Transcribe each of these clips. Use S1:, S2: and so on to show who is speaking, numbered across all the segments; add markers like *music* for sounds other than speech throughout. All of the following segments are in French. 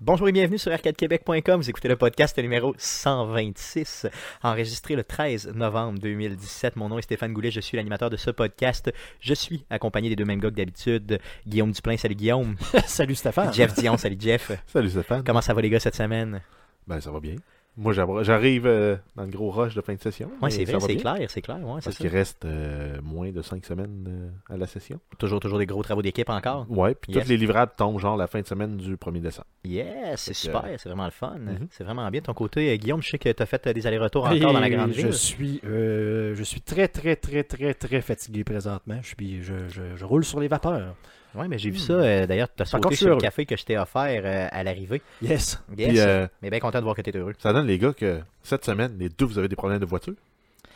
S1: Bonjour et bienvenue sur arcadequebec.com. Vous écoutez le podcast numéro 126, enregistré le 13 novembre 2017. Mon nom est Stéphane Goulet, je suis l'animateur de ce podcast. Je suis accompagné des deux mêmes gars que d'habitude. Guillaume Duplain, salut Guillaume.
S2: Salut
S3: Ah.
S2: Stéphane.
S1: Jeff Dion, salut Jeff.
S3: Salut Stéphane.
S1: Comment ça va les gars cette semaine?
S3: Ben, ça va bien. Moi, j'ab- j'arrive euh, dans le gros rush de fin de session.
S1: Oui,
S3: mais
S1: c'est vrai,
S3: ça va
S1: c'est
S3: bien,
S1: clair, c'est clair. Ouais, c'est
S3: Parce
S1: ça.
S3: qu'il reste euh, moins de 5 semaines euh, à la session.
S1: Toujours, toujours des gros travaux d'équipe encore.
S3: Ouais, puis
S1: Ah, Yes.
S3: tous les livrables tombent genre la fin de semaine du 1er décembre.
S1: Yes, c'est
S3: Fait que,
S1: super, c'est vraiment le fun.
S3: Mhm.
S1: C'est vraiment bien. De ton côté, euh, Guillaume, je sais que tu as fait euh, des allers-retours encore dans la
S2: *laughs* Et
S1: grande
S2: je
S1: ville.
S2: suis, euh, je suis très, très, très, très, très fatigué présentement. Je, suis, je, je- je roule sur les vapeurs.
S1: Oui, mais j'ai
S3: Hmm.
S1: vu ça. euh, D'ailleurs, tu as sauté
S2: Encore je suis
S1: sur le
S2: heureux.
S1: café que je t'ai offert euh, à l'arrivée.
S2: Yes.
S1: Yes.
S3: Puis euh,
S1: Mais bien content de voir que tu es heureux.
S3: ça donne, les gars, que cette semaine, les deux, vous avez des problèmes de voiture.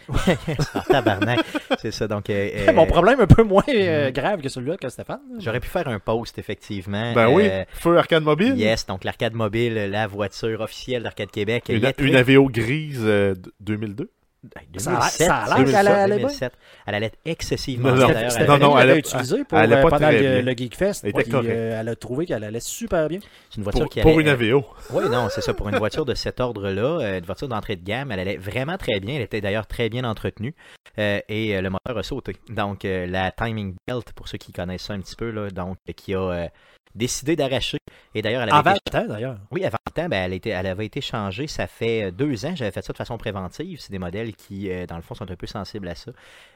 S1: *laughs* Ah, tabarnak. c'est ça. Donc, euh, euh,
S2: *laughs* *laughs* Mon problème un peu moins
S3: Hmm.
S2: euh, grave que celui-là que Stéphane.
S1: j'aurais pu faire un post, effectivement.
S3: Ben
S1: Euh,
S3: oui, feu arcade mobile.
S1: Yes, donc l'arcade mobile, la voiture officielle d'Arcade Québec.
S3: Une,
S1: électrique.
S3: une AVO grise euh, d- 2002.
S1: Hey,
S2: Ça a l'air-
S1: 2007,
S2: ça a l'air qu'elle allait bien.
S1: 2007. Elle allait excessivement.
S3: Non,
S1: bien,
S3: non,
S1: d'ailleurs,
S3: c'était-
S1: elle-
S3: non, non,
S2: elle
S3: elle
S2: l'a
S3: est-
S2: utilisé pour,
S3: elle est
S2: euh,
S3: pas
S2: pendant
S3: très
S2: le,
S3: bien.
S2: le Geekfest.
S3: Elle était
S2: Puis,
S3: correcte.
S2: euh, elle a trouvé qu'elle allait super bien.
S1: C'est une voiture
S3: Pour,
S1: qui
S3: pour
S1: allait-
S3: une AVO.
S1: Oui, non, c'est ça. Pour une voiture de cet ordre-là, euh, une voiture d'entrée de gamme, elle allait vraiment très bien. Elle était d'ailleurs très bien entretenue. Euh, et euh, le moteur a sauté. Donc, euh, la Timing Belt, pour ceux qui connaissent ça un petit peu, là, donc, euh, qui a euh, décidé d'arracher. Et d'ailleurs, elle avait
S2: En
S1: été-
S2: temps, d'ailleurs.
S1: oui, avant le temps, ben, elle, était- elle avait été changée. Ça fait euh, deux ans. J'avais fait ça de façon préventive. C'est des modèles qui, euh, dans le fond, sont un peu sensibles à ça.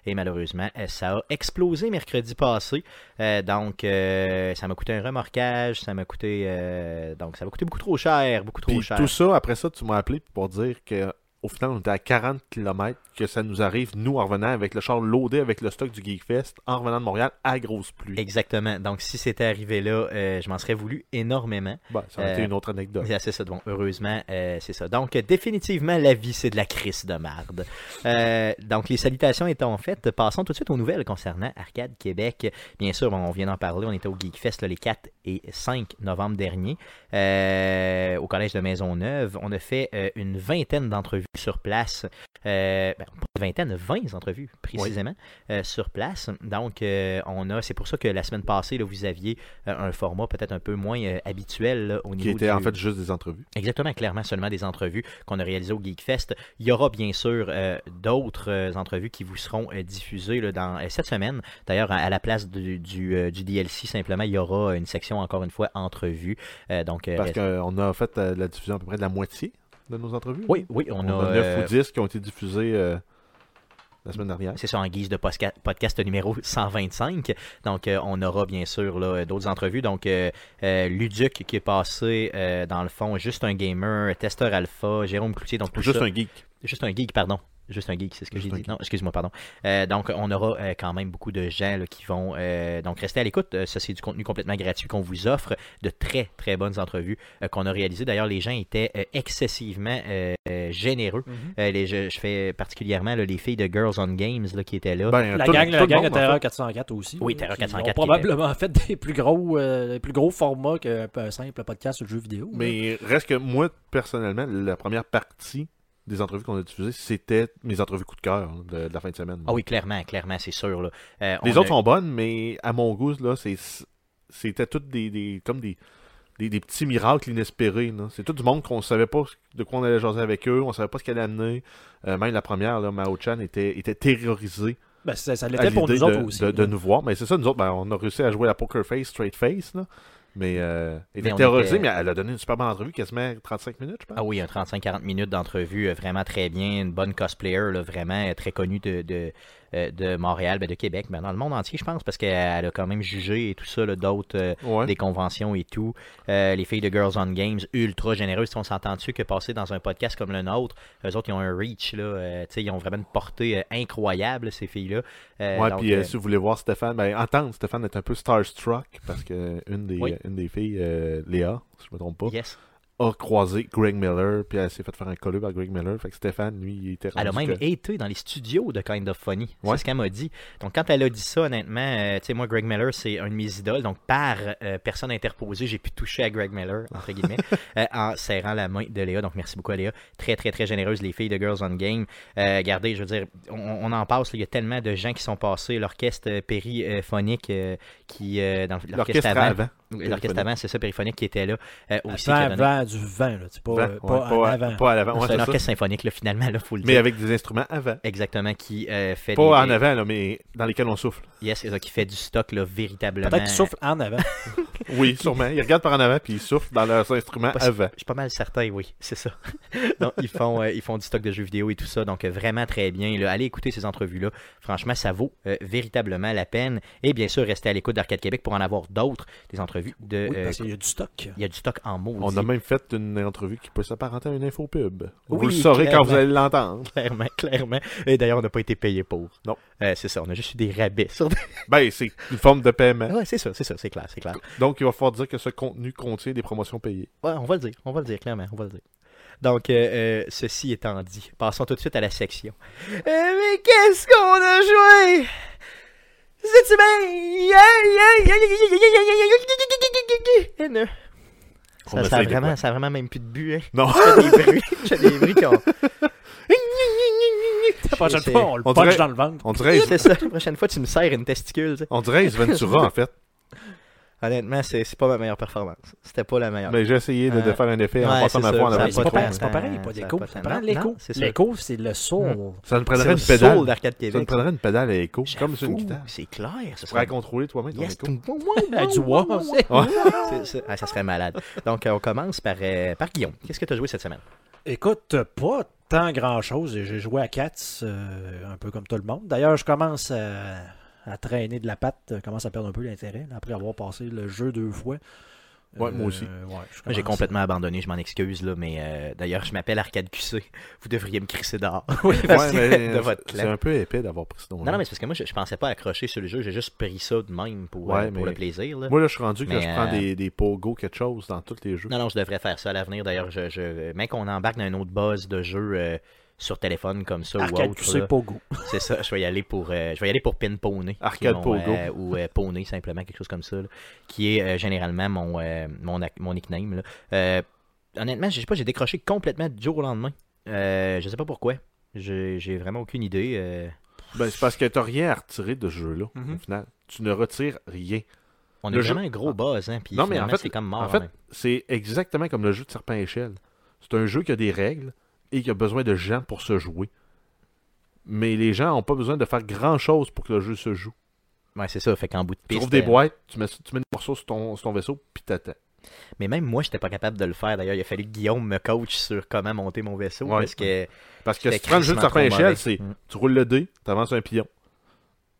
S1: Et malheureusement, euh, ça a explosé mercredi passé. Euh, donc, euh, ça m'a coûté un remorquage. Ça m'a coûté. euh, donc, ça m'a coûté beaucoup trop cher. Beaucoup trop
S3: Puis
S1: cher.
S3: tout ça, après ça, tu m'as appelé pour dire que au final, on était à 40 km, que ça nous arrive, nous, en revenant avec le char loadé avec le stock du Geekfest, en revenant de Montréal à grosse pluie.
S1: Exactement. Donc, si c'était arrivé là, euh, je m'en serais voulu énormément.
S3: Bon, Bah, ça a été
S1: Euh,
S3: une autre anecdote.
S1: *laughs* Mais, ah, C'est ça, bon, heureusement, euh, c'est ça. Donc, euh, définitivement, la vie, c'est de la crise de marde. Euh, donc, les salutations étant faites, passons tout de suite aux nouvelles concernant Arcade Québec. Bien sûr, bon, on vient d'en parler, on était au Geekfest là, les 4 et 5 novembre dernier euh, au Collège de Maisonneuve. On a fait euh, une vingtaine d'entrevues sur place. Euh, ben, pas une vingtaine, 20 entrevues précisément euh, sur place. Donc, euh, on a, c'est pour ça que la semaine passée, là, vous aviez euh, un format peut-être un peu moins euh, habituel là, au niveau
S3: Qui était
S1: du-
S3: en fait juste des entrevues.
S1: Exactement, clairement, seulement des entrevues qu'on a réalisées au Geekfest. Il y aura bien sûr euh, d'autres euh, entrevues qui vous seront euh, diffusées là, dans, euh, cette semaine. D'ailleurs, à, à la place du, du, euh, du DLC, simplement, il y aura une section, encore une fois, entrevues. Euh, donc, euh,
S3: Parce qu'on a fait euh, la diffusion à peu près de la moitié de nos entrevues.
S1: oui, oui, on,
S3: On,
S1: a...
S3: a
S1: euh,
S3: 9 ou 10 qui ont été diffusés euh, la semaine dernière.
S1: C'est ça, en guise de posca- podcast numéro 125. Donc, euh, on aura bien sûr là, euh, d'autres entrevues. Donc, euh, euh, Luduc qui est passé, euh, dans le fond, juste un gamer, testeur alpha, Jérôme Cloutier. Donc, tout
S3: Juste
S1: ça-
S3: un geek.
S1: Juste un geek, pardon. Juste un geek, c'est ce que
S3: Juste
S1: j'ai
S3: un
S1: dit.
S3: geek.
S1: Non, excuse-moi, pardon. Euh, donc, on aura euh, quand même beaucoup de gens là, qui vont euh, donc rester à l'écoute. Euh, ça, c'est du contenu complètement gratuit qu'on vous offre. De très, très bonnes entrevues euh, qu'on a réalisées. D'ailleurs, les gens étaient euh, excessivement euh, euh, généreux.
S3: Mhm.
S1: Euh, les, je, je fais particulièrement là, les filles de Girls on Games là, qui étaient là.
S3: Ben,
S2: La
S3: tout-
S2: gang,
S3: tout
S2: la
S3: le
S2: gang
S3: monde,
S2: de
S3: en
S2: Terreur
S3: fait.
S2: 404 aussi.
S1: Oui,
S2: là,
S1: Terreur
S2: qui
S1: 404
S2: ont probablement fait des plus gros, euh, des plus gros formats qu'un un simple podcast sur le jeu vidéo. là.
S3: Mais reste que moi, personnellement, la première partie des entrevues qu'on a diffusées, c'était mes entrevues coup de cœur là, de, de la fin de semaine.
S1: Ah oui, clairement, clairement, c'est sûr. là. Euh,
S3: Les
S1: on
S3: autres
S1: a-
S3: sont bonnes, mais à mon goût, là, c'est- c'était toutes des, des- comme des, des, des petits miracles inespérés. là. C'est tout du monde qu'on savait pas de quoi on allait jaser avec eux, on savait pas ce qu'elle allait amener. Euh, même la première, là, Mao Chan était, était terrorisée
S2: Ben, ça, ça
S3: à
S2: l'était pour
S3: l'idée
S2: nous autres
S3: de,
S2: aussi.
S3: de-
S2: là.
S3: de nous voir. Mais c'est ça, nous autres, ben, on a réussi à jouer la poker face, straight face. Là. Mais euh, elle
S1: Mais
S3: était
S1: on
S3: terrorisée,
S1: était-
S3: mais elle a donné une super bonne entrevue, quasiment 35 minutes, je pense.
S1: Ah oui, un 35-40 minutes d'entrevue, euh, vraiment très bien, une bonne cosplayer, là, vraiment euh, très connue de, de, euh, de Montréal, ben, de Québec, mais dans le monde entier, je pense, parce qu'elle a quand même jugé et tout ça, là, d'autres, euh,
S3: Ouais.
S1: des conventions et tout. Euh, les filles de Girls on Games, ultra généreuses, on s'entend dessus que passer dans un podcast comme le nôtre, eux autres, ils ont un reach, là, euh, tu sais, ils ont vraiment une portée euh, incroyable, ces filles-là. Euh,
S3: Ouais,
S1: donc,
S3: puis euh,
S1: euh,
S3: si vous voulez voir Stéphane, ben, entendre Stéphane est un peu starstruck parce que une des,
S1: Oui.
S3: une des filles, euh, Léa, si je me trompe pas,
S1: yes.
S3: a croisé Greg Miller, puis elle s'est fait faire un colleux par Greg Miller. Fait que Stéphane, lui, il était rendu
S1: Elle a même
S3: que-
S1: été dans les studios de Kind of Funny.
S3: Ouais.
S1: C'est ce qu'elle m'a dit. Donc, quand elle a dit ça, honnêtement, euh, tu sais, moi, Greg Miller, c'est un de mes idoles. Donc, par euh, personne interposée, j'ai pu toucher à Greg Miller, entre
S3: *laughs*
S1: guillemets, euh, en serrant la main de Léa. Donc, merci beaucoup à Léa. Très, très, très généreuse, les filles de Girls on Game. Euh, regardez, je veux dire, on, on en passe. là. Il y a tellement de gens qui sont passés. L'orchestre euh, périphonique euh, qui. euh, dans l'orchestre
S3: l'orchestre
S1: avant.
S3: avant.
S1: L'orchestre avant, c'est ça, Périphonique, qui était là euh, aussi. qui a
S2: Vent,
S1: donné-
S2: vent, du vent, là. tu sais, Pas,
S3: Vent,
S2: euh,
S3: ouais,
S2: pas en
S3: à-
S2: avant.
S3: pas à l'avant, ouais,
S1: c'est un
S3: c'est ça.
S1: orchestre symphonique, là, finalement, là, faut le
S3: Mais
S1: dire.
S3: avec des instruments avant.
S1: Exactement, qui euh, fait
S3: Pas
S1: des-
S3: en avant, là, mais dans lesquels on
S1: *laughs*
S3: souffle.
S1: Yes, c'est ça, qui fait du stock, là, véritablement.
S2: Peut-être qu'il souffle en
S1: Euh,
S2: avant.
S3: Oui, sûrement. Ils regardent par en avant puis ils soufflent dans leurs instruments
S1: Pas-
S3: avant.
S1: Je suis pas mal certain, oui, *laughs* c'est ça. Donc, ils font, euh, ils font du stock de jeux vidéo et tout ça, donc euh, vraiment très bien. là. allez écouter ces entrevues-là. Franchement, ça vaut euh, véritablement la peine. Et bien sûr, restez à l'écoute d'Arcade Québec pour en avoir d'autres, des entrevues de.
S2: Oui,
S1: euh,
S2: parce qu'il y a du stock.
S1: *laughs* il y a du stock en mots.
S3: On a même fait une entrevue qui peut s'apparenter à une infopub. vous
S1: Oui,
S3: le saurez quand vous
S1: clairement.
S3: allez l'entendre.
S1: Clairement, clairement. Et d'ailleurs, on n'a pas été payé pour.
S3: Non.
S1: Euh, c'est ça, on a juste eu des rabais
S3: *laughs*
S1: sur des-
S3: Ben, c'est une forme de paiement.
S1: Ouais, c'est ça, c'est ça, c'est clair, c'est clair.
S3: Donc, il va falloir dire que ce contenu contient des promotions payées.
S1: Ouais, on va le dire, on va le dire, clairement, on va le dire. Donc, euh, euh, ceci étant dit, passons tout de suite à la section. Euh, mais qu'est-ce qu'on a joué? C'est-tu bien? Yeah, yeah, yeah, yeah, yeah, yeah, yeah, yeah, yeah, yeah, yeah, yeah, yeah, yeah, yeah, yeah, yeah, yeah, yeah.
S3: On
S1: Ça, ça a
S3: essaye de
S1: vraiment,
S3: quoi?
S1: ça a vraiment même plus de but, hein. *laughs*
S3: Non,
S1: J'ai des bruits, j'ai des bruits qu'on...
S3: *laughs*
S2: La prochaine
S1: C'est-
S2: fois, on le
S3: on
S2: punch
S3: dirait-
S2: dans le ventre.
S3: on dirait,
S1: C'est ça, la prochaine fois, tu me serres une testicule, tu sais.
S3: on dirait Ace Ventura,
S1: *laughs*
S3: en fait.
S1: Honnêtement, c'est c'est pas ma meilleure performance. C'était pas la meilleure.
S3: Mais j'ai essayé de, de
S1: Euh,
S3: faire un effet en
S1: ouais,
S3: passant
S1: c'est
S3: ma
S1: ça,
S3: voix en
S1: ça
S3: avant
S1: a
S3: du
S2: C'est pas,
S3: micro.
S1: tant-
S2: pareil, c'est pas pareil,
S1: ça
S2: pas
S1: a
S2: d'écho.
S1: pas
S2: Ça
S1: tant-
S2: prend
S1: non,
S2: l'écho.
S1: non, c'est Hmm. sûr.
S2: L'écho, c'est le son.
S3: Ça nous
S1: C'est
S3: prendrait
S1: le
S3: une
S1: soul
S3: pédale.
S1: d'Arcade
S3: Ça nous
S1: Québec.
S3: prendrait une pédale à écho, comme sur une
S1: J'avoue,
S3: guitare.
S1: C'est clair, ce
S3: Tu pourrais
S1: serait
S3: contrôler toi-même ton
S1: Yes, *laughs*
S3: écho.
S1: tout- wow, wow,
S2: Elle dit
S1: wow,
S2: wow,
S1: wow,
S2: c'est-
S1: wow. *laughs* C'est- c'est- ah, ça serait malade. Donc, euh, on commence par, euh, par Guillaume. Qu'est-ce que tu as joué cette semaine?
S2: Écoute, pas tant grand-chose. J'ai joué à Cats, euh, un peu comme tout le monde. D'ailleurs, je commence à, à traîner de la patte. Je commence à perdre un peu l'intérêt là, après avoir passé le jeu deux fois. Euh,
S3: Ouais, moi aussi.
S2: ouais, je
S1: Moi, J'ai
S2: commence-
S1: complètement abandonné, je m'en excuse, là, mais euh, d'ailleurs, je m'appelle Arcade QC. Vous devriez me crisser dehors.
S3: *laughs* Ouais,
S1: de
S3: mais
S1: votre
S3: c'est
S1: clan.
S3: un peu épais d'avoir pris ce nom-là.
S1: Non, non, mais c'est parce que moi, je, je pensais pas accrocher sur le jeu, j'ai juste pris ça de même pour,
S3: Ouais,
S1: euh, pour
S3: mais-
S1: le plaisir. là.
S3: Moi, là, je suis rendu que
S1: Mais,
S3: je prends
S1: euh,
S3: des, des pogo quelque chose dans tous les jeux.
S1: Non, non, je devrais faire ça à l'avenir. D'ailleurs, je, je- même qu'on embarque dans un autre buzz de jeu euh, sur téléphone comme ça ou
S2: Arcade
S1: autre, là,
S2: QC Pogo.
S1: c'est ça. Je vais y aller pour, euh, je vais y aller pour Pin Pony. qui est
S3: Arcade
S1: mon,
S3: Pogo.
S1: euh, ou euh, Pony simplement, quelque chose comme ça, là, qui est euh, généralement mon, euh, mon, ac- mon nickname. là. Euh, honnêtement, je sais pas, j'ai décroché complètement du jour au lendemain. Euh, je sais pas pourquoi. J'ai j'ai vraiment aucune idée. euh.
S3: Ben, c'est parce que t'as rien à retirer de ce jeu-là,
S2: Mhm.
S3: au
S1: Mm-hmm.
S3: final. Tu ne retires rien.
S1: on a
S3: Le jeu-
S1: vraiment un gros buzz, hein. Puis
S3: Non, mais en
S1: finalement,
S3: fait,
S1: c'est comme mort.
S3: en fait,
S1: hein.
S3: C'est exactement comme le jeu de Serpent à Échelle. C'est un jeu qui a des règles et qui a besoin de gens pour se jouer. Mais les gens n'ont pas besoin de faire grand-chose pour que le jeu se joue.
S1: Ouais, c'est ça. Fait qu'en bout de
S3: Tu
S1: piste.
S3: trouves des
S1: euh,
S3: boîtes, tu mets, tu mets des morceaux sur ton, sur ton vaisseau, puis t'attends.
S1: Mais même moi, j'étais pas capable de le faire. D'ailleurs, il a fallu que Guillaume me coach sur comment monter mon vaisseau.
S3: Ouais.
S1: parce que
S3: Parce que
S1: c'était
S3: si tu prends le jeu de
S1: crissement
S3: Serpent à
S1: trop
S3: Échelle,
S1: mauvais.
S3: c'est
S1: Mm.
S3: tu roules le dé, tu avances un pion.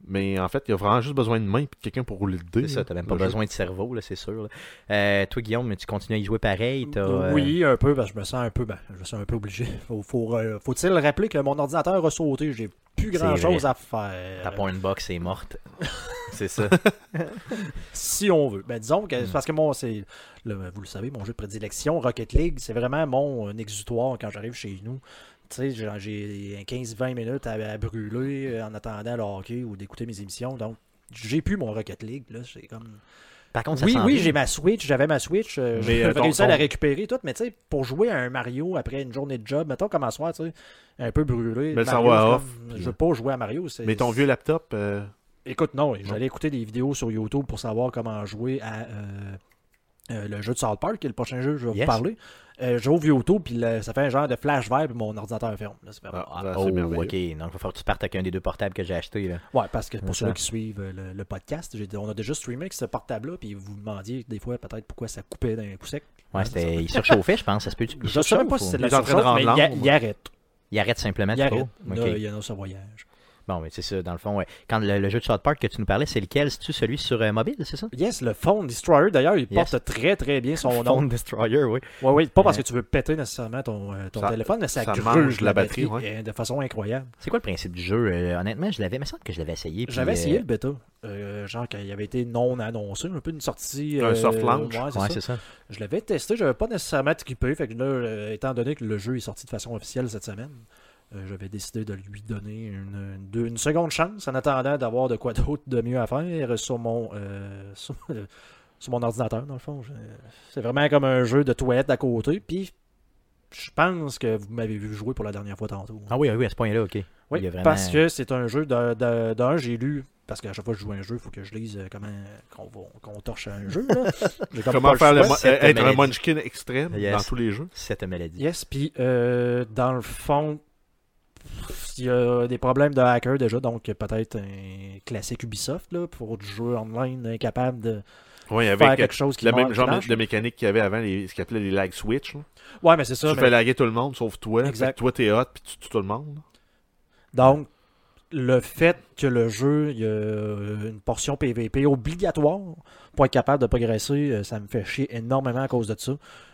S3: Mais en fait, il y a vraiment juste besoin de main et de quelqu'un pour rouler le dé.
S1: C'est ça,
S3: là,
S1: t'as même
S3: le
S1: pas
S3: jeu.
S1: besoin de cerveau, là, c'est sûr. là. Euh, toi, Guillaume, tu continues à y jouer pareil. t'as, euh,
S2: Oui, un peu, parce que je me sens un peu, ben, je me sens un peu obligé. *laughs* Faut, faut, euh, Faut-il rappeler que mon ordinateur a sauté, j'ai plus
S1: C'est
S2: grand-chose à faire.
S1: Ta box est
S2: *laughs*
S1: morte. c'est ça.
S2: si on veut. Ben, disons que c'est parce que mon, c'est, le- vous le savez, mon jeu de prédilection, Rocket League, c'est vraiment mon euh, exutoire quand j'arrive chez nous. Tu sais, j'ai- j'ai 15-20 minutes à, à brûler euh, en attendant le hockey ou d'écouter mes émissions. Donc, j'ai plus mon Rocket League. Là, c'est comme...
S1: Par contre, ça
S2: Oui,
S1: sent
S2: oui,
S1: bien.
S2: j'ai ma Switch, j'avais ma Switch. euh, *laughs*
S3: Mais,
S2: J'ai
S3: euh, ton-
S2: réussi à la
S3: ton-
S2: récupérer toute, mais tu sais, pour jouer à un Mario après une journée de job, mettons comme un soir, tu sais, un peu brûlé.
S3: Mais
S2: Mario,
S3: le savoir
S2: c'est comme,
S3: off, puis-
S2: Je veux pas jouer à Mario. c'est-
S3: Mais ton vieux laptop, euh,
S2: Écoute, non, j'allais écouter des vidéos sur YouTube pour savoir comment jouer à euh, euh, le jeu de South Park, qui est le prochain jeu que je vais
S1: Yes.
S2: vous parler. Euh, J'ouvre YouTube, puis là, ça fait un genre de flash vert, puis mon ordinateur ferme. là, c'est vraiment-
S1: Ah,
S3: Ah, c'est
S1: oh,
S3: merveilleux.
S1: ok. Donc, il va falloir que tu partes avec un des deux portables que j'ai acheté. Là.
S2: Ouais, parce que pour
S1: Attends.
S2: ceux qui suivent euh, le, le podcast, j'ai- on a déjà streamé avec ce portable-là, puis vous vous demandiez des fois peut-être pourquoi ça coupait d'un coup sec.
S1: Ouais, c'était. Il surchauffait, je pense. Ça se peut.
S2: Ah, Je ne sais même pas si c'est de la
S3: Il est en train de
S2: surchauffe, mais
S3: rendre
S2: il a-
S3: l'ombre. Hein,
S2: il arrête.
S1: Il arrête simplement.
S2: Il
S1: tu
S2: arrête.
S1: trouves?
S2: Là,
S1: Ok.
S2: Il y en a ce voyage.
S1: Bon, mais c'est ça. Dans le fond, ouais. quand le, le jeu de South Park que tu nous parlais, c'est lequel C'est-tu celui sur euh, mobile, c'est ça
S2: Yes, le Phone Destroyer, d'ailleurs, il
S1: Yes.
S2: porte très très bien son nom.
S1: Phone Destroyer, oui.
S2: Oui, oui, pas parce
S1: Ouais.
S2: que tu veux péter nécessairement ton, euh, ton
S3: Hein. Ça-
S2: téléphone, mais ça,
S3: ça
S2: gruge
S3: mange
S2: la,
S3: la
S2: batterie,
S3: batterie,
S2: euh, de façon incroyable.
S1: C'est quoi le principe du jeu Euh, Honnêtement, je l'avais. Il me semble que je l'avais essayé. puis,
S2: J'avais
S1: euh,
S2: essayé le bêta, euh, genre qu'il avait été non annoncé, un peu une sortie.
S3: Un
S2: euh,
S3: soft launch.
S2: ouais, c'est
S1: Ouais,
S2: ça.
S1: c'est ça.
S2: Je l'avais testé, j'avais pas nécessairement trippé, fait que là, euh, étant donné que le jeu est sorti de façon officielle cette semaine, euh, j'avais décidé de lui donner une, une deux- une seconde chance en attendant d'avoir de quoi d'autre de mieux à faire sur mon euh, *laughs* sur, euh, sur mon ordinateur, dans le fond. Je- C'est vraiment comme un jeu de toilette à côté, puis je pense que vous m'avez vu jouer pour la dernière fois tantôt.
S1: Ah oui, ah oui, à ce point-là, ok.
S2: Oui,
S1: Il y a vraiment-
S2: parce que c'est un jeu d'un, d'un- d'un, j'ai lu. Parce qu'à chaque fois que je joue à un jeu, il faut que je lise euh, comment qu'on, va- qu'on torche un jeu.
S1: *laughs*
S2: là. J'ai comme pas
S3: Comment
S2: le
S3: faire le
S2: choix.
S3: mo- euh,
S1: cette
S3: être un
S1: maladie.
S3: munchkin extrême
S1: Yes.
S3: dans tous les jeux.
S1: Cette maladie.
S2: Yes, puis euh, dans le fond, il y a des problèmes de hacker déjà, donc peut-être un classique Ubisoft là, pour du jeu online incapable de
S3: Oui,
S2: faire
S3: avec euh,
S2: quelque chose qui
S3: le
S2: mar-
S3: même
S2: qui
S3: genre
S2: marche.
S3: de mécanique qu'il y avait avant, les- ce qu'ils appelait les lag switch. là.
S2: Ouais, mais c'est ça.
S3: Tu
S2: mais-
S3: fais laguer tout le monde sauf toi.
S2: Exact.
S3: Fait que Toi, t'es hot, puis tu tues tout le monde.
S2: Donc, le fait que le jeu, il y a une portion PVP obligatoire pour être capable de progresser, euh, ça me fait chier énormément à cause de ça.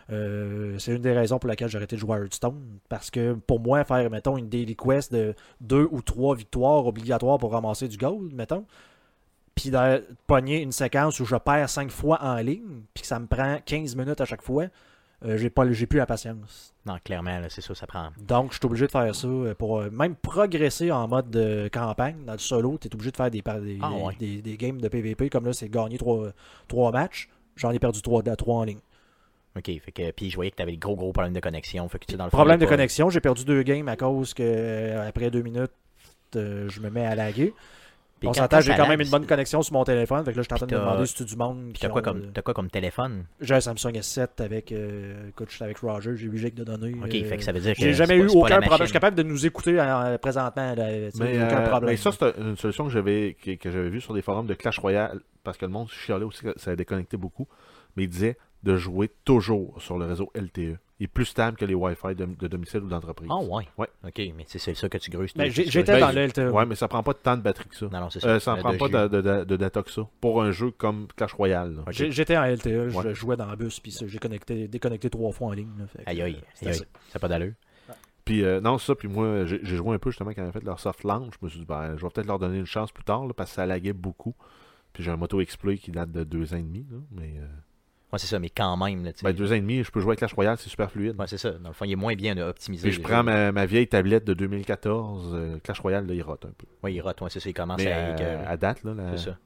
S2: Euh, c'est une des raisons pour laquelle j'ai arrêté de jouer à Hearthstone. Parce que pour moi, faire, mettons, une daily quest de deux ou trois victoires obligatoires pour ramasser du gold, mettons, puis de pogner une séquence où je perds cinq fois en ligne, puis que ça me prend 15 minutes à chaque fois, euh, j'ai pas, j'ai plus la patience.
S1: Non, clairement, là, c'est ça, ça prend.
S2: Donc, je suis obligé de faire ça euh, pour euh, même progresser en mode de campagne. Dans le solo, tu es obligé de faire des, par- des,
S1: Ah ouais.
S2: des, des games de PvP. Comme là, c'est gagner trois, trois matchs. J'en ai perdu trois, trois en ligne.
S1: Ok, fait que. Puis je voyais que t'avais le gros, gros problème de connexion. Fait que tu sais, dans le fond,
S2: Problème
S1: il y
S2: de
S1: a pas-
S2: connexion, j'ai perdu deux games à cause que euh, après deux minutes, euh, je me mets à laguer.
S1: Puis
S2: on
S1: quand
S2: s'entend,
S1: t'as
S2: j'ai
S1: ta
S2: quand
S1: lame,
S2: même une bonne connexion sur mon téléphone. Fait que là, je suis en
S1: Puis
S2: train de me
S1: t'as-
S2: demander si tu du monde.
S1: Puis
S2: qui
S1: t'as quoi,
S2: ont,
S1: comme...
S2: euh,
S1: t'as quoi comme téléphone
S2: J'ai un Samsung S7 avec. euh, écoute, je suis avec Roger, j'ai 8 gigs de données.
S1: Ok,
S2: euh,
S1: fait que ça veut dire que.
S2: J'ai
S1: c'est
S2: jamais
S1: pas-
S2: eu
S1: c'est pas la
S2: aucun problème. Je
S1: machine.
S2: suis capable de nous écouter euh, présentement. là, tu sais,
S3: Mais,
S2: aucun
S3: euh,
S2: problème.
S3: mais ça, c'est un- une solution que j'avais que, que j'avais vue sur des forums de Clash Royale, parce que le monde chialait aussi que ça a déconnecté beaucoup, mais il disait de jouer toujours sur le réseau LTE. Il est plus stable que les Wi-Fi de, de domicile ou d'entreprise.
S1: Ah, ouais.
S3: Ouais.
S1: Ok, mais c'est c'est ça que tu gruges.
S2: Mais
S1: tout-
S2: j'ai-
S1: tout
S2: j'étais
S1: ça.
S2: dans
S1: Ben,
S2: le E. LTE.
S3: Ouais, mais ça prend pas tant de batterie que ça.
S1: Non, non, c'est ça.
S3: Euh, ça en
S1: Le
S3: prend
S1: de
S3: pas
S1: jus.
S3: de, de, de- de data que ça, pour un jeu comme Clash Royale. là.
S2: J'ai- J'étais en LTE, je
S3: Ouais.
S2: jouais dans le bus, puis ça, j'ai connecté, déconnecté trois fois en ligne. là, fait que,
S1: Aïe, aïe,
S2: euh, c'était
S1: aïe, aïe.
S2: ça.
S1: Ça a pas d'allure.
S3: Puis euh, non, ça, puis moi, j'ai j'ai joué un peu justement quand ils ont fait leur soft launch. Je me suis dit, ben, je vais peut-être leur donner une chance plus tard, là, parce que ça laguait beaucoup. Puis j'ai un moto exploit qui date de deux ans et demi, là, mais... euh,
S1: Ouais, c'est ça, mais quand même, là, tu sais.
S3: Ben, deux ans et demi, je peux jouer avec Clash Royale, c'est super fluide.
S1: Ouais, c'est ça. Dans le fond, il est moins bien euh, optimisé.
S3: Ben, Puis je prends ma, ma vieille tablette de 2014, euh, Clash Royale, là, il rote un peu.
S1: Oui, il rate, ouais, Ah, c'est ça, il commence
S3: Mais
S1: à.
S3: euh,
S1: écoeurer.
S3: à date, là, la-
S1: C'est ça.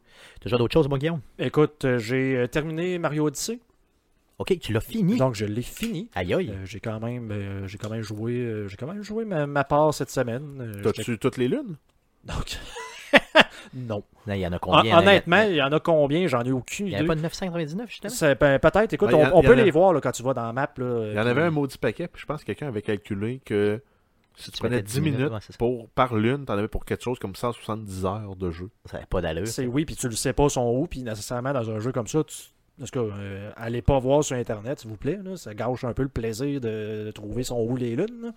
S1: Toujours d'autres choses, bon, Guillaume
S2: Écoute, euh, j'ai euh, terminé Mario Odyssey,
S1: Ok, tu l'as fini.
S2: donc je l'ai fini.
S1: Aïe, aïe.
S2: Euh, j'ai quand même, euh, j'ai quand même joué, euh, j'ai quand même joué ma, ma part cette semaine. euh, j'étais-
S3: T'as-tu toutes les lunes?
S2: Donc, *laughs* non.
S1: Non, Il y en a
S2: Hon-
S1: combien hein,
S2: Honnêtement,
S1: il y en a-
S2: il y en a combien J'en ai aucune
S1: Il n'y
S2: idée.
S1: en a pas de 999, justement
S2: C'est- ben, peut-être. Écoute,
S3: hein? Ben, il y
S2: on,
S3: en-
S2: on
S3: il y
S2: peut
S3: en a-
S2: les voir là, quand tu vas dans la map. là,
S3: Il y en
S2: puis-
S3: avait un maudit paquet, puis je pense que quelqu'un avait calculé que si tu, prenais
S1: mettais
S3: 10 minutes,
S1: ouais, c'est ça.
S3: pour, par lune, t'en avais pour quelque chose comme 170 heures de jeu.
S1: Ça n'a pas d'allure.
S2: C'est oui, puis tu le sais pas son où, puis nécessairement dans un jeu comme ça, tu... parce que euh, allez pas voir sur internet, s'il vous plaît, là, ça gâche un peu le plaisir de, de trouver son où les lunes. là.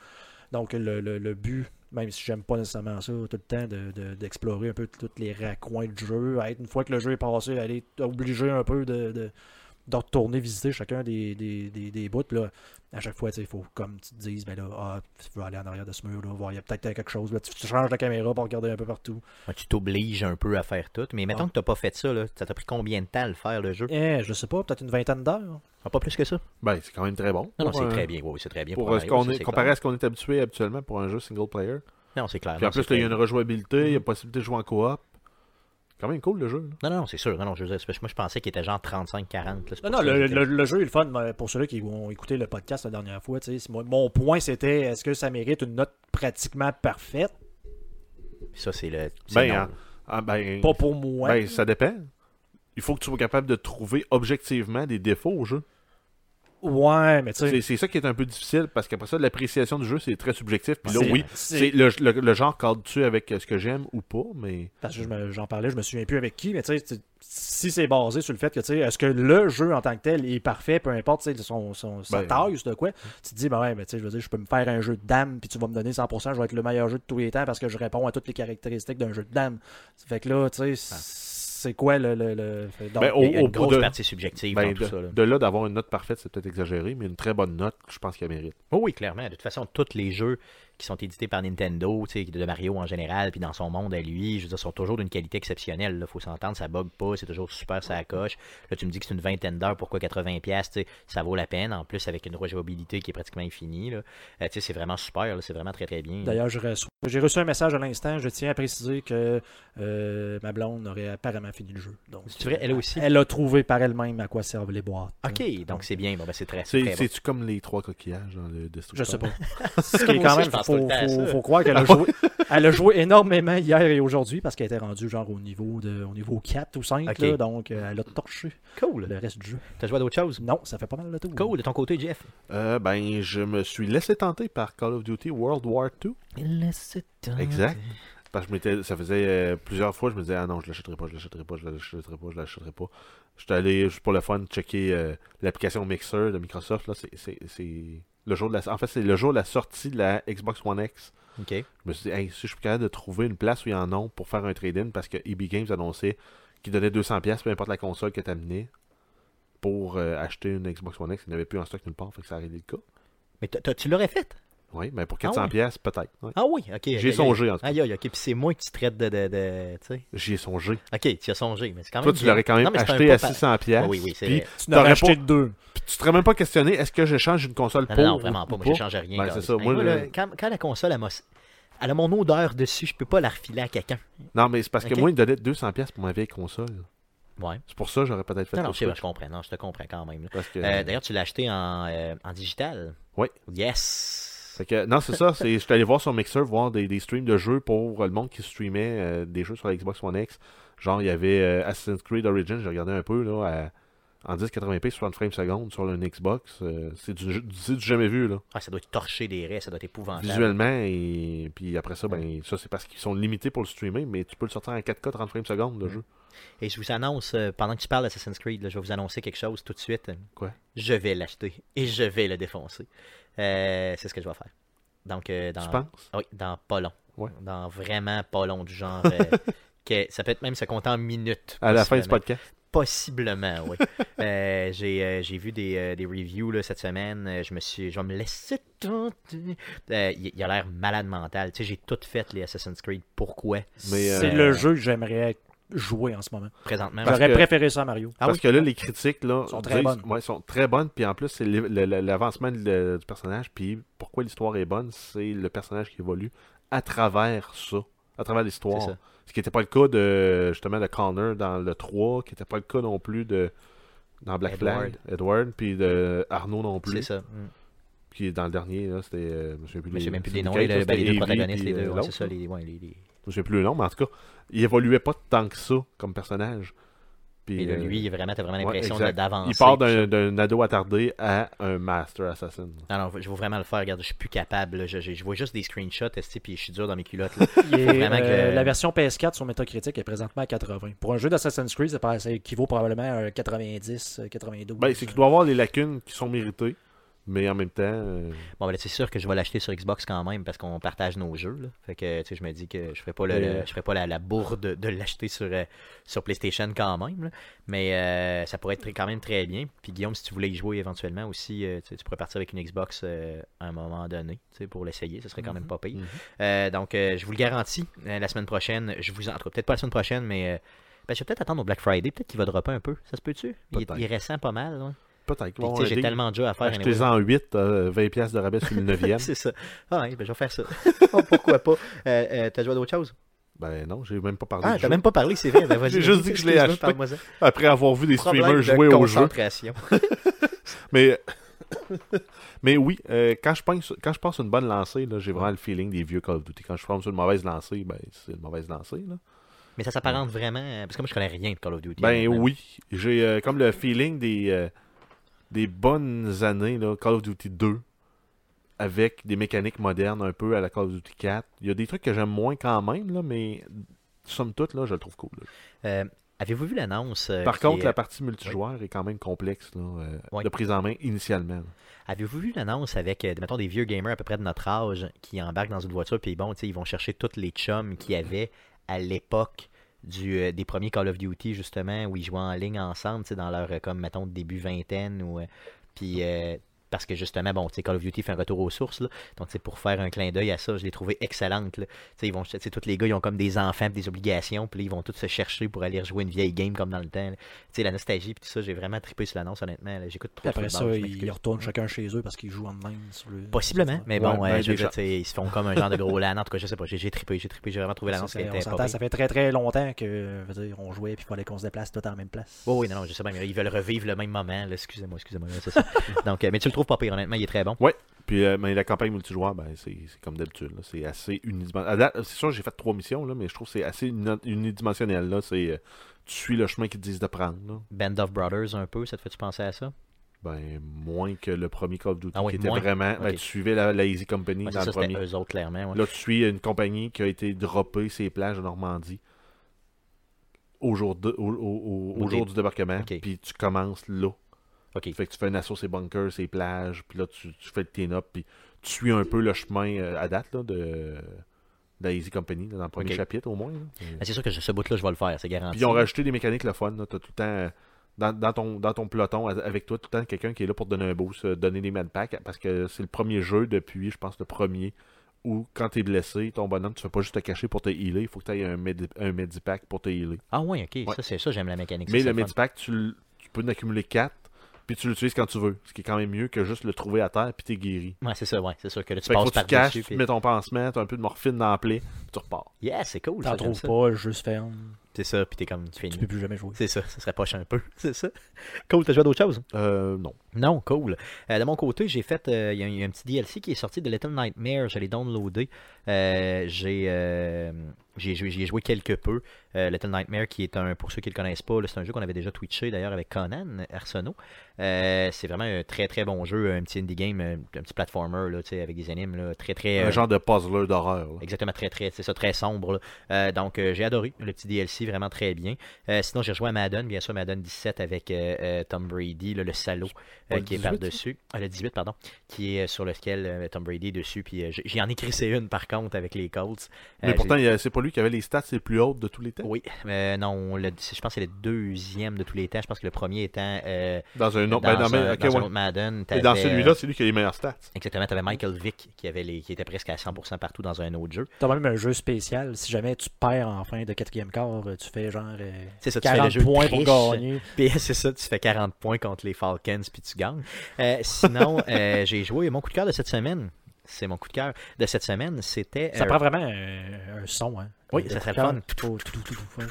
S2: Donc le, le- le but, même si j'aime pas nécessairement ça tout le temps, de- de- d'explorer un peu tous les raccoins du jeu, à être une fois que le jeu est passé, aller t- obligé un peu de, de, de retourner visiter chacun des, des, des, des bouts. Là. À chaque fois, tu sais, il faut comme tu te dises, ben là, ah, tu veux aller en arrière de ce mur, là, voir, il y a peut-être quelque chose, là, tu, tu changes la caméra pour regarder un peu partout.
S1: Ouais, Tu t'obliges un peu à faire tout. Mais mettons
S3: Ah.
S2: Ouais.
S1: que tu n'as pas fait ça, là. ça t'a pris combien de temps à le faire, le jeu
S2: Eh, je sais pas, peut-être une vingtaine d'heures.
S1: Ah, Pas plus que ça
S3: Ben, c'est quand même très bon.
S1: Non, non,
S3: pour
S1: c'est
S3: un-
S1: très bien. Oui, oui, c'est très bien.
S3: Pour
S1: un
S3: euh, ce
S1: Mario,
S3: qu'on
S1: ça,
S3: est,
S1: c'est
S3: comparé
S1: clair.
S3: à ce qu'on est habitué habituellement pour un jeu single player.
S1: Non, c'est clair.
S3: Puis en
S1: non,
S3: plus,
S1: c'est
S3: là, il y a
S1: clair.
S3: une rejouabilité, il y a possibilité de jouer en coop. C'est quand même cool le jeu. là.
S1: Non, non, non, c'est sûr. Non, non, je veux dire, c'est parce que moi, je pensais qu'il était genre 35-40. là, c'est pour
S2: Non, non,
S1: ça que
S2: le,
S1: j'étais-
S2: le- le jeu est le fun mais pour ceux-là qui ont écouté le podcast la dernière fois. tu sais, c'est- moi- Mon point, c'était est-ce que ça mérite une note pratiquement parfaite
S1: Ça, c'est le. c'est
S3: Ben,
S1: non.
S3: hein. Ah, ben,
S2: Pas pour moi.
S3: Ben, ça dépend. Il faut que tu sois capable de trouver objectivement des défauts au jeu.
S2: ouais, mais tu sais.
S3: C'est c'est ça qui est un peu difficile parce qu'après ça, l'appréciation du jeu, c'est très subjectif. Puis là,
S2: c'est-
S3: oui,
S2: c'est-
S3: c'est le, le- le genre cadre-tu avec euh, ce que j'aime ou pas, mais
S2: Parce que je me- j'en parlais, je me souviens plus avec qui, mais tu sais, tu- si c'est basé sur le fait que, tu sais, est-ce que le jeu en tant que tel est parfait, peu importe, tu sais, son, son, sa
S3: Ben,
S2: taille ou c'est de quoi, tu te dis, ben ouais, mais tu sais, je veux dire, je peux me faire un jeu de dame, puis tu vas me donner 100%, je vais être le meilleur jeu de tous les temps parce que je réponds à toutes les caractéristiques d'un jeu de dame. Fait que là, tu sais,
S1: Ah.
S2: c'est quoi le. le, le- fait- donc,
S3: Ben,
S1: Il y a
S3: au-
S1: une
S3: au-
S1: grosse
S3: de-
S1: partie subjective
S3: ben,
S1: dans tout
S3: de,
S1: ça. là.
S3: de là d'avoir une note parfaite, c'est peut-être exagéré, mais une très bonne note, je pense qu'elle mérite.
S1: Oh Oui, oui, clairement. De toute façon, tous les jeux qui sont édités par Nintendo, tu sais, de Mario en général, puis dans son monde à lui, je veux dire, sont toujours d'une qualité exceptionnelle. Il faut s'entendre, ça bug pas, c'est toujours super, ça coche. Là, tu me dis que c'est une vingtaine d'heures, pourquoi 80$, piastres, tu sais, ça vaut la peine. En plus, avec une rejouabilité qui est pratiquement infinie, là. Euh, tu sais, c'est vraiment super, là, c'est vraiment très, très bien.
S2: D'ailleurs, je reçois J'ai reçu un message à l'instant. Je tiens à préciser que euh, ma blonde aurait apparemment fini le jeu. Donc,
S1: C'est vrai, elle aussi?
S2: Elle a trouvé par elle-même à quoi servent les boîtes. hein.
S1: Ok, donc c'est bien. Bon, ben, c'est très,
S3: C'est-
S1: très bon.
S3: C'est-tu comme les trois coquillages dans le
S2: Je
S3: Destructor?
S2: sais pas. *laughs* Ce qui est
S1: Moi
S2: quand
S1: aussi,
S2: même,
S1: je pense tout
S2: faut,
S1: le temps à
S2: faut-
S1: ça. Ah
S2: faut croire qu'elle a joué.
S1: *laughs*
S2: Elle a joué énormément hier et aujourd'hui parce qu'elle était rendue genre au niveau de au niveau 4 ou 5.
S1: Ok.
S2: là. donc euh, elle a torché
S1: Cool.
S2: le reste du jeu.
S1: T'as joué à d'autres choses?
S2: Non, ça fait pas mal le tour.
S1: Cool, de ton côté, Jeff.
S3: Euh, ben, je me suis laissé tenter par Call of Duty World War II. Exact. Parce que je m'étais, ça faisait euh, plusieurs fois, je me disais, ah non, je l'achèterai pas, je l'achèterai pas, je l'achèterai pas, je l'achèterai pas. J'étais allé, juste pour le fun, checker euh, l'application Mixer de Microsoft. Là, c'est, c'est, c'est le jour de la, en fait, c'est le jour de la sortie de la Xbox One X.
S1: Ok.
S3: Je me suis dit, hey, si je suis capable de trouver une place où il y en a pour faire un trade-in, parce que EB Games annonçait qu'il donnait 200$, peu importe la console que tu amenais, pour euh, acheter une Xbox One X, il n'y avait plus en stock nulle part, fait que ça a réglé le cas.
S1: Mais t'as- t'as- tu l'aurais fait?
S3: Oui, mais pour
S1: Ah ouais.
S3: 400$, pièces peut-être. ouais.
S1: Ah oui, ok.
S3: J'y ai songé, en tout cas.
S1: Aïe, aïe, ok. Puis c'est moi qui te traite de. de, de- tu sais.
S3: J'y ai songé.
S1: Ok, tu Ah y as songé, mais c'est quand même.
S3: Toi, tu
S1: bien.
S3: l'aurais quand même
S1: Non, mais c'est un
S3: acheté
S1: pas
S3: à
S1: pa-
S3: 600$.
S1: Ah oui, oui, c'est
S3: puis
S1: vrai.
S2: Tu n'aurais
S3: T'aurais
S2: acheté
S3: pas-
S2: deux.
S3: Puis tu te serais même pas questionné est-ce que je change une console
S1: Non,
S3: pour
S1: non, non,
S3: ou-
S1: vraiment pas.
S3: ou
S1: Moi, j'échange rien.
S3: Ben,
S1: Carlis.
S3: c'est ça.
S1: Hey,
S3: Moi,
S1: moi,
S3: le-
S1: là, quand, quand la console, elle, m'a- elle a mon odeur dessus, je peux pas la refiler à quelqu'un.
S3: Non, mais c'est parce
S1: Ok.
S3: que moi, il me donnait 200$ piastres pour ma vieille console.
S1: Ouais.
S3: C'est pour ça que j'aurais peut-être fait
S1: Non, non,
S3: le
S1: je, sais,
S3: switch,
S1: je comprends. Non, je te comprends quand même. là.
S3: parce que...
S1: Euh, D'ailleurs, tu l'as acheté en, euh, en digital.
S3: Ouais.
S1: Yes.
S3: Fait que- non, c'est ça. c'est- Je suis allé voir sur Mixer, voir des, des streams de jeux pour euh, le monde qui streamait euh, des jeux sur la Xbox One X. Genre, il y avait euh, Assassin's Creed Origins, j'ai regardé un peu, là, à- en 1080p, 60 frames secondes sur une Xbox. euh, c'est du, du- c'est du jamais vu, là.
S1: Ah, ça doit être torché des raies, ça doit être épouvantable.
S3: Visuellement, et puis après ça, ben, ça, c'est parce qu'ils sont limités pour le streamer, mais tu peux le sortir en 4K, 30 frames secondes, le jeu.
S1: Et je vous annonce, euh, pendant que tu parles d'Assassin's Creed, là, je vais vous annoncer quelque chose tout de suite.
S3: Quoi?
S1: Je vais l'acheter et je vais le défoncer. Euh, c'est ce que je vais faire. Donc, euh, dans...
S3: Tu penses?
S1: Oui, dans pas long.
S3: Ouais.
S1: Dans vraiment pas long, du genre.
S3: *laughs*
S1: euh, que ça peut être même se compter en minutes.
S3: À la fin du
S1: possiblement.
S3: podcast.
S1: Possiblement, oui. *laughs* Euh, j'ai, euh, j'ai vu des, euh, des reviews là, cette semaine. Euh, Je me suis, je vais me laisser tenter. Euh, il, il a l'air malade mental. Tu sais, j'ai tout fait les Assassin's Creed. Pourquoi
S3: Mais, euh,
S2: C'est le jeu que j'aimerais jouer en ce moment.
S1: présentement
S3: Parce
S2: J'aurais
S3: que-
S2: préféré ça à Mario.
S1: *laughs* Ah
S3: Parce
S1: oui?
S3: que là, les critiques là,
S2: Sont très bonnes.
S3: ouais, sont très bonnes. Puis en plus, c'est l'é- le- le- l'avancement de- le- du personnage. Puis pourquoi l'histoire est bonne, c'est le personnage qui évolue à travers ça, à travers l'histoire.
S1: C'est ça.
S3: Ce qui n'était pas le cas de justement de Connor dans le 3, qui n'était pas le cas non plus de dans Black
S1: Edward.
S3: Flag, Edward, puis de Arnaud non
S1: C'est
S3: plus.
S1: ça. Mm.
S3: Puis dans le dernier, là, c'était. euh, je me souviens plus
S1: Mais j'ai
S3: les-
S1: même plus
S3: c'est
S1: des noms.
S3: lequel,
S1: les-
S3: ça,
S1: ben, les
S3: c'était
S1: deux
S3: Evie,
S1: protagonistes, les
S3: puis,
S1: deux.
S3: euh,
S1: ouais,
S3: l'autre,
S1: c'est ça,
S3: là.
S1: les, ouais, les- les-
S3: Je me souviens plus le nom, mais en tout cas, il évoluait pas tant que ça comme personnage. Puis,
S1: Et là,
S3: euh,
S1: lui, il est vraiment, t'as vraiment
S3: ouais,
S1: l'impression
S3: exact.
S1: de- d'avancer.
S3: Il part
S1: puis
S3: d'un- d'un ado attardé à un master assassin.
S1: Non, non, je vais vraiment le faire. Regarde, je suis plus capable. là. Je, je- je vois juste des screenshots, esti, puis je suis dur dans mes culottes. là.
S2: Il est,
S1: vraiment que-
S2: euh, La version PS4 sur Metacritic est présentement à 80. Pour un jeu d'Assassin's Creed, ça, par- ça équivaut probablement à un 90, euh, 92.
S3: Ben, c'est qu'il doit avoir les lacunes qui sont méritées, mais en même temps, euh,
S1: Bon, ben là, c'est sûr que je vais l'acheter sur Xbox quand même parce qu'on partage nos jeux. Là. Fait que, tu sais, je me dis que je ferai pas, le,
S3: Mais-
S1: le- je ferai pas la, la bourde de l'acheter sur, euh, sur PlayStation quand même. là. Mais euh, ça pourrait être très- quand même très bien. Puis Guillaume, si tu voulais y jouer éventuellement aussi, euh, tu sais, tu pourrais partir avec une Xbox euh, à un moment donné tu sais, pour l'essayer. Ce serait quand même pas pire.
S3: Mhm.
S1: Euh, donc, euh, je vous le garantis, euh, la semaine prochaine, je vous en en tout cas, peut-être pas la semaine prochaine, mais euh, ben, je vais peut-être attendre au Black Friday. Peut-être qu'il va dropper un peu. Ça se peut-tu? Il, est-
S3: Peut-être.
S1: il est récent pas mal. ouais.
S3: peut-être.
S1: Puis,
S3: Bon,
S1: tu sais, j'ai tellement de jeux à faire. anyway.
S3: Achetez-en 8, euh, 20$ piastres de rabais sur le
S1: *laughs*
S3: 9e.
S1: C'est ça. Ah ouais, ben je vais faire ça.
S3: *laughs*
S1: Oh, pourquoi pas? Euh, euh, t'as joué à d'autres choses?
S3: ben non, j'ai même pas parlé
S1: Ah,
S3: du
S1: t'as
S3: jeu.
S1: même pas parlé, c'est vrai. Ben, vas-y,
S3: *laughs*
S1: vas-y,
S3: J'ai juste dit que je l'ai
S1: excuse-moi,
S3: acheté.
S1: parle-moi-en.
S3: Après avoir vu des
S1: Problème
S3: streamers
S1: de
S3: jouer au jeu.
S1: concentration.
S3: Mais, *coughs* mais oui, euh, quand, je pense, quand je pense une bonne lancée, là, j'ai vraiment le feeling des vieux Call of Duty. Quand je pense une mauvaise lancée, ben c'est une mauvaise lancée. Là.
S1: Mais ça s'apparente vraiment. euh, Parce que moi, je connais rien de Call of Duty.
S3: Ben
S1: honnêtement.
S3: oui, j'ai euh, comme le feeling des, euh, des bonnes années, là, Call of Duty 2, avec des mécaniques modernes un peu à la Call of Duty 4. Il y a des trucs que j'aime moins quand même, là, mais somme toute, là, je le trouve cool. là.
S1: Euh, Avez-vous vu l'annonce? euh,
S3: Par
S1: qui
S3: contre,
S1: est-
S3: la partie multijoueur est quand même complexe là, euh,
S1: Oui.
S3: de prise en main initialement. là.
S1: Avez-vous vu l'annonce avec, euh, mettons, des vieux gamers à peu près de notre âge qui embarquent dans une voiture, puis bon, tu sais, ils vont chercher tous les chums
S2: Mm-hmm.
S1: qu'il y avait à l'époque du, euh, des premiers Call of Duty, justement, où ils jouaient en ligne ensemble, tu sais, dans leur, euh, comme, mettons, début vingtaine, ou... euh, puis... euh, Parce que justement, bon, tu sais, Call of Duty fait un retour aux sources. Là. Donc, c'est pour faire un clin d'œil à ça, je l'ai trouvé excellente. là. Tu sais, ils vont, tu sais, tous les gars, ils ont comme des enfants, pis des obligations, puis là, ils vont tous se chercher pour aller rejouer une vieille game comme dans le temps. là. Tu sais, la nostalgie, puis tout ça, j'ai vraiment trippé sur l'annonce, honnêtement. là. J'écoute trop
S2: Puis après
S1: de
S2: ça,
S1: football, je
S2: ils
S1: m'excuse.
S2: retournent chacun chez eux parce qu'ils jouent en ligne. Sur le...
S1: Possiblement, mais
S3: Ouais,
S1: bon,
S3: ben,
S1: euh, je
S3: des
S1: veux dire,
S3: chances.
S1: tu sais, ils se font comme un genre de gros LAN. En tout cas, je sais pas, j'ai j'ai trippé, j'ai trippé, j'ai vraiment trouvé l'annonce
S2: Ça,
S1: qui
S2: c'est-
S1: était
S2: on
S1: pas
S2: s'entend,
S1: pire.
S2: ça fait très très longtemps que je veux dire, on jouait puis il fallait qu'on se déplace tout en même place.
S1: Oui, oui, non, non, je sais pas, mais ils veulent revivre le même moment. là. Excusez-moi, excusez-moi, là, c'est
S2: *laughs*
S1: ça. Donc, euh, mais tu le trouves pas pire, honnêtement, il est très bon.
S3: Puis euh, mais la campagne multijoueur, ben, c'est c'est comme d'habitude. là. C'est assez unidimensionnel. C'est sûr, j'ai fait trois missions, là, mais je trouve que c'est assez uni- unidimensionnel. Là. C'est, euh, tu suis le chemin qu'ils te disent de prendre. là.
S1: Band of Brothers, un peu, ça te fait-tu penser à ça?
S3: Ben, moins que le premier Call of Duty,
S1: Ah oui,
S3: qui était
S1: moins.
S3: vraiment. ben,
S1: Ok.
S3: tu suivais la, la Easy Company
S1: Ouais,
S3: dans
S1: c'est
S3: le
S1: ça, c'était euh,
S3: premier.
S1: eux autres, clairement. ouais.
S3: Là, tu suis une compagnie qui a été droppée ses plages de Normandie au jour, de- au, au- au- au
S1: Au
S3: jour
S1: dé-
S3: du débarquement.
S1: Ok.
S3: Puis tu commences là.
S1: Ok.
S3: Fait que tu fais une assaut ses bunkers, ses plages, puis là, tu, tu fais le clean-up, puis tu suis un peu le chemin euh, à date là, de, de la Easy Company, là, dans le premier
S1: Ok.
S3: chapitre au moins. là.
S1: Ah, c'est sûr que je- ce bout-là, je vais le faire, c'est garanti.
S3: Puis ils ont rajouté des mécaniques le fun. là. T'as tout le temps, euh, dans, dans ton, dans ton peloton, a- avec toi, tout le temps quelqu'un qui est là pour te donner un boost, euh, donner des mad packs, parce que c'est le premier jeu depuis, je pense, le premier, où quand t'es blessé, ton bonhomme, tu ne pas juste te cacher pour te healer, il faut que tu aies un, medi- un medipack pour te healer.
S1: Ah oui, ok,
S3: Ouais.
S1: ça c'est ça, j'aime la mécanique.
S3: Mais
S1: ça,
S3: le
S1: c'est fun.
S3: medipack, tu, l- tu peux en accumuler 4, puis tu l'utilises quand tu veux, ce qui est quand même mieux que juste le trouver à terre, puis t'es guéri.
S1: Ouais, c'est ça, ouais, c'est sûr que là, tu
S3: Fait que faut
S1: passes
S3: que tu
S1: par
S3: te caches,
S1: dessus.
S3: tu mets ton pansement, t'as un peu de morphine dans la plaie, puis tu repars.
S1: Yeah, c'est cool.
S2: T'en
S1: ça, j'aime
S2: trouves
S1: ça.
S2: pas, juste ferme.
S1: C'est ça, puis t'es comme fini.
S2: Tu peux plus jamais jouer.
S1: C'est ça, ça serait poche un peu. *laughs* C'est ça. Cool, t'as joué à d'autres choses?
S3: Euh, non.
S1: Non, cool. Euh, de mon côté, j'ai fait. euh, Il y, a un- il y a un petit DLC qui est sorti de Little Nightmare. Je l'ai downloadé. Euh, j'ai, euh, j'ai joué, j'y ai joué quelque peu. Euh, Little Nightmare, qui est un. Pour ceux qui le connaissent pas, là, c'est un jeu qu'on avait déjà twitché d'ailleurs avec Conan Arsenault. Euh, c'est vraiment un très très bon jeu. Un petit indie game, un un petit platformer là, tu sais, avec des animes. Là, très très.
S3: Un
S1: euh,
S3: genre de puzzler d'horreur. là.
S1: Exactement, très, très, c'est ça, très sombre. là. Euh, donc, euh, j'ai adoré le petit DLC, vraiment très bien. Euh, sinon, j'ai rejoint Madden, bien sûr, Madden 17 avec euh, euh, Tom Brady, là, le salaud
S3: pas
S1: euh,
S3: le
S1: qui est
S3: 18, ça?
S1: par-dessus. Ah, le 18, pardon, qui est euh, sur lequel euh, Tom Brady est dessus. Puis, euh, j'ai- j'y en ai crissé une, par contre, avec les Colts. Euh,
S3: Mais
S1: j'ai-
S3: pourtant, il y a- c'est pas lui qui avait les stats les plus hautes de tous les temps.
S1: Oui, euh, non, le- je pense que c'est le deuxième de tous les temps. Je pense que le premier étant euh,
S3: Dans un
S1: dans,
S3: autre. ben, non,
S1: un-
S3: mais, ok,
S1: dans un
S3: ouais.
S1: autre Madden.
S3: Et dans
S1: t'avais, euh,
S3: celui-là, c'est lui qui a les meilleurs stats.
S1: Exactement, tu avais Michael Vick qui, avait les, qui était presque à 100% partout dans un autre jeu.
S2: T'as même un jeu spécial. Si jamais tu perds en fin de quatrième quart, euh, tu fais genre euh,
S1: C'est ça, tu fais le
S2: 40
S1: jeu de
S2: points
S1: triche.
S2: pour gagner.
S1: *laughs* Puis c'est ça, tu fais 40 points contre les Falcons puis tu gagnes. Euh, sinon, euh, j'ai joué mon coup de cœur de cette semaine. C'est mon coup de cœur de cette semaine. C'était
S2: Ça
S1: euh,
S2: prend vraiment euh, un son. Hein,
S1: Oui,
S2: De
S1: ça serait
S2: couleur.
S1: fun.
S2: Tout, tout, tout, tout, ouais.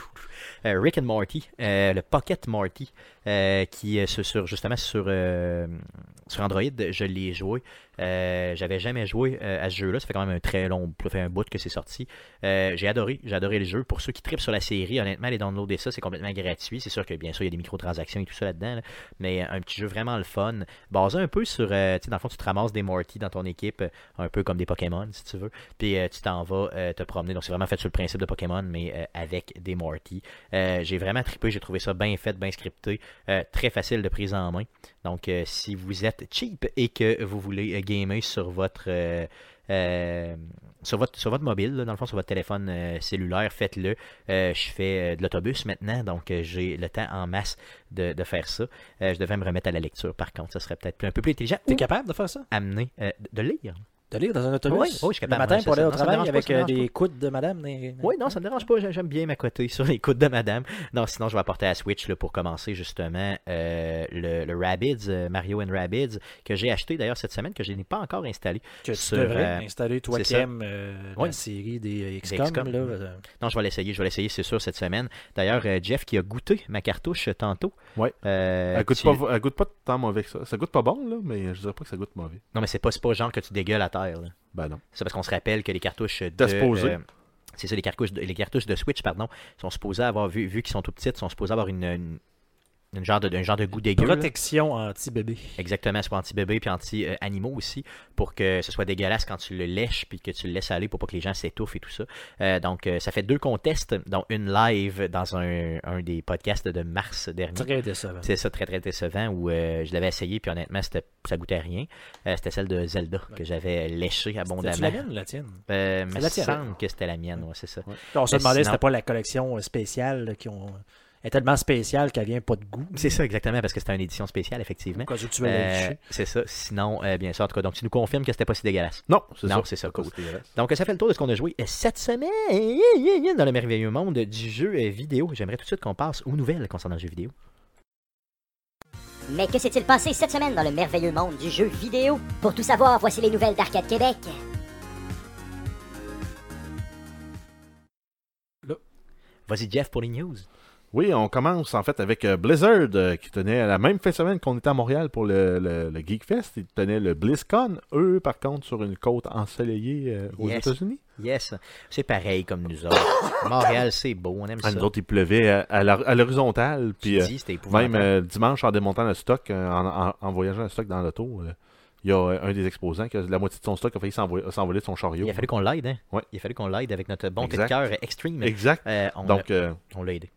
S1: euh, Rick and Morty, euh, le Pocket Morty, euh, qui est sur- sur justement sur euh, sur Android, je l'ai joué. Euh, J'avais jamais joué euh, à ce jeu-là. Ça fait quand même un très long, ça fait un bout que c'est sorti. Euh, j'ai adoré, j'ai adoré le jeu. Pour ceux qui tripent sur la série, honnêtement, les downloader ça, c'est complètement gratuit. C'est sûr que bien sûr, il y a des microtransactions et tout ça là-dedans, là. mais euh, un petit jeu vraiment le fun, basé un peu sur, euh, tu sais, dans le fond, tu te ramasses des Morty dans ton équipe, euh, un peu comme des Pokémon, si tu veux, puis euh, tu t'en vas euh, te promener. Donc c'est vraiment fait sur le principe de Pokémon, mais euh, avec des Morty. Euh, j'ai vraiment trippé, j'ai trouvé ça bien fait, bien scripté, euh, très facile de prise en main. Donc, euh, si vous êtes cheap et que vous voulez euh, gamer sur votre, euh, euh, sur votre, sur votre mobile, là, dans le fond, sur votre téléphone euh, cellulaire, faites-le. Euh, je fais euh, de l'autobus maintenant, donc euh, j'ai le temps en masse de, de faire ça. Euh, je devais me remettre à la lecture, par contre, ça serait peut-être plus- un peu plus intelligent.
S2: T'es
S1: ou
S2: capable de faire ça?
S1: amener euh, de lire.
S2: De lire dans un autobus?
S1: Oui, oui, je suis capable,
S2: Le matin
S1: ouais,
S2: pour
S1: c'est
S2: aller au
S1: ça. Non, ça me
S2: travail
S1: dérange pas,
S2: avec
S1: ça me
S2: euh,
S1: dérange
S2: des coudes de madame. des-
S1: Oui, non, ça me dérange pas. j'a- J'aime bien m'accoter sur les coudes de madame. Non, sinon, je vais apporter à Switch là, pour commencer justement euh, le, le Rabbids, euh, Mario and Rabbids, que j'ai acheté d'ailleurs cette semaine, que je n'ai pas encore installé.
S2: que tu
S1: sur,
S2: devrais
S1: euh,
S2: installer toi
S1: c'est
S2: qui
S1: ça.
S2: aimes euh,
S1: Ouais.
S2: la série des euh,
S1: Des
S2: XCOM.
S1: XCOM, Mm.
S2: là,
S1: ouais.
S2: euh,
S1: Non, je vais l'essayer, je vais l'essayer, c'est sûr, cette semaine. D'ailleurs, euh, Jeff qui a goûté ma cartouche tantôt.
S3: Ouais.
S1: Euh,
S3: Elle goûte,
S1: tu-
S3: pas, elle goûte pas tant mauvais que ça. Ça goûte pas bon, là, mais je dirais pas que ça goûte mauvais.
S1: Non, mais c'est pas, c'est pas genre que tu dégueules à terre. là.
S3: Ben non.
S1: C'est parce qu'on se rappelle que les cartouches de.
S3: T'as supposé.
S1: euh, c'est ça, les cartouches, de, les cartouches de Switch, pardon, sont supposées avoir, vu, vu qu'ils sont tout petites, sont supposées avoir une, une, une genre de, un genre de goût dégueu. là.
S2: protection anti-bébé.
S1: Exactement, soit anti-bébé puis anti-animaux aussi, pour que ce soit dégueulasse quand tu le lèches puis que tu le laisses aller pour pas que les gens s'étouffent et tout ça. Euh, donc, euh, ça fait deux contests, dont une live dans un, un des podcasts de mars dernier.
S2: Très décevant.
S1: C'est ça, très très décevant, où euh, je l'avais essayé, puis honnêtement, c'était- ça goûtait à rien. Euh, c'était celle de Zelda que j'avais léchée
S2: C'était-tu la
S1: abondamment.
S2: mienne, la tienne? Ben,
S1: Euh, me
S2: la tienne?
S1: semble que c'était la mienne, ouais, c'est ça.
S2: On se
S1: Mais
S2: demandait si
S1: sinon-
S2: c'était pas la collection euh, spéciale là, qui ont est tellement spéciale qu'elle vient pas de goût.
S1: C'est ça, exactement, parce que c'était une édition spéciale, effectivement.
S2: Au cas où tu veux la
S1: Euh,
S2: licher.
S1: c'est ça. Sinon, euh, bien sûr, en tout cas, donc tu nous confirmes que c'était pas si dégueulasse.
S3: Non, c'est ça.
S1: Non, c'est ça, cool.
S3: C'était dégueulasse.
S1: Donc, ça fait le tour de ce qu'on a joué cette semaine dans le merveilleux monde du jeu vidéo. J'aimerais tout de suite qu'on passe aux nouvelles concernant le jeu vidéo.
S4: Mais que s'est-il passé cette semaine dans le merveilleux monde du jeu vidéo Pour tout savoir, voici les nouvelles d'Arcade Québec.
S1: Vas-y, Jeff, pour les news.
S3: Oui, on commence en fait avec euh, Blizzard euh, qui tenait à la même fin de semaine qu'on était à Montréal pour le, le- le Geek Fest. Ils tenaient le BlizzCon, eux par contre sur une côte ensoleillée euh, aux
S1: Yes.
S3: États-Unis.
S1: Yes, c'est pareil comme nous autres. Montréal, c'est beau, on aime
S3: Ah,
S1: ça.
S3: nous autres, il pleuvait à, à la- à l'horizontale.
S1: Tu
S3: Puis euh,
S1: dis, c'était épouvantable.
S3: même euh, dimanche, en démontant le stock, euh, en, en- en voyageant le stock dans l'auto, euh, il y a euh, un des exposants qui a la moitié de son stock a failli s'envo- s'envoler de son chariot.
S1: Il a fallu qu'on l'aide, hein?
S3: Ouais.
S1: Il a fallu qu'on l'aide avec notre bon
S3: Exact.
S1: cœur extreme.
S3: Exact.
S1: Euh, on
S3: Donc, euh,
S1: l'a- on l'a aidé.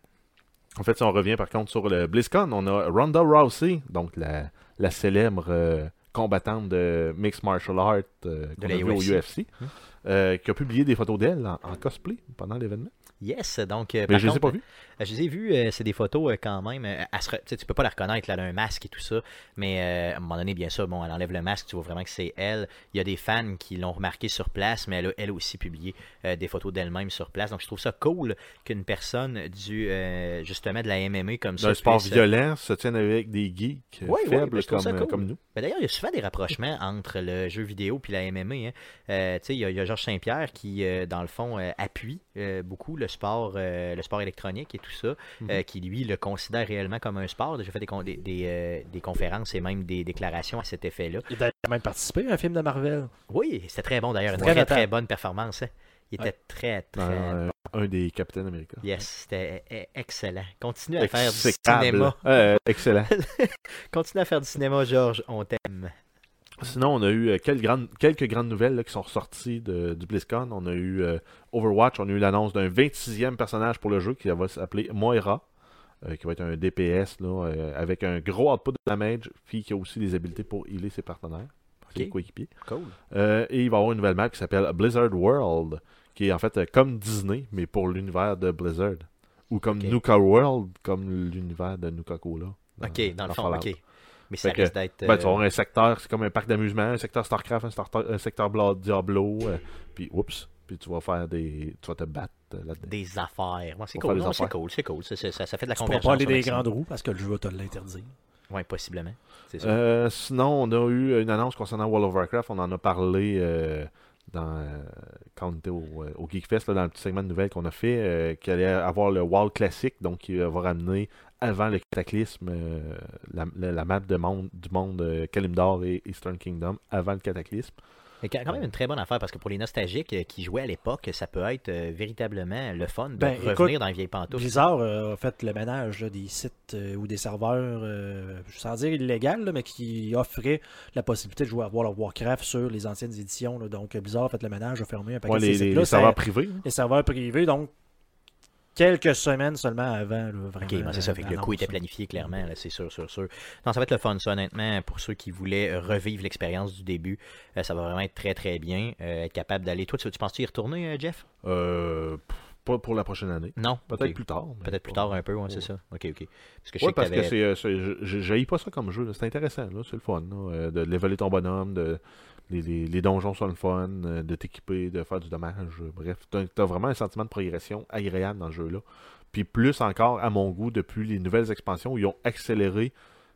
S3: En fait, si on revient par contre sur le BlizzCon, on a Ronda Rousey, donc la, la célèbre euh, combattante de Mixed Martial Art euh, qu'on
S1: la
S3: a vu au
S1: UFC.
S3: UFC,
S1: Hum.
S3: euh, qui a publié des photos d'elle en, en cosplay pendant l'événement.
S1: Yes, donc. euh,
S3: Mais
S1: par
S3: ben, je ne les ai
S1: contre,
S3: pas vues.
S1: euh, Je les ai vues, euh, c'est des photos euh, quand même. euh, elle se re- tu sais, tu peux pas la reconnaître, là, elle a un masque et tout ça. Mais euh, à un moment donné, bien sûr, bon, elle enlève le masque, tu vois vraiment que c'est elle. Il y a des fans qui l'ont remarqué sur place, mais elle a elle aussi publié euh, des photos d'elle-même sur place. Donc je trouve ça cool qu'une personne du euh, justement de la MMA comme ça.
S3: D'un sport
S1: puisse, euh,
S3: violent, se tiennent avec des geeks euh,
S1: Ouais, ouais,
S3: faibles
S1: ben, je trouve
S3: comme,
S1: ça
S3: euh,
S1: cool.
S3: comme nous.
S1: Ben D'ailleurs, il y a souvent des rapprochements entre le jeu vidéo puis la MMA. hein. Euh, tu sais, il y a, il y a Georges Saint-Pierre qui, euh, dans le fond, euh, appuie euh, beaucoup le sport, euh, le sport électronique et tout ça, euh, qui lui le considère réellement comme un sport. J'ai fait des, con- des, des, euh, des conférences et même des déclarations à cet effet-là.
S2: Il a même participé à un film de Marvel.
S1: Oui, c'était très bon d'ailleurs, une
S2: Très
S1: très
S2: notable.
S1: très bonne performance. hein. Il était
S2: Ouais.
S1: très très.
S3: Dans, euh, un des Capitaines Américains.
S1: Yes, c'était euh, excellent. Continue à faire du
S3: Exécrable.
S1: *laughs* cinéma.
S3: Euh, excellent.
S1: Continue à faire du cinéma, Georges. On t'aime.
S3: Sinon, on a eu euh, quelques grandes, quelques grandes nouvelles là, qui sont ressorties de- du BlizzCon. On a eu euh, Overwatch, on a eu l'annonce d'un 26e personnage pour le jeu qui va s'appeler Moira, euh, qui va être un DPS là, euh, avec un gros output de damage, puis qui a aussi des habilités pour healer ses partenaires, ses
S1: Ok.
S3: coéquipiers.
S1: Cool.
S3: Euh, et il va y avoir une nouvelle map qui s'appelle Blizzard World, qui est en fait euh, comme Disney, mais pour l'univers de Blizzard. Ou comme
S1: Ok.
S3: Nuka World, comme l'univers de Nuka Cola.
S1: Ok, dans le fond,
S3: Fallout.
S1: ok. Mais ça
S3: Fait que,
S1: risque d'être.
S3: Ben,
S1: euh,
S3: tu vas avoir un secteur, c'est comme un parc d'amusement, un secteur StarCraft, un, starter- un secteur Bla- Diablo, euh, puis oups, puis tu vas faire des. Tu vas te battre euh, là-dedans.
S1: des affaires. Ouais, c'est cool.
S3: Pour faire des
S1: Non, c'est
S3: affaires.
S1: cool, c'est cool. C'est- c'est- ça, ça fait de la
S2: Tu pourras
S1: convergence.
S2: pas aller
S1: au
S2: des
S1: maximum.
S2: grandes roues parce que le jeu va te l'interdire.
S1: Ouais, possiblement. C'est ça.
S3: Euh, sinon, on a eu une annonce concernant World of Warcraft, on en a parlé euh, dans, euh, quand on était au, euh, au Geekfest, là, dans le petit segment de nouvelles qu'on a fait, euh, qu'il allait avoir le WoW classique, donc qui euh, va ramener avant le cataclysme euh, la, la- la map de monde, du monde euh, Kalimdor et Eastern Kingdom, avant le cataclysme.
S1: Mais quand quand même une très bonne affaire parce que pour les nostalgiques euh, qui jouaient à l'époque, ça peut être euh, véritablement le fun de
S2: Ben,
S1: revenir
S2: écoute,
S1: dans les vieilles pantoufles.
S2: Blizzard euh, a fait le ménage là, des sites euh, ou des serveurs, euh, sans dire illégal, là, mais qui offraient la possibilité de jouer à World of Warcraft sur les anciennes éditions. là. Donc Blizzard a fait le ménage, a fermé un paquet
S3: Ouais,
S2: de
S3: les,
S2: ces
S3: les-
S2: sites-là.
S3: les
S2: Ça-
S3: serveurs privés. hein.
S2: les serveurs privés, donc quelques semaines seulement avant. Là, vraiment,
S1: Ok, ben, c'est ça. Fait
S3: Ah,
S1: que le coup
S2: l'annonce.
S1: était planifié clairement, là, c'est sûr, sûr, sûr. Non, ça va être le fun, ça, honnêtement. Pour ceux qui voulaient euh, revivre l'expérience du début, euh, ça va vraiment être très, très bien. euh, être capable d'aller. Toi, tu, tu penses-tu y retourner, euh, Jeff
S3: Euh, pff, pas pour la prochaine année.
S1: Non.
S3: Peut-être
S1: Ok.
S3: plus tard. mais
S1: Peut-être plus
S3: pas-
S1: tard un peu, ouais,
S3: Ouais.
S1: c'est ça. Ok, ok. Parce que je sais
S3: Ouais, parce
S1: que
S3: que
S1: t'avais-
S3: c'est, euh, c'est- je- je- j'haïs pas ça comme jeu. là. C'est intéressant, là. C'est le fun, là, euh, de leveler ton bonhomme, de les, les- les donjons sont le fun, euh, de t'équiper, de faire du dommage. euh, Bref, t'as, t'as vraiment un sentiment de progression agréable dans le jeu là. Puis plus encore, à mon goût, depuis les nouvelles expansions où ils ont accéléré,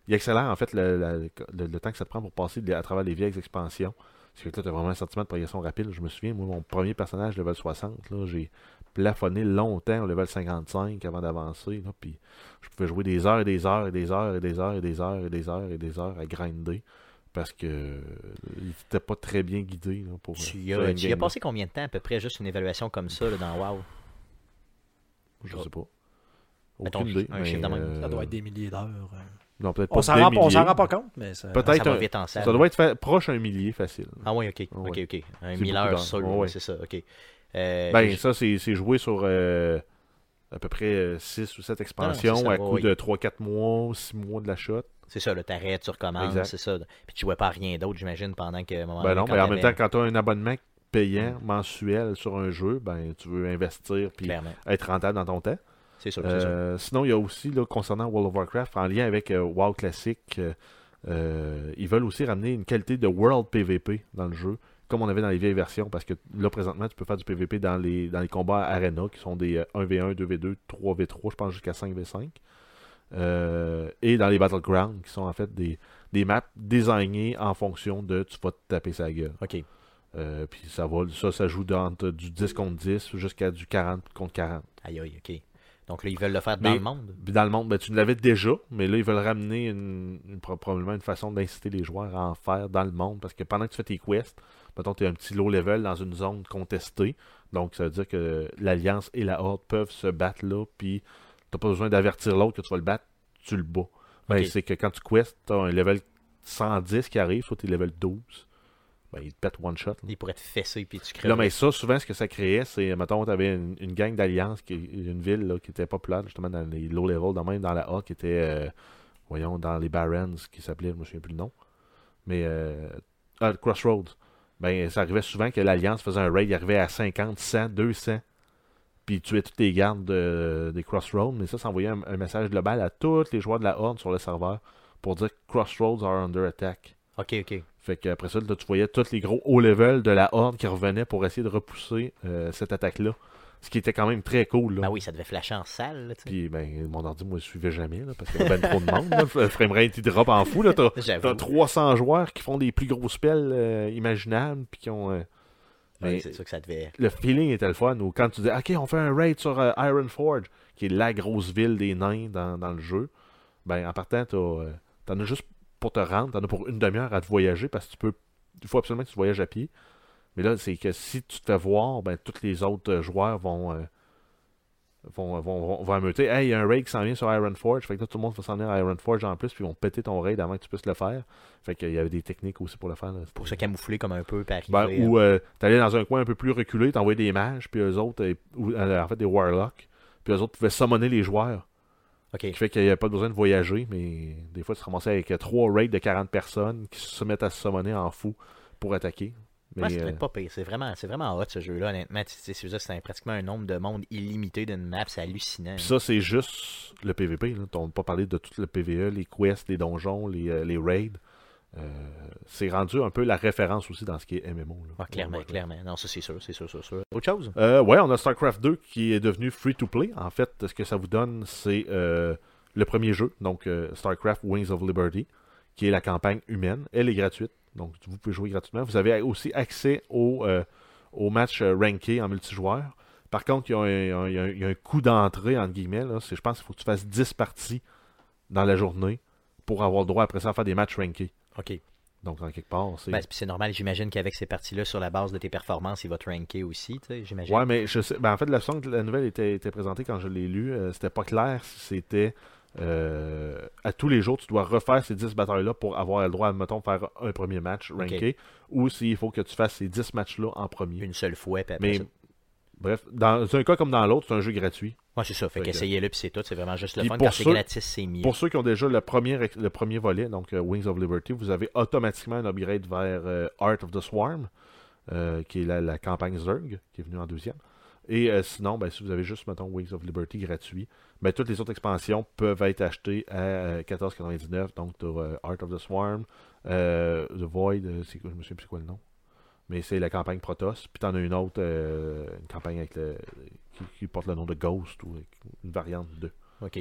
S3: ils accélèrent en fait le, la- le- le temps que ça te prend pour passer de- à travers les vieilles expansions. Parce que là, t'as vraiment un sentiment de progression rapide. Je me souviens, moi, mon premier personnage level 60, là, j'ai plafonné longtemps au level 55 avant d'avancer. là, Puis je pouvais jouer des heures et des heures et des heures et des heures et des heures et des heures et des heures à grinder parce que euh, il n'était pas très bien guidé là, pour
S1: Tu
S3: euh,
S1: y
S3: sur
S1: as,
S3: une
S1: tu y as
S3: game, là.
S1: passé combien de temps à peu près, juste une évaluation comme ça là, dans WoW
S3: Je sais pas.
S1: Mettons,
S3: Aucune idée.
S1: un
S3: mais,
S1: chiffre de même.
S2: Ça doit
S3: euh,
S2: être des milliers d'heures. hein.
S3: Non, peut-être
S2: On
S3: pas
S2: s'en
S3: des
S2: rend, on s'en
S3: milliers.
S2: rend pas compte, mais ça.
S3: Peut-être.
S1: Ah, ça va
S3: un-
S1: vite en salle.
S3: Ça doit être fa- proche un millier facile.
S1: Ah oui, ok. Ok,
S3: Ouais.
S1: ok. Un
S3: C'est
S1: 1000
S3: beaucoup
S1: heures
S3: d'heures.
S1: sûr,
S3: Ouais, ouais.
S1: c'est ça, ok. Euh,
S3: Ben,
S1: j'ai-
S3: ça, c'est c'est joué sur euh, à peu près 6 ou 7 expansions
S1: c'est Ah ça,
S3: à
S1: ouais,
S3: coup
S1: ouais.
S3: de 3-4 mois, 6 mois de la shot.
S1: c'est ça, là, t'arrêtes, tu recommences,
S3: Exact.
S1: c'est ça. Puis tu jouais pas à rien d'autre, j'imagine, pendant que. à un moment
S3: Ben
S1: donné,
S3: non,
S1: quand Mm.
S3: mais en
S1: t'avais-
S3: même temps, quand tu as un abonnement payant mensuel sur un jeu, ben tu veux investir puis
S1: Clairement,
S3: être rentable dans ton temps.
S1: C'est sûr, c'est sûr.
S3: Euh, sinon, il y a aussi, là, concernant World of Warcraft, en lien avec euh, WoW Classic, euh, euh, ils veulent aussi ramener une qualité de World PvP dans le jeu, comme on avait dans les vieilles versions, parce que là, présentement, tu peux faire du PvP dans les, dans les combats Arena, qui sont des euh, 1v1, 2v2, 3v3, je pense jusqu'à 5v5. Euh, et dans les Battlegrounds, qui sont en fait des, des maps désignées en fonction de tu vas te taper sa gueule.
S1: OK.
S3: Euh, puis ça va, ça, ça joue d'entre du 10 contre 10 jusqu'à du 40 contre 40.
S1: Aïe, aïe, OK. Donc là, ils veulent le faire dans
S3: Mais-
S1: le monde.
S3: Puis dans le monde, ben, tu l'avais déjà, mais là, ils veulent ramener une, une- pro- probablement une façon d'inciter les joueurs à en faire dans le monde. Parce que pendant que tu fais tes quests, mettons, tu es un petit low level dans une zone contestée. Donc, ça veut dire que l'Alliance et la Horde peuvent se battre là, puis t'as pas besoin d'avertir l'autre que tu vas le battre, tu le bats. Ben,
S1: Ok.
S3: C'est que quand tu quests, tu un level 110 qui arrive, soit tu es level 12. Ben, il te pète one shot. là.
S1: Ils pourraient te fesser puis tu crées.
S3: Là, mais ça, souvent, ce que ça créait, c'est, mettons, tu avais une, une gang d'alliance, qui- une ville là, qui était populaire, justement, dans les low level, dans même dans la A, qui était, euh, voyons, dans les Barrens, qui s'appelait, je me souviens plus le nom, mais, euh, ah, Crossroads. Ben, ça arrivait souvent que l'alliance faisait un raid, il arrivait à 50, 100, 200, puis il tuait toutes les gardes de- des Crossroads, mais ça, ça envoyait un, un message global à tous les joueurs de la Horde sur le serveur pour dire que Crossroads are under attack.
S1: OK, OK.
S3: Fait qu'après ça, là, tu voyais tous les gros hauts level de la horde qui revenaient pour essayer de repousser euh, cette attaque-là. Ce qui était quand même très cool. Là.
S1: Ben oui, ça devait flasher en salle. là, tu sais.
S3: Puis ben, mon ordi, moi, je suivais jamais là, parce qu'il y avait ben trop de monde. Là. Le framerate, il drop en fou. Là.
S1: *laughs*
S3: T'as,
S1: J'avoue.
S3: t'as 300 joueurs qui font des plus gros spells euh, imaginables. Puis qui ont, euh,
S1: Ouais,
S3: mais-
S1: c'est sûr que ça devait.
S3: le feeling était le fun. Ou quand tu dis, OK, on fait un raid sur euh, Ironforge, qui est la grosse ville des nains dans, dans le jeu. Ben, en partant, t'as, euh, t'en as juste pour te rendre, t'en as pour une demi-heure à te voyager parce que tu peux. Il faut absolument que tu voyages à pied. Mais là, c'est que si tu te fais voir, ben, tous les autres euh, joueurs vont. euh, vont, euh, vont, vont, vont ameuter. Hey, il y a un raid qui s'en vient sur Ironforge. Fait que là, tout le monde va s'en venir à Ironforge en plus, puis ils vont péter ton raid avant que tu puisses le faire. Fait qu'il y avait des techniques aussi pour le faire. là.
S1: Pour se camoufler comme un peu, par
S3: Ben, ou euh, t'allais dans un coin un peu plus reculé, t'envoyais des mages, puis eux autres, euh, ou, euh, en fait des warlocks, puis eux autres pouvaient summoner les joueurs.
S1: OK.
S3: Ce qui fait qu'il n'y avait pas besoin de voyager, mais des fois tu te ramassais avec euh, trois raids de 40 personnes qui se mettent à se summoner en fou pour attaquer. Mais
S1: Ouais, ça
S3: euh,
S1: doit être pas pire. C'est vraiment, c'est vraiment hot ce jeu-là, honnêtement. Tu sais, C'est juste c'est un- pratiquement un nombre de mondes illimité d'une map, c'est hallucinant.
S3: puis ça, c'est juste le PVP. Là. On n'a pas parlé de tout le PVE, E, les quests, les donjons, les, euh, les raids. Euh, c'est rendu un peu la référence aussi dans ce qui est MMO. là.
S1: Ouais, Ah, clairement,
S3: Ouais, ouais.
S1: clairement. Non, ça c'est sûr, c'est sûr, c'est sûr. Autre chose?
S3: Euh, ouais, on a StarCraft 2 qui est devenu free to play. En fait, ce que ça vous donne, c'est euh, le premier jeu, donc euh, StarCraft Wings of Liberty, qui est la campagne humaine. Elle est gratuite, donc vous pouvez jouer gratuitement. Vous avez aussi accès au, euh, au match euh, ranké en multijoueur. Par contre, il y a un, un- il y a un- il y a un coût d'entrée, entre guillemets. Là. C'est- Je pense qu'il faut que tu fasses 10 parties dans la journée pour avoir le droit après ça à faire des matchs rankés.
S1: OK.
S3: Donc, en quelque part, c'est.
S1: Ben, puis c'est normal, j'imagine qu'avec ces parties-là, sur la base de tes performances, il va te ranker aussi, tu sais, j'imagine.
S3: Ouais, mais je sais. ben, en fait, la façon que la nouvelle était, était présentée quand je l'ai lue, euh, c'était pas clair si c'était. euh, à tous les jours, tu dois refaire ces 10 batailles-là pour avoir le droit à, mettons, faire un premier match ranké ou s'il faut que tu fasses ces 10 matchs-là en premier.
S1: Une seule fois, puis après
S3: Mais
S1: ça-
S3: bref, dans un cas comme dans l'autre, c'est un jeu gratuit.
S1: Ouais, c'est ça. Fait
S3: Fait que-
S1: qu'essayez-le, puis c'est tout. C'est vraiment juste le
S3: Puis
S1: fun.
S3: pour
S1: Quand c'est
S3: ceux-
S1: gratis, c'est mieux.
S3: Pour ceux qui ont déjà le premier, le premier volet, donc euh, Wings of Liberty, vous avez automatiquement un upgrade vers euh, Art of the Swarm, euh, qui est la, la campagne Zerg, qui est venue en deuxième. Et euh, sinon, ben, si vous avez juste, mettons, Wings of Liberty gratuit, ben, toutes les autres expansions peuvent être achetées à euh, 14,99. Donc, tu Art of the Swarm, euh, The Void, euh, c'est quoi- je me souviens plus c'est quoi le nom. Mais c'est la campagne Protoss. Puis t'en as une autre, euh, une campagne avec le, qui, qui porte le nom de Ghost ou euh, une variante de.
S1: OK.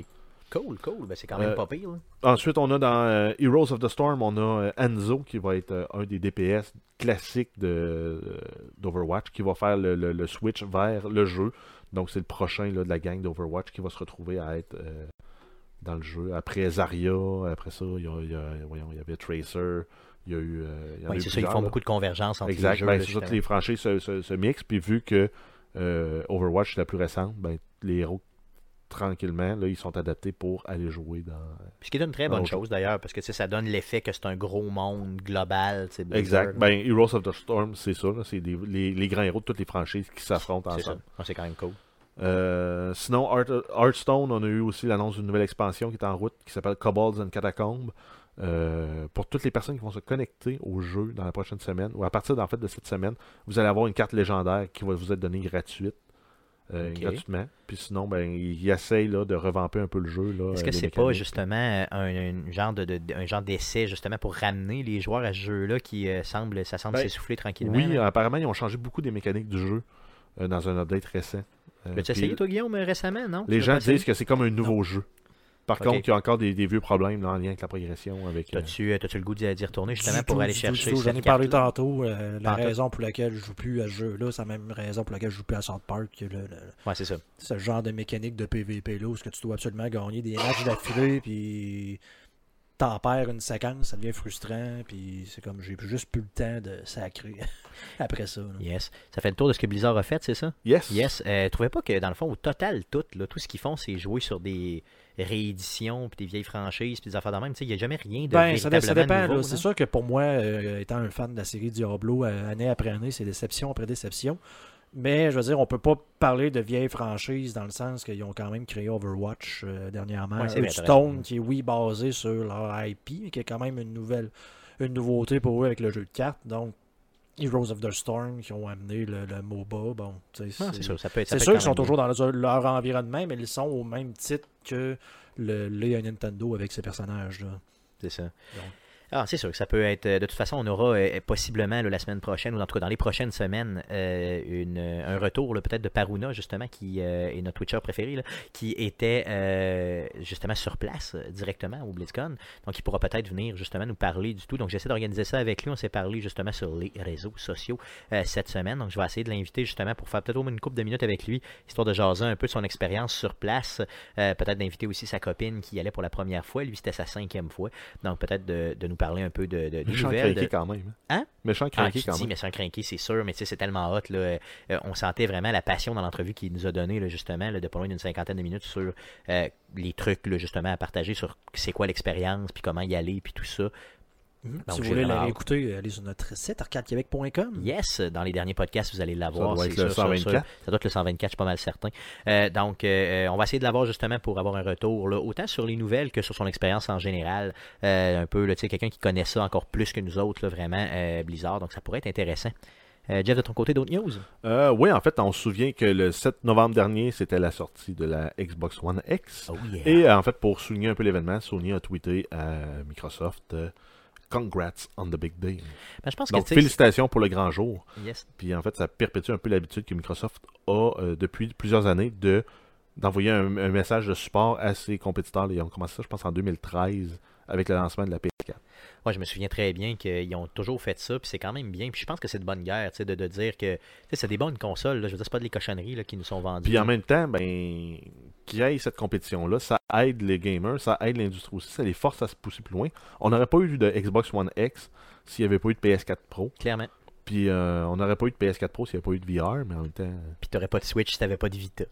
S1: Cool, cool. Ben, c'est quand même
S3: Euh,
S1: pas pire. là.
S3: Ensuite, on a dans euh, Heroes of the Storm, on a euh, Enzo qui va être euh, un des DPS classiques de- euh, d'Overwatch qui va faire le, le- le switch vers le jeu. Donc, c'est le prochain là, de la gang d'Overwatch qui va se retrouver à être euh, dans le jeu. Après Zarya, après ça, il y, a, il y a- voyons, il y avait Tracer, il y a eu. euh, il y en a
S1: Ouais,
S3: eu
S1: c'est ça, ils
S3: plusieurs,
S1: font
S3: là.
S1: beaucoup de convergences entre les
S3: Exact.
S1: jeux.
S3: Ben,
S1: là,
S3: c'est ça, toutes
S1: justement.
S3: les franchises se, se- se mixent. Puis vu que euh, Overwatch est la plus récente, ben, les héros, tranquillement, là, ils sont adaptés pour aller jouer dans.
S1: Puis Ce qui est une très bonne
S3: Ah, ok.
S1: chose d'ailleurs, parce que tu sais, ça donne l'effet que c'est un gros monde global. tu sais, Blizzard, là.
S3: Exact. Ben, Heroes of the Storm, c'est ça. là. C'est des- les, les grands héros de toutes les franchises qui s'affrontent
S1: C'est ça.
S3: ensemble.
S1: Ouais, c'est quand même cool.
S3: Euh, sinon, Heart- Hearthstone, on a eu aussi l'annonce d'une nouvelle expansion qui est en route, qui s'appelle Kobolds and Catacombs. Euh, pour toutes les personnes qui vont se connecter au jeu dans la prochaine semaine, ou à partir d'en fait de cette semaine, vous allez avoir une carte légendaire qui va vous être donnée gratuite. euh,
S1: Ok.
S3: gratuitement. Puis sinon, ben, ils ils essayent là, de revamper un peu le jeu. là,
S1: Est-ce que
S3: euh, les
S1: c'est pas
S3: mécaniques.
S1: justement euh, un, un genre de, de- un genre d'essai justement pour ramener les joueurs à ce jeu-là qui euh, semble ça semble
S3: Ben,
S1: s'essouffler tranquillement?
S3: Oui,
S1: là?
S3: apparemment, ils ont changé beaucoup des mécaniques du jeu euh, dans un update récent. Euh,
S1: L'as-tu
S3: puis
S1: essayé toi Guillaume récemment, non? Tu
S3: les
S1: l'as
S3: gens
S1: pas essayé?
S3: disent que c'est comme un nouveau jeu. Par
S1: Ok.
S3: contre, il y a encore des, des vieux problèmes là, en lien avec la progression. Avec, euh,
S1: T'as-tu, euh, t'as-tu le goût d'y d'y retourner justement
S2: Du
S1: pour
S2: tout,
S1: aller
S2: du tout,
S1: chercher
S2: du tout. J'en ai
S1: cette
S2: parlé
S1: carte-là?
S2: tantôt. euh, la
S1: Pantoute.
S2: raison pour laquelle je joue plus à ce jeu-là, c'est la même raison pour laquelle je joue plus à South Park. le- le-
S1: Ouais, c'est ça.
S2: ce genre de mécanique de PVP là, où ce que tu dois absolument gagner des matchs d'affilée, puis t'en perds une séquence, ça devient frustrant, puis c'est comme j'ai juste plus le temps de sacrer *laughs* après ça. là.
S1: Yes. Ça fait le tour de ce que Blizzard a fait, c'est ça?
S3: Yes.
S1: Yes. Euh, trouvez pas que dans le fond, au total, tout, là, tout ce qu'ils font, c'est jouer sur des rééditions, puis des vieilles franchises, puis des affaires de même. Tu sais, Il n'y a jamais rien de
S2: Ben, ça, dé-
S1: véritablement
S2: ça dépend.
S1: nouveau,
S2: là.
S1: non?
S2: C'est sûr que pour moi, euh, étant un fan de la série Diablo, euh, année après année, c'est déception après déception. Mais je veux dire, on peut pas parler de vieille franchise dans le sens qu'ils ont quand même créé Overwatch euh, dernièrement.
S1: Ouais, c'est
S2: Et
S1: vrai, t'as raison.
S2: Stone, qui est oui basé sur leur IP, mais qui est quand même une nouvelle, une nouveauté pour eux avec le jeu de cartes. Donc, Heroes of the Storm qui ont amené le, le MOBA. Bon, tu sais,
S1: Non, Ah, c'est sûr, ça peut être. ça
S2: c'est
S1: peut
S2: sûr
S1: être
S2: qu'ils
S1: quand
S2: sont
S1: même
S2: toujours dans leur, leur environnement, mais ils sont au même titre que le, le Nintendo avec ses personnages. Là.
S1: C'est ça. Ah, c'est sûr que ça peut être. euh, De toute façon, on aura euh, possiblement là, la semaine prochaine, ou en tout cas dans les prochaines semaines, euh, une, euh, un retour là, peut-être de Paruna, justement, qui euh, est notre Twitcher préféré, là, qui était euh, justement sur place euh, directement au BlizzCon. Donc, il pourra peut-être venir justement nous parler du tout. Donc, j'essaie d'organiser ça avec lui. On s'est parlé justement sur les réseaux sociaux euh, cette semaine. Donc, je vais essayer de l'inviter justement pour faire peut-être au moins une couple de minutes avec lui, histoire de jaser un peu de son expérience sur place. Euh, peut-être d'inviter aussi sa copine qui y allait pour la première fois. Lui, c'était sa cinquième fois. Donc, peut-être de, de nous parler un peu de, de, des
S3: Méchant
S1: nouvelles.
S3: craqué
S1: De...
S3: quand même.
S1: Hein?
S3: Méchant
S1: Ah,
S3: craqué
S1: tu
S3: quand
S1: dis,
S3: même.
S1: mais c'est un crinqué, c'est sûr, mais tu sais, c'est tellement hot. Là, Euh, euh, on sentait vraiment la passion dans l'entrevue qu'il nous a donnée, là, justement, là, de pas loin d'une cinquantaine de minutes sur euh, les trucs, là, justement, à partager sur c'est quoi l'expérience, puis comment y aller, puis tout ça. Donc,
S2: Mhm. si vous
S1: j'ai
S2: voulez
S1: vraiment
S2: la
S1: hâte.
S2: réécouter, allez sur notre site arcadequebec.com.
S1: Yes, dans les derniers podcasts, vous allez l'avoir.
S3: doit
S1: c'est
S3: être le
S1: sûr, sûr,
S3: 124.
S1: sûr. Ça doit être le 124, je suis pas mal certain. Euh, donc, euh, on va essayer de l'avoir justement pour avoir un retour, là, autant sur les nouvelles que sur son expérience en général. Euh, un peu, là, tu sais, quelqu'un qui connaît ça encore plus que nous autres, là, vraiment, euh, Blizzard. Donc, ça pourrait être intéressant. Euh, Jeff, de ton côté, d'autres news?
S3: Euh, oui, en fait, on se souvient que le 7 novembre dernier, c'était la sortie de la Xbox One X.
S1: Oh yeah.
S3: Et euh, en fait, pour souligner un peu l'événement, Sony a tweeté à Microsoft euh, Congrats on the big day.
S1: Ben, je pense
S3: Donc,
S1: que, tu sais,
S3: félicitations pour le grand jour.
S1: yes.
S3: Puis en fait, ça perpétue un peu l'habitude que Microsoft a euh, depuis plusieurs années de d'envoyer un, un message de support à ses compétiteurs. Ils ont commencé ça, je pense, en 2013 avec le lancement de la PS4.
S1: Moi, je me souviens très bien qu'ils ont toujours fait ça, puis c'est quand même bien. Puis je pense que c'est de bonne guerre, tu sais, de, de dire que tu sais, c'est des bonnes consoles. Là, je veux dire, c'est pas des cochonneries là, qui nous sont vendues.
S3: Puis en même temps, ben, qu'il y ait cette compétition-là, ça aide les gamers, ça aide l'industrie aussi, ça les force à se pousser plus loin. On n'aurait pas eu de Xbox One X s'il n'y avait pas eu de PS4 Pro.
S1: Clairement.
S3: Puis euh, on n'aurait pas eu de PS4 Pro s'il n'y avait pas eu de VR, mais en même temps.
S1: Puis t'aurais pas de Switch si t'avais pas de Vita.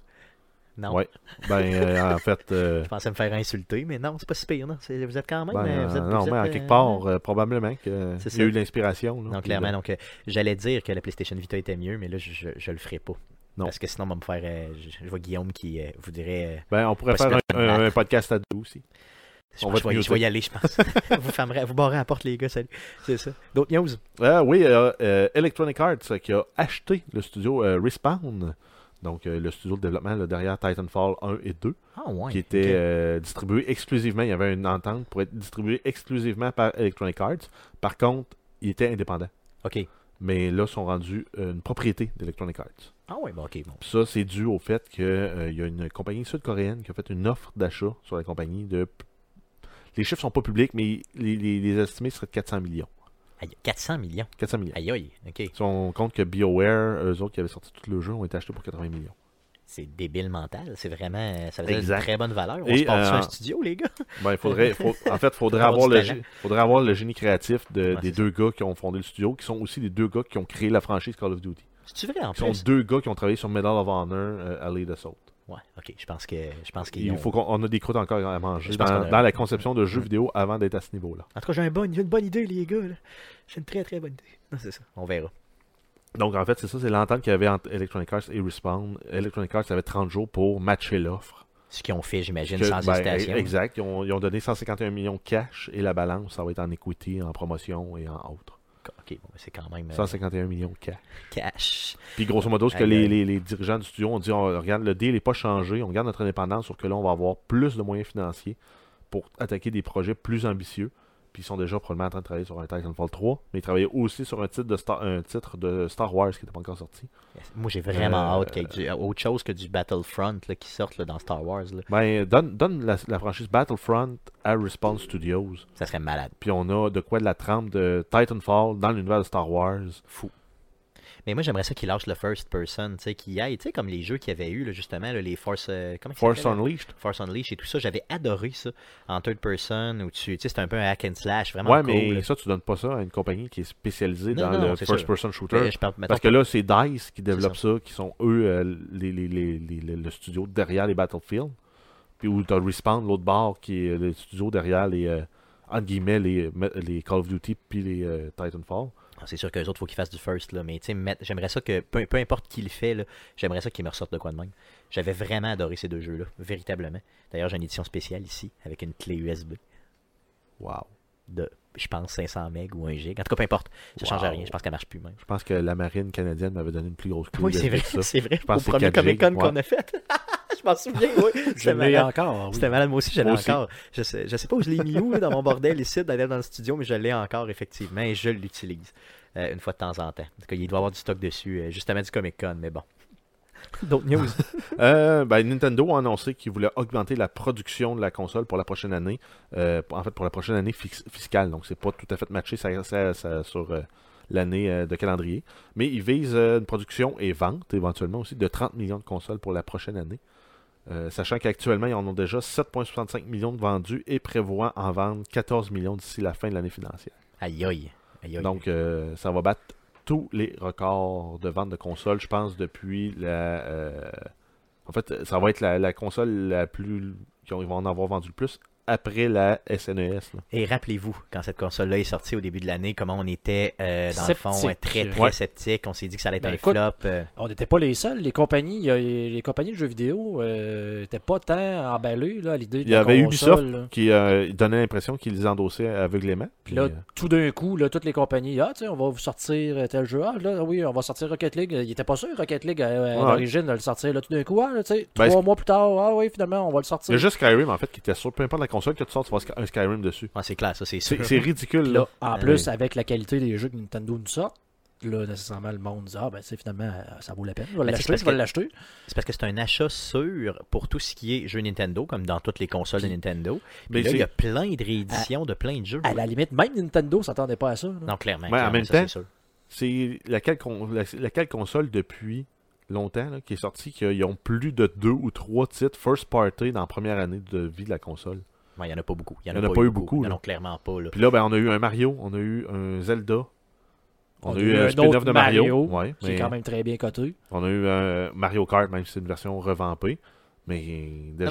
S1: Non.
S3: Ouais. Ben,
S1: *laughs*
S3: euh, en fait. euh,
S1: Je pensais me faire insulter, mais non, c'est pas si pire. Non. C'est- Vous êtes quand même.
S3: ben,
S1: euh, vous
S3: euh,
S1: êtes,
S3: non,
S1: vous
S3: mais
S1: êtes,
S3: à
S1: euh,
S3: quelque part, euh, probablement qu'il
S1: C'est
S3: y
S1: ça.
S3: a eu l'inspiration. là.
S1: Non,
S3: Puis, euh,
S1: clairement. Donc, euh, j'allais dire que la PlayStation Vita était mieux, mais là, je, je, je le ferai pas.
S3: Non.
S1: Parce que sinon, on va me faire. euh, je, je vois Guillaume qui euh, vous dirait. euh,
S3: Ben, on pourrait
S1: Parce
S3: faire
S1: que-
S3: un, un- un podcast à deux aussi.
S1: euh, je,
S3: On
S1: pense
S3: va
S1: que je vais,
S3: te
S1: je vais y aller, je pense. *laughs* vous fermerez, vous barrez à la porte, les gars, salut. C'est ça. D'autres news
S3: Ah oui, euh, euh, Electronic Arts euh, qui a acheté le studio euh, Respawn, donc euh, le studio de développement là, derrière Titanfall 1 et 2,
S1: Ah, ouais.
S3: qui était
S1: ok.
S3: euh, distribué exclusivement. Il y avait une entente pour être distribué exclusivement par Electronic Arts. Par contre, il était indépendant.
S1: Ok.
S3: Mais là, ils sont rendus euh, une propriété d'Electronic Arts.
S1: Ah, ouais, bah, ok. Bon.
S3: Puis ça, c'est dû au fait qu'il y a une compagnie sud-coréenne qui a fait une offre d'achat sur la compagnie de. Les chiffres sont pas publics, mais les, les- les estimés seraient de 400 millions.
S1: Aïe, 400 millions.
S3: 400 millions.
S1: Aïe, aïe. Ok.
S3: Si on compte que BioWare, eux autres qui avaient sorti tout le jeu, ont été achetés pour 80 millions.
S1: C'est débile mental. C'est vraiment. Ça faisait
S3: Exact.
S1: une très bonne valeur. On
S3: Et,
S1: se porte sur
S3: euh,
S1: un studio, les gars. *laughs*
S3: Ben, il faudrait, faut- en fait, faudrait
S1: Avoir
S3: avoir,
S1: du
S3: le,
S1: talent.
S3: gé- faudrait avoir le génie créatif de-
S1: Ouais,
S3: des
S1: c'est
S3: deux gars qui ont fondé le studio, qui sont aussi les deux gars qui ont créé la franchise Call of Duty.
S1: C'est-tu vrai, en
S3: Qui sont
S1: plus
S3: deux gars qui ont travaillé sur Medal of Honor, euh, Allied Assault.
S1: Ouais, ok. Je pense que. Je pense qu'ils
S3: Il
S1: ont-
S3: faut qu'on on a des croûtes encore à manger
S1: Je pense qu'on
S3: dans,
S1: a-
S3: dans la conception de jeux vidéo avant d'être à ce niveau-là.
S1: En tout cas, j'ai un bon- j'ai une bonne idée, les gars. là. J'ai une très très bonne idée. Non, c'est ça. On verra.
S3: Donc, en fait, c'est ça, c'est l'entente qu'il y avait entre Electronic Arts et Respawn. Electronic Arts avait 30 jours pour matcher l'offre.
S1: Ce qu'ils ont fait, j'imagine,
S3: Que-
S1: sans
S3: ben,
S1: hésitation.
S3: Exact. Ils ont, ils ont donné 151 millions de cash et la balance, ça va être en equity, en promotion et en autres.
S1: D'accord, ok, bon, c'est quand même euh,
S3: 151 millions de cash.
S1: cash.
S3: Puis grosso modo, ce que
S1: Aïe,
S3: les,
S1: aïe.
S3: les- les dirigeants du studio ont dit, on- regarde, le deal n'est pas changé, on garde notre indépendance, sauf que là, on va avoir plus de moyens financiers pour attaquer des projets plus ambitieux. Puis ils sont déjà probablement en train de travailler sur un Titanfall 3, mais ils travaillaient aussi sur un titre de Star, un titre de Star Wars qui n'était pas encore sorti.
S1: Yes. Moi, j'ai vraiment
S3: Euh,
S1: hâte qu'il y ait du- autre chose que du Battlefront là, qui sorte là, dans Star Wars. là.
S3: Ben, donne, donne la, la franchise Battlefront à Respawn Studios,
S1: Ça serait malade.
S3: puis on a de quoi de la trempe de Titanfall dans l'univers de Star Wars. Fou.
S1: Mais moi, j'aimerais ça qu'ils lâchent le first person, tu sais, qu'il y aille, tu sais, comme les jeux qu'il y avait eu, là, justement, là, les Force. euh, comment ils
S3: Force
S1: s'appellent, là?
S3: Unleashed.
S1: Force Unleashed et tout ça. J'avais adoré ça en third person où tu. Tu sais, c'était un peu un hack and slash, vraiment
S3: Ouais,
S1: cool.
S3: mais
S1: là.
S3: ça, tu donnes pas ça à une compagnie qui est spécialisée
S1: Non,
S3: dans
S1: non,
S3: le
S1: c'est sûr.
S3: first-person shooter.
S1: Mais je parle, mettons,
S3: Parce que là, c'est DICE qui développe ça. qui sont eux, euh, les, les- les- les- les- le studio derrière les Battlefield. Puis où t'as Respawn, l'autre bord, qui est le studio derrière les, euh, entre guillemets, les, les Call of Duty puis les euh, Titanfall.
S1: c'est sûr qu'eux autres, faut qu'ils fassent du first, là, mais tu sais, mettre- j'aimerais ça que, peu, peu importe qui le fait, là, j'aimerais ça qu'ils me ressortent de quoi de même. J'avais vraiment adoré ces deux jeux-là, véritablement. D'ailleurs, j'ai une édition spéciale ici, avec une clé USB
S3: Wow.
S1: de, je pense, 500 MB ou 1 gig. En tout cas, peu importe, ça change
S3: Wow.
S1: rien, je pense qu'elle marche plus même.
S3: Je pense que la marine canadienne m'avait donné une plus grosse clé
S1: Oui,
S3: USB
S1: c'est vrai,
S3: que ça.
S1: c'est vrai.
S3: pense
S1: Au
S3: que c'est
S1: premier
S3: 4
S1: Comic Con
S3: gigs,
S1: qu'on a fait. *laughs* je m'en souviens, oui.
S2: Je
S1: C'était
S2: l'ai
S1: malade.
S2: encore. oui.
S1: C'était malade, moi aussi, j'avais
S3: Moi aussi.
S1: encore. Je sais, je sais pas où je l'ai mis où, là, dans mon bordel ici, d'ailleurs dans le studio, mais je l'ai encore, effectivement, et je l'utilise euh, une fois de temps en temps. En tout cas, il doit y avoir du stock dessus, euh, justement du Comic Con, mais bon. D'autres news.
S3: *laughs* Euh, ben, Nintendo a annoncé qu'il voulait augmenter la production de la console pour la prochaine année. Euh, en fait, pour la prochaine année fix- fiscale. Donc, c'est pas tout à fait matché ça- ça- ça- sur euh, l'année euh, de calendrier. Mais ils visent euh, une production et vente, éventuellement aussi, de 30 millions de consoles pour la prochaine année. Euh, sachant qu'actuellement, ils en ont déjà 7,65 millions de vendus et prévoient en vendre 14 millions d'ici la fin de l'année financière.
S1: *laughs* Aïe aïe. Aïe aïe.
S3: Donc, euh, ça va battre tous les records de vente de consoles, je pense, depuis la. euh, en fait, ça va être la, la console la plus. Ils vont en avoir vendu le plus après la SNES. là.
S1: Et rappelez-vous, quand cette console-là est sortie au début de l'année, comment on était, euh, dans le fond,
S2: Sceptique.
S1: euh, très très
S3: Ouais.
S1: sceptique. On s'est dit que ça allait être
S2: Ben,
S1: un
S2: écoute,
S1: flop. euh,
S2: On n'était pas les seuls. Les compagnies, il y a- les compagnies de jeux vidéo n'étaient pas tant emballées là, à l'idée de
S3: Il y
S2: la
S3: avait
S2: console,
S3: Ubisoft
S2: là.
S3: qui euh, donnait l'impression qu'ils endossaient aveuglément.
S2: Puis
S3: Puis,
S2: là,
S3: euh,
S2: tout d'un coup, là, toutes les compagnies, ah, tu sais, on va vous sortir tel jeu. Ah, là, oui, on va sortir Rocket League. Il était pas sûr, Rocket League, à, à
S3: Ouais.
S2: l'origine, de le sortir. Là, tout d'un coup, ah, là, tu sais,
S3: Ben,
S2: trois mois plus tard, ah oui, finalement, on va le
S3: il y
S2: sortir.
S3: a juste Skyrim, en fait, qui était sûr. Peu importe la console que tu sors, tu vas un
S1: *laughs*
S3: Skyrim dessus.
S1: ah, c'est clair, ça c'est sûr.
S3: C'est c'est ridicule,
S2: Puis
S3: là.
S2: là, en
S1: Euh,
S2: plus, avec la qualité des jeux que Nintendo nous sort, là, nécessairement, le monde dit, ah, ben, c'est finalement, euh, ça vaut la peine. Je vais
S1: Ben, c'est
S2: l'acheter,
S1: parce
S2: je vais
S1: que-
S2: l'acheter.
S1: C'est parce que c'est un achat sûr pour tout ce qui est jeux Nintendo, comme dans toutes les consoles de Nintendo.
S3: Mais
S1: Mais là,
S3: c'est-
S1: il y a plein de rééditions de plein de jeux.
S2: À la limite, même Nintendo s'attendait pas à ça. là.
S1: Non, clairement.
S3: Mais Ah, en
S1: clairement,
S3: même
S1: ça, c'est
S3: temps,
S1: sûr.
S3: C'est laquelle, con- la- laquelle console depuis longtemps là, qui est sortie qu'ils ont plus de deux ou trois titres first party dans la première année de vie de la console.
S1: Ouais, il n'y en a pas beaucoup. Il
S3: Il y en a pas eu beaucoup,
S1: Non,
S3: là.
S1: non, clairement pas. Là.
S3: Puis là, ben, on a eu un Mario, on a eu un Zelda, on, a eu euh,
S2: un
S3: un spin-off
S2: autre
S3: de Mario,
S2: Mario,
S3: ouais,
S2: Qui
S3: mais
S2: est quand même très bien coté.
S3: on a eu un Mario Kart, même si c'est une version revampée. Mais déjà,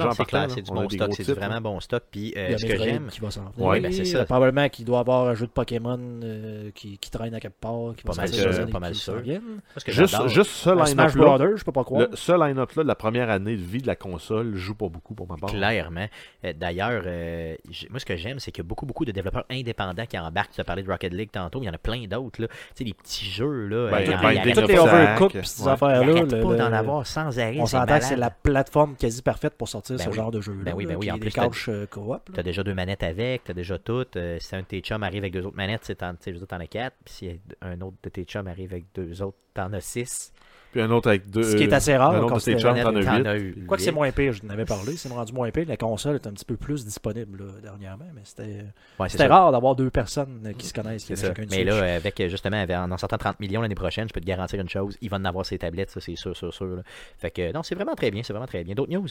S1: Non, non,
S3: en
S1: c'est
S3: partant,
S1: clair,
S3: là,
S1: c'est du
S3: on a
S1: bon
S3: des
S1: stock,
S3: gros
S1: c'est du
S3: titres,
S1: vraiment bon stock. Puis euh,
S2: Il y a
S1: ce que
S2: Metroid
S1: j'aime,
S2: qui va s'en venir.
S1: Ouais, ben, c'est ça.
S2: Probablement qu'il doit y avoir un jeu de Pokémon euh, qui, qui traîne à quelque part. Qui
S1: Pas
S2: va
S1: mal
S2: sortir dans
S3: sûr,
S2: les
S1: pas mal
S2: qui s'en
S1: sûr.
S2: viennent.
S1: moi, ce que
S3: Juste,
S1: j'adore-
S3: juste ce
S2: Un Smash
S3: line-up-là,
S2: Brothers, je peux pas croire.
S3: le- ce line-up-là de la première année de vie de la console joue pas beaucoup pour ma part.
S1: Clairement. Euh, D'ailleurs, euh, j- moi, ce que j'aime, c'est qu'il y a beaucoup, beaucoup de développeurs indépendants qui embarquent. Tu as parlé de Rocket League tantôt, mais il y en a plein d'autres. là. Tu sais, des petits jeux. Là,
S3: Ben,
S1: il y en-
S3: ben,
S1: il y en
S3: des-
S1: arrête
S2: Toutes les
S3: Sac,
S2: overcookes pis ces
S3: ouais.
S1: pas,
S2: affaires-là.
S1: il arrête
S2: le-
S1: pas
S2: le-
S1: d'en avoir sans arrêt.
S2: On
S1: c'est
S2: s'entend que c'est
S1: malade.
S2: la plateforme quasi parfaite pour sortir
S1: Ben
S2: ce
S1: oui.
S2: genre de jeu-là.
S1: Ben oui, ben oui, en
S2: Des
S1: plus, t'as-
S2: couches euh, coop. là.
S1: T'as déjà deux manettes avec, t'as déjà toutes. euh, si un de tes chums arrive avec deux autres manettes, c'est t'en- tu sais, je veux dire, t'en as quatre. Puis si un autre de tes chums arrive avec deux autres, t'en as six.
S3: Puis un autre avec deux.
S2: Ce qui est assez rare,
S3: un autre de tes
S2: considérant-
S3: chums, t'en as huit.
S1: eu.
S2: Quoique c'est
S1: huit.
S2: moins pire, je n'avais parlé, c'est rendu moins pire. La console est un petit peu plus disponible là, dernièrement, mais c'était
S1: Ouais, c'est
S2: c'était
S1: ça.
S2: rare d'avoir deux personnes euh, qui se connaissent, qui
S1: C'est
S2: avaient
S1: ça.
S2: chacun une
S1: Mais là,
S2: Switch.
S1: euh, avec euh, justement, avec- en en sortant 30 millions l'année prochaine, je peux te garantir une chose, il va en avoir ses tablettes, ça c'est sûr, sûr, sûr. là. Fait que euh, non, c'est vraiment très bien, c'est vraiment très bien. D'autres news?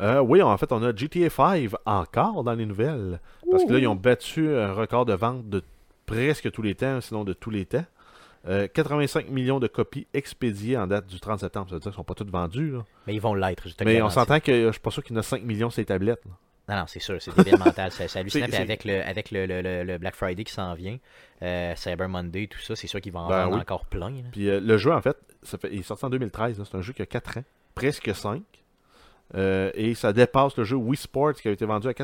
S3: Euh, oui, en fait, on a GTA 5 encore dans les nouvelles. Parce que là, ils ont battu un record de vente de presque tous les temps, sinon de tous les temps. Euh, 85 millions de copies expédiées en date du 30 septembre. Ça veut dire qu'ils sont pas toutes vendues. là.
S1: Mais ils vont l'être, je te le
S3: Mais on
S1: garantis.
S3: s'entend que euh, je suis pas sûr qu'il y en a 5 millions sur les tablettes. là.
S1: Non, non, c'est sûr, c'est débile mental, c'est
S3: *laughs*
S1: c'est hallucinant.
S3: C'est-
S1: Puis
S3: c'est-
S1: avec, le, avec le, le- le- le Black Friday qui s'en vient, euh, Cyber Monday, tout ça, c'est sûr qu'ils vont en
S3: Ben
S1: vendre
S3: oui.
S1: encore plein. là.
S3: Puis euh, le jeu, en fait, ça fait, il est sorti en 2013. là. C'est un jeu qui a 4 ans, presque 5. Euh, et ça dépasse le jeu Wii Sports qui avait été vendu à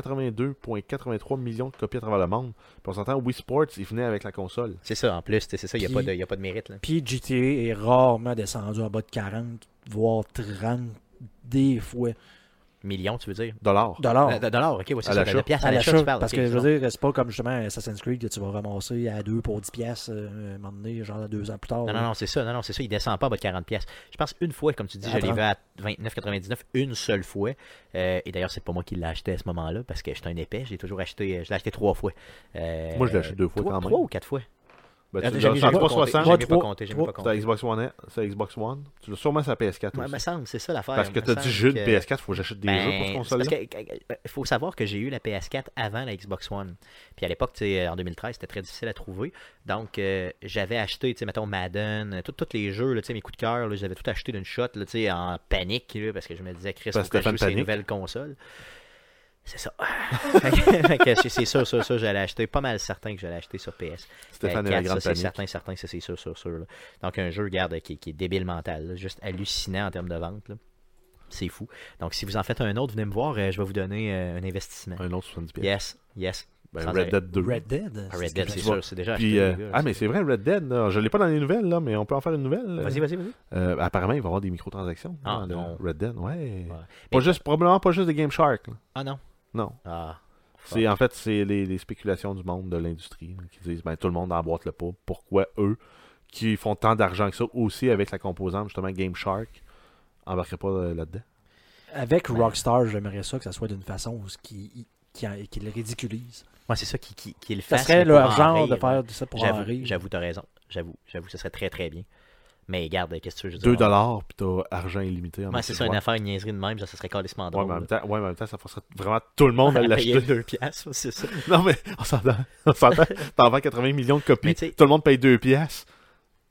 S3: 82,83 millions de copies à travers le monde. Puis on s'entend, Wii Sports, il venait avec la console.
S1: C'est ça, en plus, c'est ça, il n'y a,
S2: Puis-
S1: pas de- y a pas de mérite. Là.
S2: Puis GTA est rarement descendu en bas de 40, voire 30 des fois.
S1: Millions, tu veux dire
S3: Dollars.
S2: Dollars.
S1: Euh, de dollars, ok, ouais, c'est
S3: À
S1: ça, de,
S3: l'achat.
S1: de piastres à
S2: à
S1: l'achat,
S2: l'achat,
S1: tu parles.
S2: parce
S1: ok,
S2: que je
S1: c'est bon.
S2: veux dire, c'est pas comme justement Assassin's Creed que tu vas ramasser à 2 pour 10 piastres euh, un moment donné, genre deux ans plus tard.
S1: Non, non, non, c'est ça, non, non, c'est ça, il descend pas en bas de 40 pièces. Je pense une fois, comme tu dis,
S2: À
S1: je l'ai
S2: 30.
S1: vu à 29,99 une seule fois. Euh, et d'ailleurs, c'est pas moi qui l'ai acheté à ce moment-là parce que j'étais un épais, j'ai toujours acheté, je l'ai acheté trois fois. Euh,
S3: Moi, je l'ai acheté deux fois
S1: trois-
S3: quand même.
S1: Trois ou quatre fois.
S3: Ben, tu
S1: Attends,
S3: l'as-
S1: j'ai mis-
S3: c'est en
S1: j'ai mis pas
S3: 360,
S1: compté, j'ai mis
S2: Moi,
S1: pas compté, j'ai mis pas
S2: trois-
S3: c'est à
S1: compté.
S3: Xbox One, hein, c'est à Xbox One. Tu l'as sûrement sa PS4
S1: Ouais,
S3: aussi.
S1: me semble, c'est ça l'affaire.
S3: Parce que
S1: me
S3: t'as dit
S1: semble
S3: jeu de
S1: que-
S3: PS4, faut que j'achète des jeux pour hein?
S1: Ben,
S3: cette
S1: c'est
S3: console-là.
S1: parce que- que- que- faut savoir que j'ai eu la PS4 avant la Xbox One. Puis à l'époque, tu sais, en 2013, c'était très difficile à trouver. Donc, euh, j'avais acheté, tu sais, mettons, Madden, euh, tout- tous les jeux, là, tu sais, mes coups de cœur, là, je les avais tout acheté d'une shot, là, tu sais, en panique, là, parce que je me disais, Chris,
S3: Parce
S1: faut que
S3: que
S1: je
S3: t'es
S1: joue sur les
S3: fan panique.
S1: nouvelles consoles. C'est
S3: *laughs*
S1: ça. Fait que- fait que c'est- c'est sûr, sûr, sûr, j'allais acheter. Pas mal certain que j'allais acheter sur PS.
S3: Stéphane
S1: Euh,
S3: et la
S1: quatre,
S3: grande
S1: ça, c'est
S3: panique.
S1: certain, certain, ça, c'est sûr, sûr, sûr. là. Donc, un jeu, regarde, qui, qui est débile mental, là, juste hallucinant en termes de vente. là. C'est fou. Donc, si vous en faites un autre, venez me voir, euh, je vais vous donner euh, un investissement.
S3: Un autre 70 pièces.
S1: Yes, yes.
S3: Ben,
S1: Sans
S3: Red Dead 2.
S2: Red Dead.
S1: Ah, Red Dead, c'est
S3: Tu
S1: sûr,
S3: vois.
S1: c'est déjà
S3: Puis,
S1: acheté.
S3: euh,
S1: les gars,
S3: ah, mais c'est vrai, Red Dead, là, je l'ai pas dans les nouvelles, là, mais on peut en faire une nouvelle. là.
S1: Vas-y, vas-y, vas-y.
S3: Euh, apparemment, il va y avoir des microtransactions
S1: Ah,
S3: dans le
S1: non.
S3: Red Dead, ouais.
S1: Ouais.
S3: Pas
S1: Mais-
S3: juste, probablement pas juste des Game Shark. là.
S1: Ah non.
S3: Non.
S1: Ah. fuck.
S3: C'est, en fait, c'est les, les spéculations du monde de l'industrie là, qui disent ben, tout le monde emboîte le pas. Pourquoi eux, qui font tant d'argent que ça, aussi avec la composante justement Game Shark, embarqueraient pas euh, là-dedans
S2: Avec Rockstar, j'aimerais ça que ça soit d'une façon où ce qui, qui, qui le ridiculise.
S1: Moi, c'est ça qui, qui, qui le
S2: Ça
S1: fait.
S2: serait leur genre de faire ça pour en
S1: J'avoue,
S2: rire.
S1: j'avoue, t'as raison. J'avoue, j'avoue, ce serait très, très bien. Mais garde, qu'est-ce que tu veux, je veux dire,
S3: 2
S1: on-
S3: dollars, puis t'as argent illimité. en
S1: Ouais, c'est ça, une affaire, une niaiserie de même, ça, ça serait carrément
S3: Ouais,
S1: drôle.
S3: mais en
S1: là.
S3: même temps, ouais, mais en même temps, ça forcerait vraiment tout le monde
S1: *laughs*
S3: à
S1: À payer
S3: l'acheter.
S1: deux piastres, *laughs* c'est ça.
S3: Non, mais on s'entend. On s'entend. T'en vends 80 millions de copies.
S1: Mais tu sais-
S3: Tout le monde paye 2 piastres.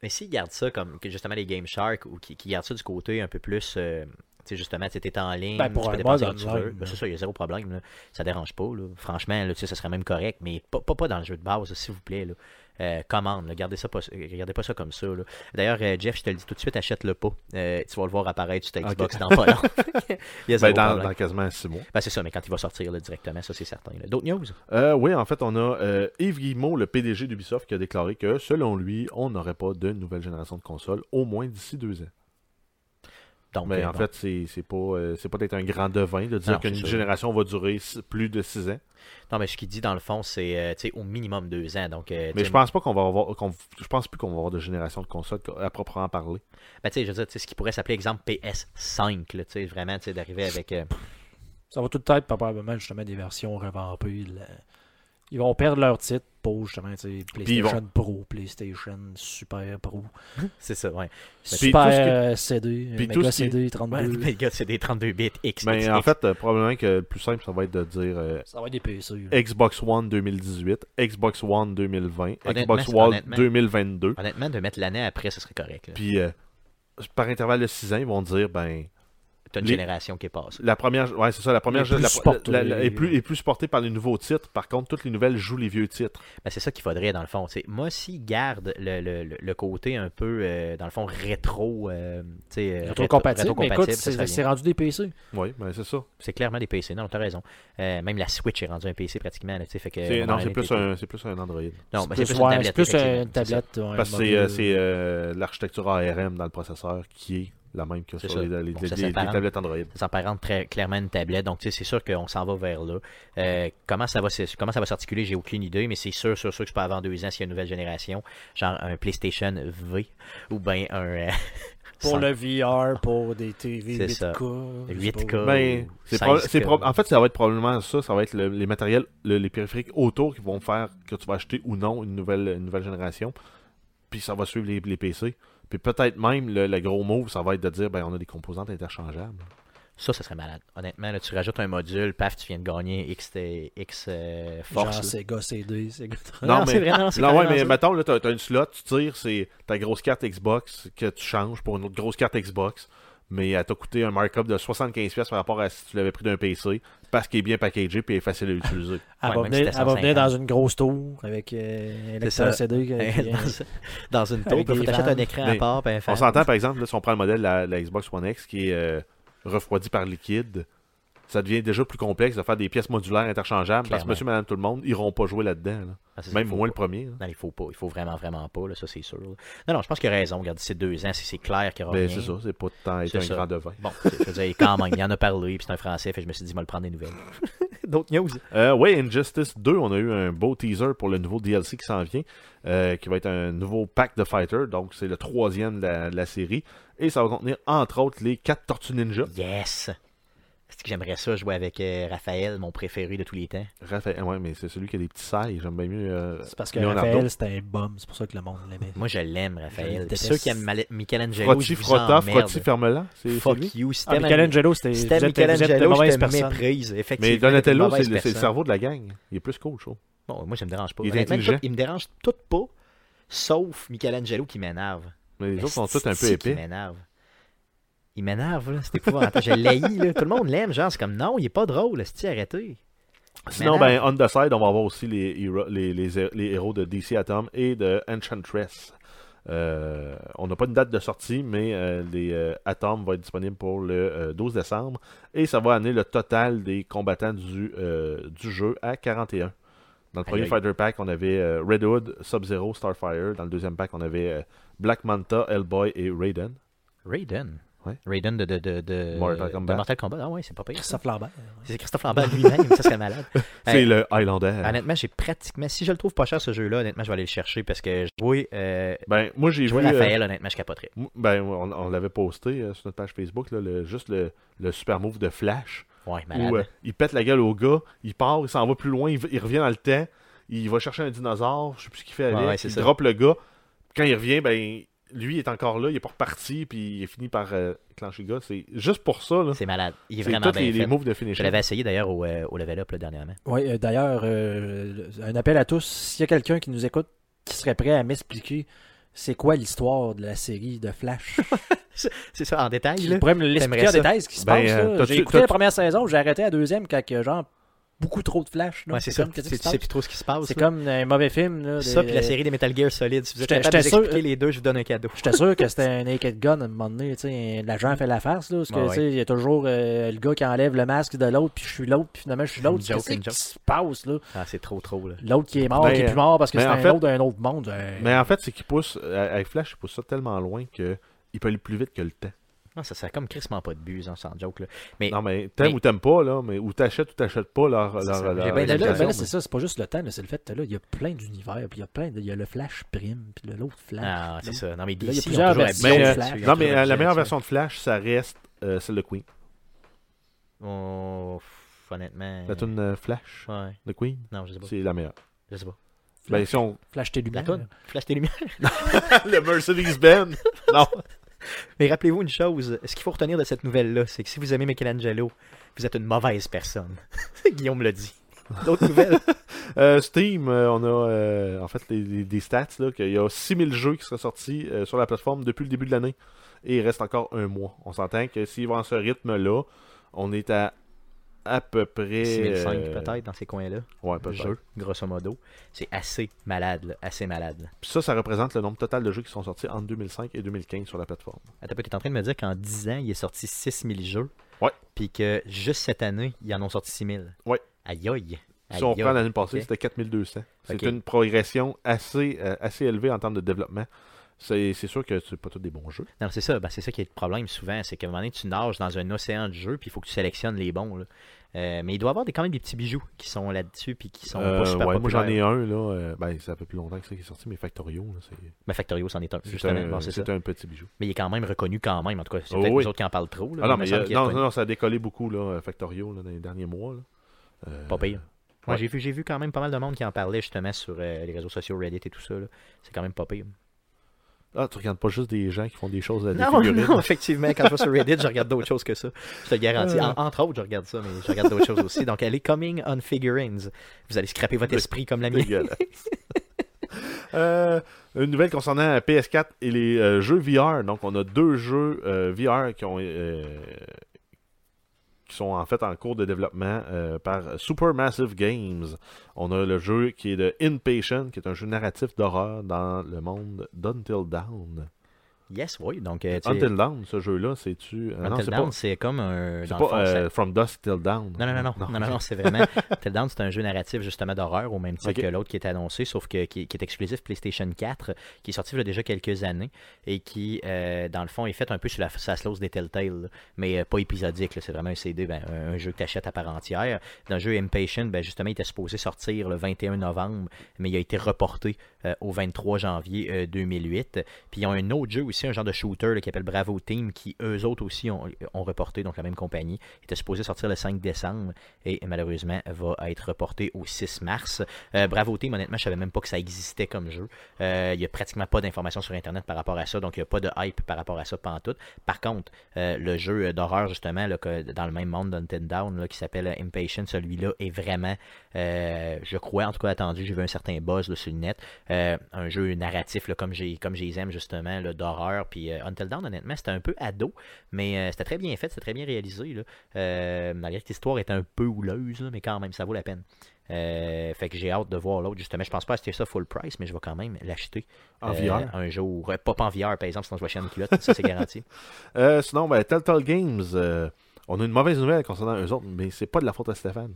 S1: Mais s'ils gardent ça comme que justement les Game Shark ou qui, qui gardent ça du côté un peu plus. euh, tu sais, justement, tu sais, t'es en ligne,
S2: Ben, pour
S1: tu
S2: un
S1: peux dépenser
S2: mode
S1: comme tu
S2: online,
S1: veux. Ben,
S2: là.
S1: c'est ça, il y a zéro problème. Là. Ça dérange pas. Là. Franchement, là, tu sais, ça serait même correct, mais pas, pas, pas dans le jeu de base, là, s'il vous plaît. Là. Euh, commande, là, gardez, ça pas, euh, gardez pas ça comme ça. là. D'ailleurs, euh, Jeff, je te le dis tout de suite, achète-le pas. Euh, tu vas le voir apparaître sur ta
S3: Ok.
S1: Xbox dans pas
S2: *laughs*
S1: long. *laughs* Il y a
S3: Ben,
S1: zéro
S3: dans,
S1: problème.
S3: dans quasiment 6 mois.
S1: Ben, c'est ça, mais quand il va sortir là, directement, ça c'est certain. là. D'autres news
S3: Euh, oui, en fait, on a euh, Yves Guillemot, le PDG d'Ubisoft, qui a déclaré que, selon lui, on n'aurait pas de nouvelle génération de consoles au moins d'ici deux ans.
S1: Donc,
S3: Mais
S1: euh,
S3: Ben, en
S1: bon.
S3: fait, c'est c'est pas, euh, c'est pas d'être un grand devin de dire
S1: Non,
S3: qu'une
S1: c'est ça.
S3: génération va durer s- plus de 6 ans.
S1: Non, mais ce qu'il dit dans le fond, c'est euh, tu sais, au minimum deux ans. Donc, euh, tu
S3: Mais
S1: sais,
S3: je pense pas qu'on va avoir, qu'on- je pense plus qu'on va avoir de génération de consoles à proprement parler.
S1: Ben, tu sais, je veux dire, tu sais, ce qui pourrait s'appeler exemple PS5, là, tu sais, vraiment, tu sais, d'arriver avec. euh, *laughs*
S2: Ça va tout le temps être probablement justement des versions revampées. là. Ils vont perdre leur titre pour justement tu sais,
S3: ils vont-
S2: PlayStation Pro, PlayStation Super Pro,
S1: c'est ça, ouais.
S2: Super
S3: tout ce qui-
S2: euh, CD, euh,
S3: puis tout
S2: Mega
S3: ce qui-
S2: CD
S1: Ouais,
S2: 32.
S1: *laughs* les gars, c'est des 32 bits X.
S3: Mais
S1: X,
S3: Ben, en
S1: X.
S3: fait, euh, probablement que le plus simple, ça va être de dire euh,
S2: Ça va être des PC. là.
S3: Xbox One 2018, Xbox One 2020,
S1: Honnêtement,
S3: Xbox
S1: c'est-
S3: One
S1: honnêtement.
S3: 2022.
S1: honnêtement, de mettre l'année après, ce serait correct. là.
S3: Puis euh, par intervalle de 6 ans, ils vont dire, ben,
S1: T'as une
S3: les-
S1: génération qui est passée.
S3: La première, ouais, c'est ça, la première
S2: plus
S3: la- la-
S2: supportée.
S3: la- la- est, plus, est plus supportée par les nouveaux titres. Par contre, toutes les nouvelles jouent les vieux titres.
S1: Ben, c'est ça qu'il faudrait, dans le fond. tu sais. Moi, s'ils gardent le, le- le- le côté un peu, euh, dans le fond, rétro. euh, tu sais, euh,
S3: Eh,
S2: Rétro compatible, mais
S1: rétro-compatible,
S2: écoute,
S1: ça serait
S2: c'est
S1: bien.
S2: c'est rendu des PC.
S3: Oui, ben c'est ça.
S1: c'est clairement des PC. Non, t'as raison. Euh, même la Switch est rendue un PC pratiquement. là, tu sais, fait que,
S3: C'est-
S1: on en
S3: non, c'est
S1: avait
S3: plus,
S1: été-
S3: un, c'est plus un Android.
S1: Non, ben, c'est plus,
S2: ouais,
S1: une tablette.
S2: c'est plus
S1: effectivement,
S2: une
S1: c'est ça.
S2: tablette. ouais,
S3: Parce que
S2: mobile.
S3: c'est, euh, c'est, euh, l'architecture ARM dans le processeur qui est la même que
S1: C'est
S3: sur
S1: ça.
S3: les, les-
S1: Bon,
S3: les-
S1: ça
S3: les-
S1: s'apparente. Euh,
S3: les tablettes Android.
S1: Ça s'apparente très clairement à une tablette. Donc, tu sais, c'est sûr qu'on s'en va vers là. Euh, comment ça va se- comment ça va s'articuler, j'ai aucune idée, mais c'est sûr, sûr, sûr que c'est pas avant deux ans s'il y a une nouvelle génération. Genre un PlayStation V ou bien un euh,
S2: Pour
S1: cinq-
S2: le VR, pour des TV
S1: C'est ça.
S2: 8K. je sais
S1: 8K.
S2: pas.
S3: Ben,
S1: ou
S3: c'est proba-
S1: 16K.
S3: c'est proba- en fait, ça va être probablement ça. Ça va être le- les matériels, le- les périphériques autour qui vont faire que tu vas acheter ou non une nouvelle, une nouvelle génération. Puis ça va suivre les, les PC. Puis peut-être même le, le gros move, ça va être de dire ben on a des composantes interchangeables.
S1: Ça, ça serait malade. Honnêtement, là, tu rajoutes un module, paf, tu viens de gagner X, euh, X euh, force.
S2: Genre
S1: là.
S2: Sega CD, Sega
S3: Non, mais-
S1: c'est vrai, non, c'est
S3: Non, ouais,
S1: carrément
S3: mais
S1: ça.
S3: mettons, là, t'as t'as une slot, tu tires, c'est ta grosse carte Xbox que tu changes pour une autre grosse carte Xbox, mais elle t'a coûté un markup de 75$ piastres par rapport à si tu l'avais pris d'un PC, parce qu'il est bien packagé puis il est facile
S1: *laughs*
S3: à utiliser.
S2: Elle
S1: Ouais,
S2: va
S1: même
S2: venir-
S1: si c'était
S2: elle va
S1: 150.
S2: venir dans une grosse tour avec euh, un
S1: ça.
S2: lecteur CD.
S1: *laughs*
S2: qui- qui-
S1: dans, dans une tour,
S2: Avec
S1: il faut
S2: des
S1: t'achèter un
S2: fans.
S1: écran à
S3: Mais
S1: part. puis un
S3: On
S1: fan.
S3: s'entend, par exemple, là, si on prend le modèle de la, la Xbox One X qui est euh, refroidis par liquide, ça devient déjà plus complexe de faire des pièces modulaires interchangeables parce que
S1: Clairement.
S3: monsieur, madame, tout le monde, ils iront pas jouer là-dedans. là.
S1: Ah, c'est-
S3: Même
S1: faut
S3: moi, le
S1: pas.
S3: premier. là.
S1: Non, il faut pas. Il faut vraiment, vraiment pas, là, ça c'est sûr. là. Non, non, je pense qu'il a raison. Regarde, c'est deux ans, c'est c'est clair qu'il y aura
S3: Ben,
S1: rien.
S3: c'est ça, c'est pas de temps être
S1: C'est
S3: un
S1: ça.
S3: grand devin.
S1: Bon, c'est- je veux dire, quand même, il en a parlé, puis c'est un français, fait que je me suis dit, je vais le prendre des
S3: *laughs*
S1: nouvelles. D'autres news?
S3: Euh, ouais, Injustice 2, on a eu un beau teaser pour le nouveau DLC qui s'en vient, euh, qui va être un nouveau pack de fighters, donc c'est le troisième de la, de la série. Et ça va contenir entre autres les quatre Tortues Ninja.
S1: Yes! Est-ce que j'aimerais ça jouer avec euh, Raphaël, mon préféré de tous les temps?
S3: Raphaël, ouais, mais c'est celui qui a des petits sailles, j'aime bien mieux. euh,
S2: C'est parce que
S3: Leonardo.
S2: Raphaël, c'était un bum, c'est pour ça que le monde l'aimait.
S1: Moi, je l'aime,
S2: Je
S1: Raphaël.
S2: le
S1: Puis
S2: déteste.
S1: ceux qui aiment Male- Michelangelo,
S3: Frotti,
S1: je vous
S3: frottant,
S1: emmerde.
S3: frotti, ferme-la. C'est c'est lui?
S1: Fuck you, si
S2: Ah,
S1: t'aimes
S2: Michelangelo, c'était
S1: si
S2: vous
S1: t'aimes
S2: êtes- vous êtes de
S1: Michelangelo, je
S2: mauvaise
S1: te
S2: personne.
S1: méprise. Effectivement,
S3: Mais
S1: t'es une
S3: Donatello, c'est
S1: mauvaise
S3: le, c'est le
S1: personne.
S3: cerveau de la gang. Il est plus cool, je trouve.
S1: Bon, moi, ça me dérange pas.
S3: Il est
S1: Honnêtement,
S3: intelligent.
S1: tout- il me dérange tout pas, sauf Michelangelo qui m'énerve.
S3: Mais les autres sont tous un peu
S1: Esti qu'il
S3: épais.
S1: m'énerve. Il m'énerve, là. C'est épouvantable. Je l'ai, là. Tout le monde l'aime, genre. C'est comme, non, il est pas drôle, Esti, arrêtez.
S3: Sinon, ben,
S1: m'énerve.
S3: on the side, on va avoir aussi les, héros- les, les, hé- les héros de DC Atom et de Enchantress. Euh, on n'a pas une date de sortie, mais euh, les euh, Atom va être disponible pour le euh, 12 décembre. Et ça va amener le total des combattants du, euh, du jeu à 41. Dans le premier
S1: aïe.
S3: Fighter Pack, on avait euh, Red Hood, Sub-Zero, Starfire. Dans le deuxième pack, on avait euh, Black Manta, Hellboy et Raiden.
S1: Raiden.
S3: Ouais.
S1: Raiden de, de, de, de,
S3: Mortal
S1: de
S3: Kombat.
S1: Mortal Kombat. Ah ouais, c'est pas pire. ça.
S3: *laughs*
S2: Christophe Lambert.
S1: C'est Christophe Lambert lui-même, ça serait malade.
S3: C'est
S1: Hey.
S3: le Highlander.
S1: Honnêtement, j'ai pratiquement. Si je le trouve pas cher ce jeu-là, honnêtement, je vais aller le chercher parce que jouer, euh,
S3: Ben, moi, j'ai vu...
S1: jouer
S3: euh,
S1: Raphaël, honnêtement, je capoterais.
S3: M- Ben, on, on l'avait posté euh, sur notre page Facebook, là, le- juste le, le super move de Flash,
S1: Ouais, malade.
S3: où euh, il pète la gueule au gars, il part, il s'en va plus loin, il, v- il revient dans le temps, il va chercher un dinosaure, je sais plus ce qu'il fait
S1: Ouais,
S3: avec,
S1: ouais, c'est
S3: il
S1: ça.
S3: drop le gars. Quand il revient, ben, lui, il est encore là, il est pas reparti, puis il finit par euh, clencher le gars. C'est juste pour ça, là.
S1: C'est malade. Il est
S3: C'est
S1: vraiment
S3: tous
S1: bien
S3: les, les
S1: fait.
S3: moves de
S1: Je
S3: finisher.
S1: l'avais essayé d'ailleurs au, euh, au level up là, dernièrement.
S2: Oui, euh, d'ailleurs, euh, un appel à tous. S'il y a quelqu'un qui nous écoute qui serait prêt à m'expliquer c'est quoi l'histoire de la série de Flash,
S1: C'est ça, en détail,
S2: *laughs* il
S1: là.
S2: pourrait me l'expliquer en
S1: ça?
S2: détail ce qui se
S3: Ben,
S2: passe. là.
S3: euh, t'as-tu-
S2: j'ai écouté la
S3: t'as-tu-
S2: première saison, j'ai arrêté la deuxième quand, que, genre, beaucoup trop de Flash. là.
S1: Ouais, c'est ça.
S2: comme,
S1: Tu
S2: qu'est-ce qui
S1: tu
S2: se
S1: sais
S2: passe?
S1: plus trop ce qui se passe.
S2: C'est
S1: là.
S2: comme un mauvais film. là,
S1: Ça,
S2: des- euh,
S1: puis la série des Metal Gear Solid. Si vous êtes
S2: J'étais-
S1: capable de
S2: j'étais sûr- euh,
S1: expliquer les deux, je vous donne un cadeau.
S2: J'étais sûr que c'était un naked gun à un moment donné, tu sais, l'agent fait la face, là, parce que,
S1: Mm. Ouais,
S2: tu sais, il y a toujours euh, le gars qui enlève le masque de l'autre, puis je suis l'autre, puis finalement je suis
S1: Une
S2: l'autre.
S1: joke,
S2: Qu'est-ce
S1: une
S2: qui
S1: joke.
S2: se passe, là?
S1: Ah, c'est trop, trop, là.
S2: L'autre qui est mort,
S3: Ben,
S2: qui est plus
S3: euh,
S2: mort parce que
S3: mais
S2: c'est
S3: en
S2: un
S3: fait-
S2: autre d'un autre monde. euh,
S1: Ben,
S3: Mais en fait, c'est qu'il pousse, euh, avec Flash, il pousse ça tellement loin que il peut aller plus vite que le temps.
S1: Non, Ah, ça serait comme crissement pas de buse, hein, sans joke, là. Mais
S3: Non, mais t'aimes
S1: mais-
S3: ou t'aimes pas, là, mais ou t'achètes ou t'achètes pas leur.
S1: C'est
S3: leur-
S1: ça.
S3: leur-
S1: J'ai
S2: Ben,
S1: bien
S2: là,
S1: de
S2: là,
S1: la
S2: ben là,
S1: raison,
S2: c'est ça, c'est pas juste le temps, là, c'est le fait que là, il y a plein d'univers, puis il y a plein de. Il y a le Flash Prime, puis le l'autre Flash.
S1: Ah,
S2: puis
S1: c'est
S2: l'autre.
S1: ça. Non, mais
S2: Là, il y a
S1: DC, ils ont
S2: plusieurs
S1: toujours
S2: versions
S1: habillé
S3: de
S1: là-dessus,
S2: Flash.
S1: ils ont
S3: Non, mais
S1: toujours
S3: euh,
S1: habillé
S3: la meilleure
S1: là-dessus.
S3: version de Flash, ça reste euh, celle de Queen.
S1: Oh, pff, honnêtement.
S3: La tune euh, Flash
S1: Ouais.
S3: de Queen,
S1: Non, je sais pas.
S3: c'est la meilleure.
S1: Je sais pas.
S3: Ben, si on...
S2: Flash tes
S1: La
S2: lumières.
S1: toune. Flash tes lumières.
S3: le Mercedes-Benz! non!
S1: Mais rappelez-vous une chose. Ce qu'il faut retenir de cette nouvelle-là, c'est que si vous aimez Michelangelo, vous êtes une mauvaise personne. *laughs* Guillaume l'a dit. D'autres
S3: *laughs*
S1: nouvelles.
S3: Euh, Steam, euh, on a euh, en fait les, les- des stats, là, qu'il y a 6000 jeux qui seraient sortis euh, sur la plateforme depuis le début de l'année. Et il reste encore un mois. On s'entend que s'ils vont à ce rythme-là, on est à à peu près...
S1: 6005
S3: euh,
S1: peut-être dans ces coins-là.
S3: Ouais, peut-être.
S1: Jeux, grosso modo. C'est assez malade, là. Assez malade. là.
S3: Puis ça, ça représente le nombre total de jeux qui sont sortis entre 2005 et 2015 sur la plateforme.
S1: Attends, tu es en train de me dire qu'en 10 ans, il est sorti 6000 jeux.
S3: Ouais.
S1: Puis que juste cette année, ils en ont sorti 6000.
S3: Ouais.
S1: Aïe aïe.
S3: Si on
S1: Aïe,
S3: reprend l'année passée,
S1: ok.
S3: c'était 4200. C'est
S1: Ok.
S3: une progression assez, euh, assez élevée en termes de développement. C'est c'est sûr que c'est pas tous des bons jeux.
S1: Non, c'est ça, ben, c'est ça qui est le problème souvent, c'est qu'à un moment donné, tu nages dans un océan de jeux, puis il faut que tu sélectionnes les bons. là. Euh, mais il doit y avoir des, quand même des petits bijoux qui sont là-dessus, puis qui sont
S3: Euh,
S1: pas super
S3: ouais, moi
S1: populaires.
S3: j'en ai un là, euh, ben, ça fait plus longtemps que ça qui est sorti, mais Factorio, là, c'est-
S1: Mais Ben, Factorio, c'en est un,
S3: c'est
S1: justement.
S3: un,
S1: Bon, c'est ça.
S3: c'est un petit bijou.
S1: Mais il est quand même reconnu quand même, en tout cas. C'est
S3: Oh,
S1: peut-être
S3: oui.
S1: nous autres qui en parlent trop. Là,
S3: Ah non,
S1: mais
S3: mais
S1: il
S3: il y
S1: me
S3: a-
S1: semble qu'il est
S3: non,
S1: reconnu.
S3: non, ça a décollé beaucoup là, euh, Factorio là, dans les derniers mois. là. Euh,
S1: Pas pire. Moi,
S3: ouais.
S1: j'ai vu, j'ai vu quand même pas mal de monde qui en parlait justement sur euh, les réseaux sociaux, Reddit et tout ça. là. C'est quand même pas pire.
S3: Ah, tu regardes pas juste des gens qui font des choses à des
S1: Non, *laughs*
S3: figurines.
S1: non, effectivement, quand je vais sur Reddit, je regarde d'autres choses que ça. Je te le garantis.
S3: Euh.
S1: En- entre autres, je regarde ça, mais je regarde d'autres choses aussi. Donc, allez, Coming on Figurines. Vous allez scraper votre esprit comme la mienne.
S3: Dégueulasse. *laughs* Euh, une nouvelle concernant la PS4 et les euh, jeux VR. Donc, on a deux jeux euh, VR qui ont euh, qui sont en fait en cours de développement euh, par Supermassive Games. On a le jeu qui est de Inpatient, qui est un jeu narratif d'horreur dans le monde d'Until Dawn.
S1: Yes, oui. Donc, euh, tu sais,
S3: Until Dawn, ce jeu-là, c'est-tu. Ah, non,
S1: Until
S3: c'est
S1: Dawn,
S3: pas.
S1: c'est comme un.
S3: C'est
S1: dans
S3: pas
S1: le fond, ça-
S3: euh, From Dusk Till Dawn.
S1: Non, non, non, non, non, non, non, c'est vraiment. Until Dawn, c'est un jeu narratif justement d'horreur au même titre
S3: Ok.
S1: que l'autre qui est annoncé, sauf que qui, qui est exclusif PlayStation 4, qui est sorti il y a déjà quelques années et qui, euh, dans le fond, est fait un peu sur la sa sauce des Telltale, là, mais euh, pas épisodique. là, C'est vraiment un CD, ben, un, un jeu que tu achètes à part entière. Dans le jeu Impatient, ben, justement, il était supposé sortir le 21 novembre, mais il a été reporté euh, au 23 janvier euh, 2008. Puis ils ont un autre jeu aussi, un genre de shooter là, qui s'appelle Bravo Team, qui eux autres aussi ont, ont reporté, donc la même compagnie. Il était supposé sortir le 5 décembre et malheureusement va être reporté au 6 mars. Euh, Bravo Team, honnêtement, je savais même pas que ça existait comme jeu. Euh, il n'y a pratiquement pas d'informations sur Internet par rapport à ça, donc il n'y a pas de hype par rapport à ça pantoute. Par contre, euh, le jeu d'horreur, justement, là, que- dans le même monde d'Until Down, là, qui s'appelle Impatient, celui-là est vraiment, euh, je crois, en tout cas attendu, j'ai vu un certain buzz là, sur le net. Euh, un jeu narratif, là, comme j'ai comme je les aime, justement, là, d'horreur. Puis euh, Until Dawn, honnêtement, c'était un peu ado, mais euh, c'était très bien fait, c'était très bien réalisé. Là. Euh, malgré que l'histoire est un peu houleuse, là, mais quand même, ça vaut la peine. Euh, fait que j'ai hâte de voir l'autre, justement. Je pense pas acheter ça full price, mais je vais quand même l'acheter.
S3: En
S1: euh,
S3: VR.
S1: Un jour. Euh, pas en VR, par exemple, sinon je vais acheter une culotte, ça c'est garanti.
S3: Euh, sinon, ben, Telltale Games, euh, on a une mauvaise nouvelle concernant eux autres, mais c'est pas de la faute à Stéphane.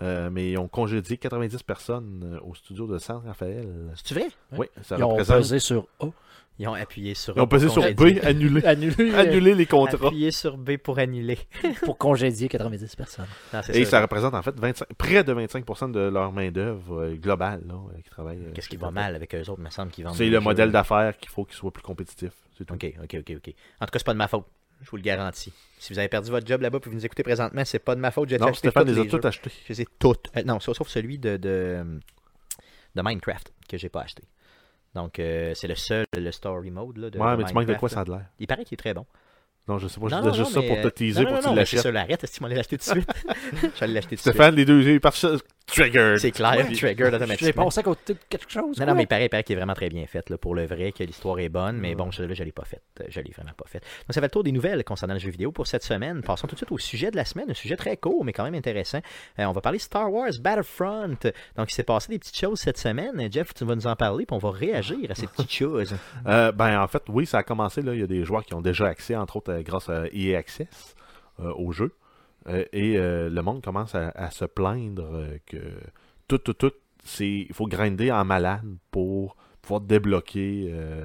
S3: Euh, mais ils ont congédié 90 personnes euh, au studio de San Rafael.
S1: *laughs* C'est-tu vrai?
S3: Oui, ça
S2: Ils ont
S3: représente.
S2: pesé sur A.
S1: Ils ont appuyé sur
S3: Ils ont pesé sur B,
S1: *laughs*
S2: *laughs*
S3: annulé.
S2: Annulé. euh,
S3: Annuler les contrats.
S1: Appuyé sur B pour annuler.
S2: pour congédier 90 personnes.
S1: Non, c'est
S3: Et
S1: ça.
S3: ça représente en fait 25 près de 25% de leur main-d'œuvre euh, globale là, euh, qui travaille. euh,
S1: Qu'est-ce qui
S3: chez
S1: va
S3: Telltale.
S1: mal avec eux autres, il me semble qu'ils vendent.
S3: C'est
S1: des
S3: le
S1: jeux.
S3: modèle d'affaires qu'il faut qu'il soit plus compétitif. C'est tout.
S1: OK, OK, OK, OK. En tout cas, c'est pas de ma faute. Je vous le garantis. Si vous avez perdu votre job là-bas et vous nous écoutez présentement, c'est pas de ma faute. J'ai
S3: Non,
S1: acheté
S3: Stéphane
S1: tous
S3: les a
S1: les jeux.
S3: tous achetés.
S1: Je les ai toutes. Euh, non, sauf sauf celui de, de, de Minecraft que j'ai pas acheté. Donc, euh, c'est le seul, le story mode. Là, de,
S3: Ouais,
S1: de
S3: mais tu manques de
S1: Minecraft,
S3: quoi ça
S1: là.
S3: a de l'air
S1: Il paraît qu'il est très bon.
S3: Non, je sais pas. Je
S1: Non,
S3: disais
S1: non,
S3: juste
S1: non,
S3: ça pour
S1: mais,
S3: te
S1: euh,
S3: teaser
S1: non,
S3: pour
S1: non,
S3: que
S1: non,
S3: tu
S1: mais c'est
S3: l'achètes.
S1: ça, l'arrête. Est-ce que tu m'en l'as acheté tout de suite Je vais l'acheter tout de suite.
S3: Stéphane, les deux yeux par Trigger.
S1: C'est clair,
S3: Ouais.
S1: trigger
S2: J'ai
S1: automatiquement.
S2: pensé à côté de quelque chose.
S1: Non,
S2: quoi.
S1: non, mais il paraît, il paraît qu'il est vraiment très bien fait là, pour le vrai, que l'histoire est bonne, mais bon, celle-là, je l'ai pas faite. Je l'ai vraiment pas faite. Donc, ça fait le tour des nouvelles concernant le jeu vidéo pour cette semaine. Passons tout de suite au sujet de la semaine, un sujet très court, mais quand même intéressant. Euh, on va parler Star Wars Battlefront. Donc, il s'est passé des petites choses cette semaine. Euh, Jeff, tu vas nous en parler, puis on va réagir à ces
S3: *laughs*
S1: petites choses.
S3: Euh, ben, en fait, oui, ça a commencé. Là. Il y a des joueurs qui ont déjà accès, entre autres, euh, grâce à EA Access euh, au jeu. Euh, et euh, le monde commence à, à se plaindre euh, que tout, tout, tout, c'est il faut grinder en malade pour pouvoir débloquer euh,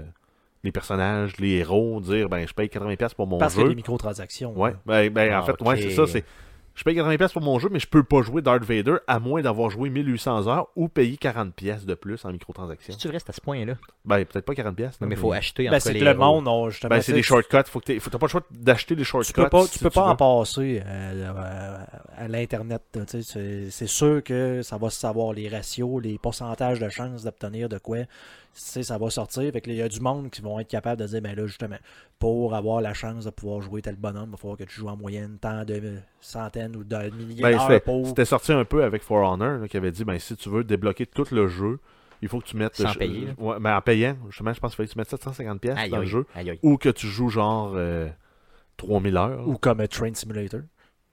S3: les personnages, les héros, dire ben je paye 80$ pour mon
S2: Parce qu'il y a
S3: jeu.
S2: des microtransactions.
S3: Ouais, ben, ben,
S1: Ah,
S3: en fait,
S1: ok.
S3: ouais, c'est ça. C'est, je paye 80$ pièces pour mon jeu, mais je peux pas jouer Darth Vader à moins d'avoir joué 1800 heures ou payer 40$ pièces de plus en microtransactions.
S1: Si tu restes à ce point-là,
S3: Ben, peut-être pas 40$. pièces,
S1: mais
S3: non,
S1: il faut acheter en
S2: Ben,
S1: tout cas,
S2: c'est que
S1: les
S2: le
S1: héros.
S2: monde, on, justement.
S3: Ben, c'est des shortcuts. Faut que t'aies- faut- t'as pas le choix d'acheter des shortcuts.
S2: Tu peux pas, tu
S3: si
S2: peux pas
S3: veux.
S2: en passer euh, euh, à l'Internet. là, tu sais, C'est c'est sûr que ça va se savoir les ratios, les pourcentages de chances d'obtenir de quoi. tu sais, ça va sortir. Fait que là, il y a du monde qui vont être capable de dire, ben là, justement, pour avoir la chance de pouvoir jouer tel bonhomme, il va falloir que tu joues en moyenne tant de centaines ou de milliers
S3: Ben,
S2: d'heures
S3: c'était-
S2: pour...
S3: C'était sorti un peu avec For Honor là, qui avait dit ben, si tu veux débloquer tout le jeu, il faut que tu mettes.
S1: Sans
S3: je-
S1: payer, là.
S3: Ouais, ben, en payant, justement, je pense qu'il fallait que tu mettes 750$ pièces
S1: Aïe,
S3: dans le
S1: aïe,
S3: jeu
S1: aïe, aïe.
S3: ou que tu joues genre euh, 3000 heures.
S2: Ou comme euh, Train Simulator.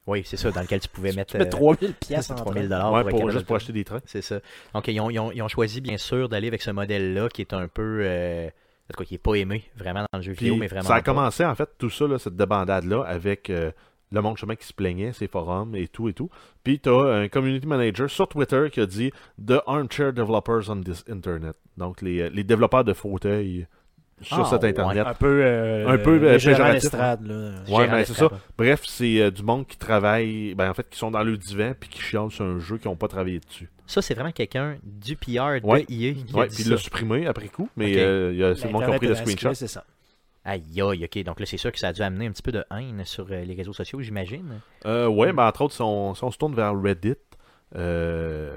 S1: Oui, c'est ça, dans lequel tu pouvais mettre
S2: Tu mets
S1: euh,
S2: 3000 pièces en
S1: 3000
S2: train.
S1: dollars
S3: Ouais,
S1: pour
S3: pour-
S1: être capable
S3: juste pour
S1: de-
S3: acheter des trains.
S1: C'est ça. Donc, ils ont, ils ont- ils ont choisi, bien sûr, d'aller avec ce modèle-là qui est un peu. euh, en tout cas, qui n'est pas aimé vraiment dans le jeu
S3: Puis,
S1: vidéo, mais vraiment.
S3: ça a
S1: pas.
S3: commencé, en fait, tout ça, là, cette débandade-là, avec euh, le monde chemin qui se plaignait, ses forums et tout et tout. Puis tu as un community manager sur Twitter qui a dit The Armchair Developers on this Internet. Donc les, euh, les développeurs de fauteuils sur
S1: Ah,
S3: cet
S1: ouais.
S3: Internet.
S2: Un peu... euh,
S3: Un peu, euh,
S2: le gérant
S3: péjoratif,
S2: d'estrade, là.
S3: Ouais,
S1: Gérard
S3: ben, c'est ça.
S1: Estrada.
S3: Bref, c'est euh, du monde qui travaille, ben, en fait, qui sont dans le divan puis qui chialent sur un jeu qui n'ont pas travaillé dessus.
S1: Ça, c'est vraiment quelqu'un du PR de
S3: Ouais.
S1: EA qui a
S3: Ouais,
S1: dit
S3: puis il
S1: ça.
S3: l'a supprimé après coup, mais
S1: Ok.
S3: euh, il y a- c'est le monde qui a
S2: L'Internet
S3: pris le
S2: est inscrit,
S3: screenshot.
S2: C'est ça.
S1: Aïe, aïe, ok. Donc là, c'est sûr que ça a dû amener un petit peu de haine sur euh, les réseaux sociaux, j'imagine.
S3: Euh, ouais, ben, entre autres, si on, si on se tourne vers Reddit, euh,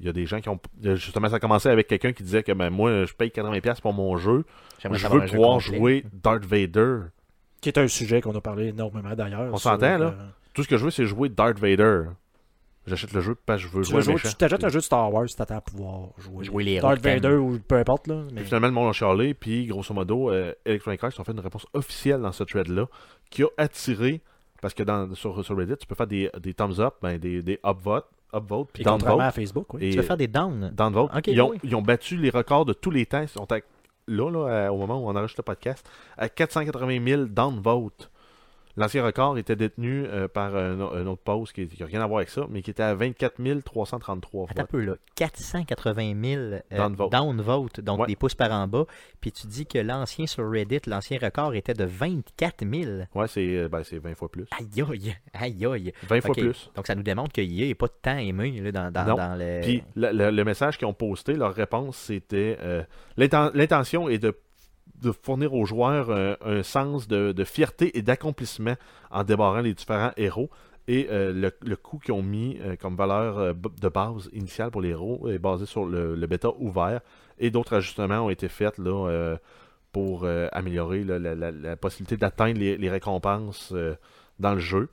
S3: il y a des gens qui ont. euh, Justement, ça a commencé avec quelqu'un qui disait que ben, moi, je paye 80$ pour mon jeu.
S1: J'aimerais
S3: Je
S1: savoir
S3: veux
S1: un jeu
S3: pouvoir
S1: complet.
S3: jouer Darth Vader.
S2: Qui est un sujet qu'on a parlé énormément d'ailleurs.
S3: On
S2: sur,
S3: s'entend, là?
S2: euh,
S3: Tout ce que je veux, c'est jouer Darth Vader. J'achète le jeu parce que je veux
S2: Tu,
S3: jouer
S2: veux
S3: un
S2: jouer-
S3: méchant.
S2: tu t'achètes un jeu de Star Wars, tu t'attends à pouvoir jouer,
S1: Jouer les
S2: Darth
S1: héros que
S2: Vader
S1: t'aimes.
S2: ou peu importe. Là, mais
S3: Puis finalement, le monde a chialé, puis grosso modo, euh, Electronic Arts ont fait une réponse officielle dans ce thread-là qui a attiré, parce que dans, sur, sur Reddit, tu peux faire des, des thumbs up, ben, des, des upvote, upvote, puis
S2: et contrairement à
S3: downvote.
S2: Facebook, oui.
S3: Et
S1: Tu veux faire des downs.
S3: downvote,
S1: Ok,
S3: ils, ont,
S1: oui.
S3: ils ont battu les records de tous les temps. Ils sont à là, là, à- au moment où on enregistre le podcast, à 480 000 downvotes. L'ancien record était détenu euh, par un, o- un autre post qui n'a rien à voir avec ça, mais qui était à 24 333
S1: Attends un
S3: votes.
S1: peu, là. 480 000 euh,
S3: Downvote.
S1: downvote, donc
S3: Ouais.
S1: des pouces par en bas. Puis tu dis que l'ancien sur Reddit, l'ancien record était de 24 000.
S3: Ouais, c'est euh, ben, c'est 20 fois plus.
S1: Aïe aïe, aïe aïe.
S3: 20 fois
S1: Ok.
S3: plus.
S1: Donc ça nous démontre qu'il n'est pas tant aimé là, dans, dans,
S3: Non.
S1: dans le...
S3: Puis le, le- le message qu'ils ont posté, leur réponse, c'était euh, L'inten- l'intention est de, de fournir aux joueurs euh, un sens de, de fierté et d'accomplissement en débarrant les différents héros. Et euh, le, le coût qu'ils ont mis euh, comme valeur euh, b- de base initiale pour les héros est basé sur le, le bêta ouvert. Et d'autres ajustements ont été faits là, euh, pour euh, améliorer là, la, la- la possibilité d'atteindre les, les récompenses euh, dans le jeu.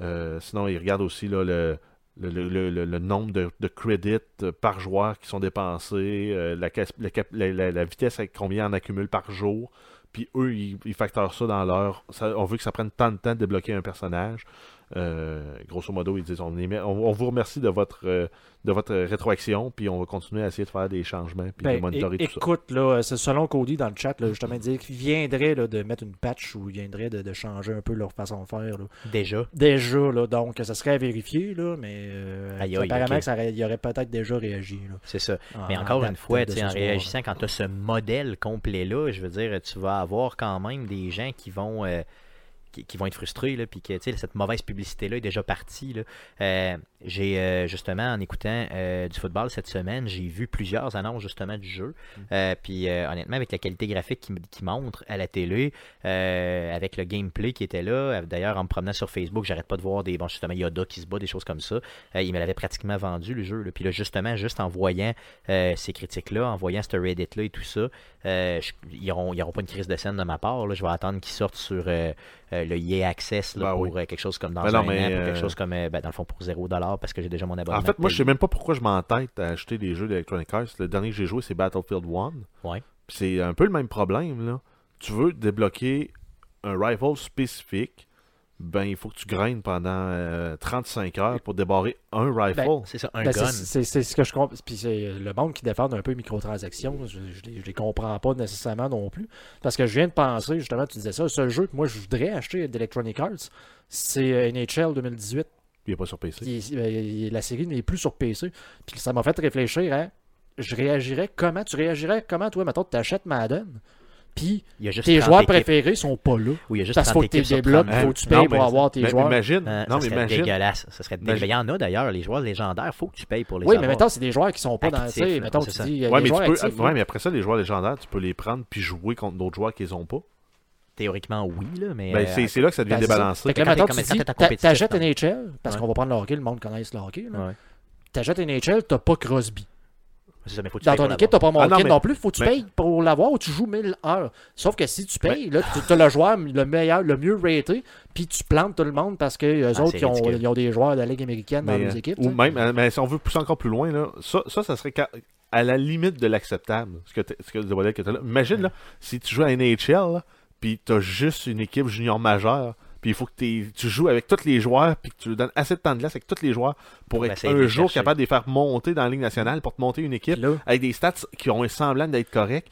S3: Euh, sinon, ils regardent aussi là, le, le, le- le- le- le nombre de, de credits euh, par joueur qui sont dépensés, euh, la, cas- la cap- la- la- la vitesse à combien on accumule par jour. Puis eux, ils, ils facturent ça dans l'heure. Ça- On veut que ça prenne tant de temps de débloquer un personnage. Euh, grosso modo, ils disent on, est- on- on vous remercie de votre, euh, de votre rétroaction, puis on va continuer à essayer de faire des changements, puis de
S2: Ben,
S3: monitorer
S2: é-
S3: tout ça.
S2: écoute, là, c'est selon Cody dans le chat, là, justement, il dit qu'il viendrait là, de mettre une patch ou il viendrait de, de changer un peu leur façon de faire. là.
S1: Déjà.
S2: Déjà, là, donc, ça serait à vérifier, là, mais euh,
S1: Aïe, aïe,
S2: apparemment
S1: ok.
S2: que ça aurait, il aurait peut-être déjà réagi. là.
S1: C'est ça.
S2: En-
S1: Mais
S2: en
S1: encore
S2: date
S1: une fois,
S2: de
S1: tu sais, en
S2: ce soir.
S1: réagissant, quand tu as ce modèle complet-là, je veux dire, tu vas avoir quand même des gens qui vont, euh, qui, qui vont être frustrés, là, puis que tu sais, cette mauvaise publicité-là est déjà partie. là. Euh, j'ai euh, justement, en écoutant euh, du football cette semaine, j'ai vu plusieurs annonces justement du jeu. Euh, puis euh, honnêtement, avec la qualité graphique qui, qui montre à la télé, euh, avec le gameplay qui était là, euh, d'ailleurs, en me promenant sur Facebook, j'arrête pas de voir des, bon, justement, Yoda qui se bat, des choses comme ça. Euh, il me l'avait pratiquement vendu, le jeu. là. Puis là, justement, juste en voyant euh, ces critiques-là, en voyant ce Reddit-là et tout ça, euh, je- ils n'auront pas une crise de scène de ma part. Là. Je vais attendre qu'ils sortent sur euh, euh, le EA Access là,
S3: Ben
S1: pour
S3: oui.
S1: euh, quelque chose comme dans
S3: Ben non,
S1: un
S3: mais,
S1: an, pour quelque
S3: euh,
S1: chose comme, euh, ben, dans le fond, pour 0$ parce que j'ai déjà mon abonnement.
S3: En fait, moi, je sais
S1: payé.
S3: même pas pourquoi je m'entête à acheter des jeux d'Electronic Arts. Le dernier que j'ai joué, c'est Battlefield 1.
S1: Ouais.
S3: Puis c'est un peu le même problème, là. Tu veux débloquer un rifle spécifique, ben, il faut que tu graines pendant euh, 35 heures pour débarrer un rifle.
S1: C'est ça, un
S2: Ben,
S1: gun.
S2: c'est- c'est c'est ce que je comprends. Puis c'est le monde qui défend un peu les microtransactions. Je, je, les- je les comprends pas nécessairement non plus. Parce que je viens de penser, justement, tu disais ça, le seul jeu que moi je voudrais acheter d'Electronic Arts, c'est euh, NHL 2018.
S3: il n'est pas sur PC.
S2: qui est- euh, il- la série n'est plus sur PC. Puis ça m'a fait réfléchir à je réagirais comment Tu réagirais comment, toi, maintenant, tu achètes Madden puis
S1: Il y a juste
S2: tes
S1: 30
S2: joueurs
S1: équipes.
S2: préférés sont pas là.
S1: Oui, il y a juste
S2: Parce qu'il faut
S1: 30
S2: que tu
S1: équipes sur
S2: débloques,
S1: 30.
S2: faut que tu payes pour avoir tes
S3: Hein? mais-
S2: joueurs.
S3: Imagine,
S1: Euh,
S3: non,
S1: ça
S3: mais
S1: serait
S3: imagine,
S1: dégueulasse. Ça serait dégueulasse.
S3: Imagine-
S1: Il y en a d'ailleurs, les joueurs légendaires, faut que tu payes pour les
S2: Oui, mais
S1: avoir.
S2: maintenant, c'est des joueurs qui sont pas dans. Tu
S1: Actifs,
S2: sais,
S1: là,
S2: mettons,
S1: c'est
S2: tu
S1: ça.
S2: dis, il y a
S3: Ouais,
S2: des
S3: mais, tu
S2: joueurs
S3: peux,
S2: actifs,
S3: ouais,
S2: là.
S3: mais après ça, les joueurs légendaires, tu peux les prendre puis jouer contre d'autres joueurs qu'ils ont pas.
S1: Théoriquement, oui, là, mais.
S3: Ben,
S1: euh,
S3: c'est c'est là que ça devient
S2: Ben, c'est ça.
S3: débalancé.
S2: Fait que là,
S1: Quand t'es-
S2: maintenant,
S1: quand
S2: tu
S1: t'es- quand
S2: dis,
S1: t'es en
S2: t'a-
S1: compétition,
S2: t'achètes NHL, parce
S1: Ouais.
S2: qu'on va prendre le hockey, le monde connaît le hockey. là.
S1: ouais.
S2: T'achètes NHL, t'as pas Crosby.
S1: C'est ça, mais faut que tu
S2: Dans
S1: payes
S2: ton
S1: pour
S2: équipe,
S1: l'avoir.
S2: t'as pas Malkin
S3: Ah, non, mais-
S2: non plus, faut que tu
S3: mais-
S2: payes pour l'avoir ou tu joues 1000 heures. Sauf que si tu payes, là, tu- t'as le joueur le meilleur, le mieux raté, puis tu plantes tout le monde parce que eux
S1: Ah,
S2: autres,
S1: c'est
S2: ils ont,
S1: ridicule.
S2: ils ont des joueurs de la Ligue américaine dans
S3: Mais,
S2: nos équipes.
S3: Ou
S2: t'sais.
S3: même, euh, mais si on veut pousser encore plus loin, là, ça, ça, ça serait qu'à- à la limite de l'acceptable, ce que, t'es- ce que le modèle que t'as là. Imagine, là, si tu joues à NHL, là, puis t'as juste une équipe junior majeure, puis il faut que t'aies- tu joues avec tous les joueurs, puis que tu leur donnes assez de temps de glace avec tous les joueurs pour
S1: Pour
S3: être
S1: essayer de
S3: un
S1: les
S3: jour
S1: chercher.
S3: capable de les faire monter dans la Ligue nationale, pour te monter une équipe
S2: Là,
S3: avec des stats qui ont un semblant d'être corrects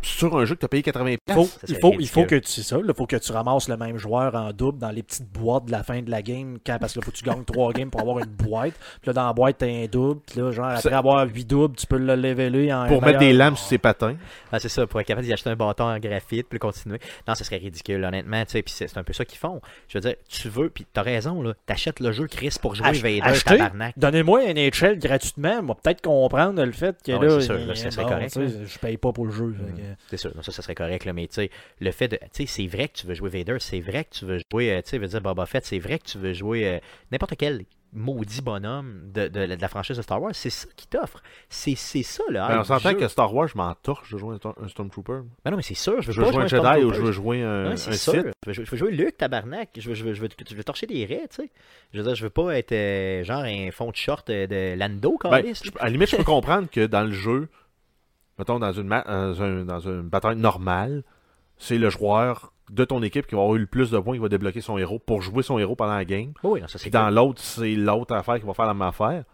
S3: sur un jeu que t'as payé 80$.
S2: faut-
S1: Ah, Ça
S2: il,
S1: serait
S2: faut,
S1: ridicule.
S2: il faut que tu c'est ça, il faut que tu ramasses le même joueur en double dans les petites boîtes de la fin de la game, quand, parce que là, faut que
S1: *laughs*
S2: tu gagnes trois games pour avoir une boîte. Puis là, dans la boîte, t'as un double. Puis là, genre, après
S3: Ça-
S2: avoir huit doubles, tu peux le leveler en.
S3: Pour mettre des lames sur ses patins.
S1: Ah, c'est ça, pour être capable d'y acheter un bâton en graphite, puis le continuer. Non, ce serait ridicule, honnêtement, tu sais, puis c'est c'est un peu ça qu'ils font. Je veux dire, tu veux, puis t'as raison, là, t'achètes le jeu Chris pour jouer
S2: Ach-
S1: Vader,
S2: acheter?
S1: tabarnak.
S2: Donnez-moi un NHL gratuitement, moi peut-être comprendre le fait que
S1: Ah oui,
S2: là,
S1: c'est sûr,
S2: il-
S1: là, Mm. ça serait
S2: bon,
S1: correct,
S2: tu sais, je paye pas pour le jeu. fait que-
S1: C'est sûr, non, ça, ça serait correct, là, mais tu sais, le fait de. Tu sais, c'est vrai que tu veux jouer Vader, c'est vrai que tu veux jouer, euh, tu sais, je veux dire Boba Fett, c'est vrai que tu veux jouer euh, n'importe quel maudit bonhomme de, de- de la franchise de Star Wars, c'est ça qui t'offre. C'est c'est ça, là.
S2: Ah,
S3: Ben, on s'entend que Star Wars, je m'en torche de jouer un Stor- un Stormtrooper.
S1: Ben non, mais c'est sûr, je veux
S3: Je
S1: pas
S3: veux jouer un Jedi ou je
S1: Stormtrooper,
S3: veux jouer
S1: Non,
S3: un,
S1: mais
S3: un
S1: c'est sûr.
S3: Sith.
S1: Je veux, jouer- je veux jouer Luc, tabarnak. Je veux, je veux, je veux, je veux torcher des raies, tu sais. Je veux dire, je veux pas être euh, genre un fond de short euh, de Lando, quand
S3: Ben, je- à la limite, je peux comprendre que dans le jeu, mettons, dans une, ma- dans un- dans une bataille normale, c'est le joueur de ton équipe qui va avoir eu le plus de points qui va débloquer son héros pour jouer son héros pendant la game.
S1: Ben Oui, non, ça c'est
S3: Puis dans
S1: cool. Hmm.
S3: l'autre, c'est l'autre affaire qui va faire la même affaire.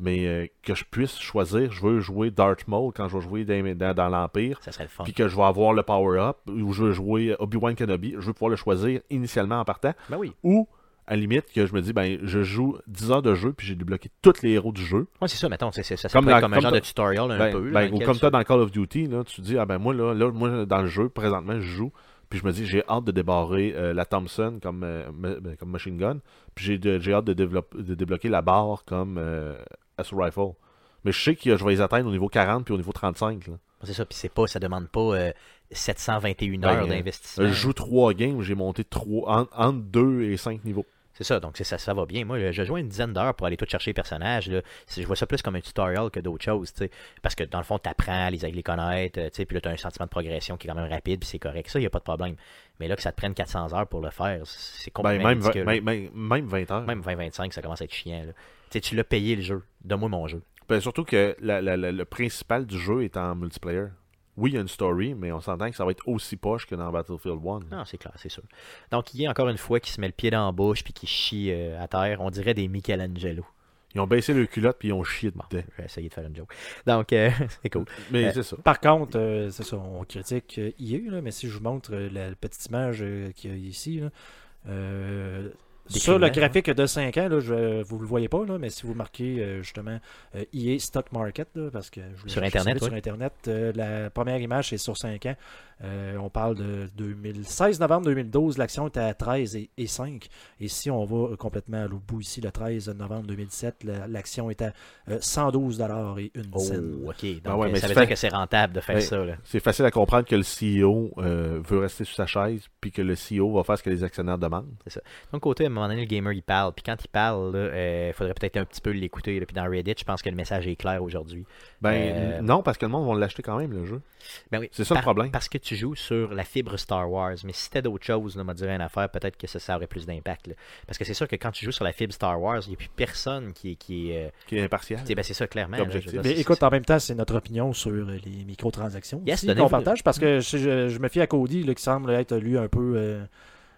S3: mais euh, que je puisse choisir, je veux jouer Darth Maul quand je vais jouer dans, dans- dans l'Empire,
S1: Ça serait le fun.
S3: puis que je vais avoir le power-up, ou je veux jouer Obi-Wan Kenobi, je veux pouvoir le choisir initialement en partant,
S1: Ben oui.
S3: ou à la limite que je me dis, ben, je joue 10 heures de jeu, puis j'ai débloqué tous les héros du jeu,
S1: Ouais, c'est ça, mettons. c'est- c'est- ça
S3: Comme
S1: comme,
S3: dans-
S1: comme un
S3: comme
S1: genre
S3: dans-
S1: de tutorial un
S3: Ben,
S1: peu.
S3: ben,
S1: dans
S3: ou
S1: lequel
S3: comme
S1: tu-
S3: toi dans Call of Duty, là, tu dis, ah ben moi, là, là, moi, dans le jeu, présentement, je joue, puis je me dis, j'ai hâte de débarrer euh, la Thompson comme, euh, me- ben, comme machine gun, puis j'ai de- j'ai hâte de, développe- de débloquer la barre comme euh, assault rifle. Mais je sais que je vais les atteindre au niveau 40 puis au niveau 35. là. Euh,
S1: C'est ça, puis c'est pas, ça demande pas euh, 721
S3: Ben,
S1: heures
S3: euh,
S1: d'investissement.
S3: Euh, Je joue 3 games, j'ai monté trois en- entre 2 et 5 niveaux.
S1: C'est ça, donc c'est ça, ça va bien. Moi, là, je joue une dizaine d'heures pour aller tout chercher les personnages. Là. C'est- Je vois ça plus comme un tutorial que d'autres choses, tu sais. Parce que dans le fond, t'apprends à les, à les connaître, euh, tu sais, puis là, t'as un sentiment de progression qui est quand même rapide, puis c'est correct. Ça, il a pas de problème. Mais là, que ça te prenne 400 heures pour le faire, c'est
S3: Ben,
S1: complètement
S3: même, vingt-
S1: ridicule.
S3: même, même- même 20 heures.
S1: Même 20-25, ça commence à être chiant. Là. Tu sais, tu l'as payé le jeu. Donne-moi mon jeu.
S3: Ben, surtout que la- la- la- le principal du jeu est en multiplayer. Oui, il y a une story, mais on s'entend que ça va être aussi poche que dans Battlefield 1.
S1: Non, c'est clair, c'est sûr. Donc, il y a encore une fois qui se met le pied dans la bouche puis qui chie euh, à terre. On dirait des Michelangelo.
S3: Ils ont baissé le culotte puis ils ont chié
S1: Bon,
S3: dedans.
S1: j'ai essayé de faire une joke. Donc, euh, *laughs* c'est cool.
S3: Mais
S1: Euh,
S3: c'est ça.
S2: Par contre, euh, c'est ça, on critique euh, IE, là, mais si je vous montre euh, la petite image euh, qu'il y a ici, là, euh, sur le
S1: Décrivement,
S2: graphique de 5 ans, là, je- euh, vous le voyez pas, là, mais si vous marquez euh, justement euh, IE Stock Market, là, parce que je voulais
S1: Sur
S2: chercher
S1: Internet,
S2: ça, là, sur Internet euh, la première image c'est sur 5 ans. Euh, on parle de 2016 novembre 2012, l'action était à 13 et, et 5. Et si on va euh, complètement à l'autre bout ici, le 13 novembre 2017, la- l'action était à euh, 112 et une
S1: Oh,
S2: scène.
S1: ok. Donc,
S3: Ben ouais,
S1: euh,
S3: mais
S1: ça veut
S3: c'est
S1: dire
S3: fait-
S1: que c'est rentable de faire
S3: Ben,
S1: ça. Là.
S3: C'est facile à comprendre que le CEO euh, veut rester sur sa chaise puis que le CEO va faire ce que les actionnaires demandent.
S1: Donc, côté, à un moment donné, le gamer, il parle. Puis quand il parle, il faudrait peut-être un petit peu l'écouter. là. Puis dans Reddit, je pense que le message est clair aujourd'hui.
S3: Ben
S1: Euh,
S3: non, parce que le monde va l'acheter quand même le jeu.
S1: Ben oui,
S3: C'est ça le
S1: par-
S3: problème.
S1: Parce que tu joues sur la fibre Star Wars. Mais si c'était d'autres choses, là, on m'a dit rien à faire, peut-être que ça, ça aurait plus d'impact. là. Parce que c'est sûr que quand tu joues sur la fibre Star Wars, il n'y a plus personne qui est. Qui est euh,
S3: Qui est impartial.
S1: tu sais, ben, c'est ça, clairement. là, je veux
S3: Objectif.
S1: dire,
S2: Mais
S1: c'est-
S2: écoute, en même temps, c'est notre opinion sur euh, les microtransactions
S1: Yes,
S2: aussi
S1: donnez-vous- Mm.
S2: qu'on partage parce que je, je- je me fie à Cody là, qui semble être lui un peu euh,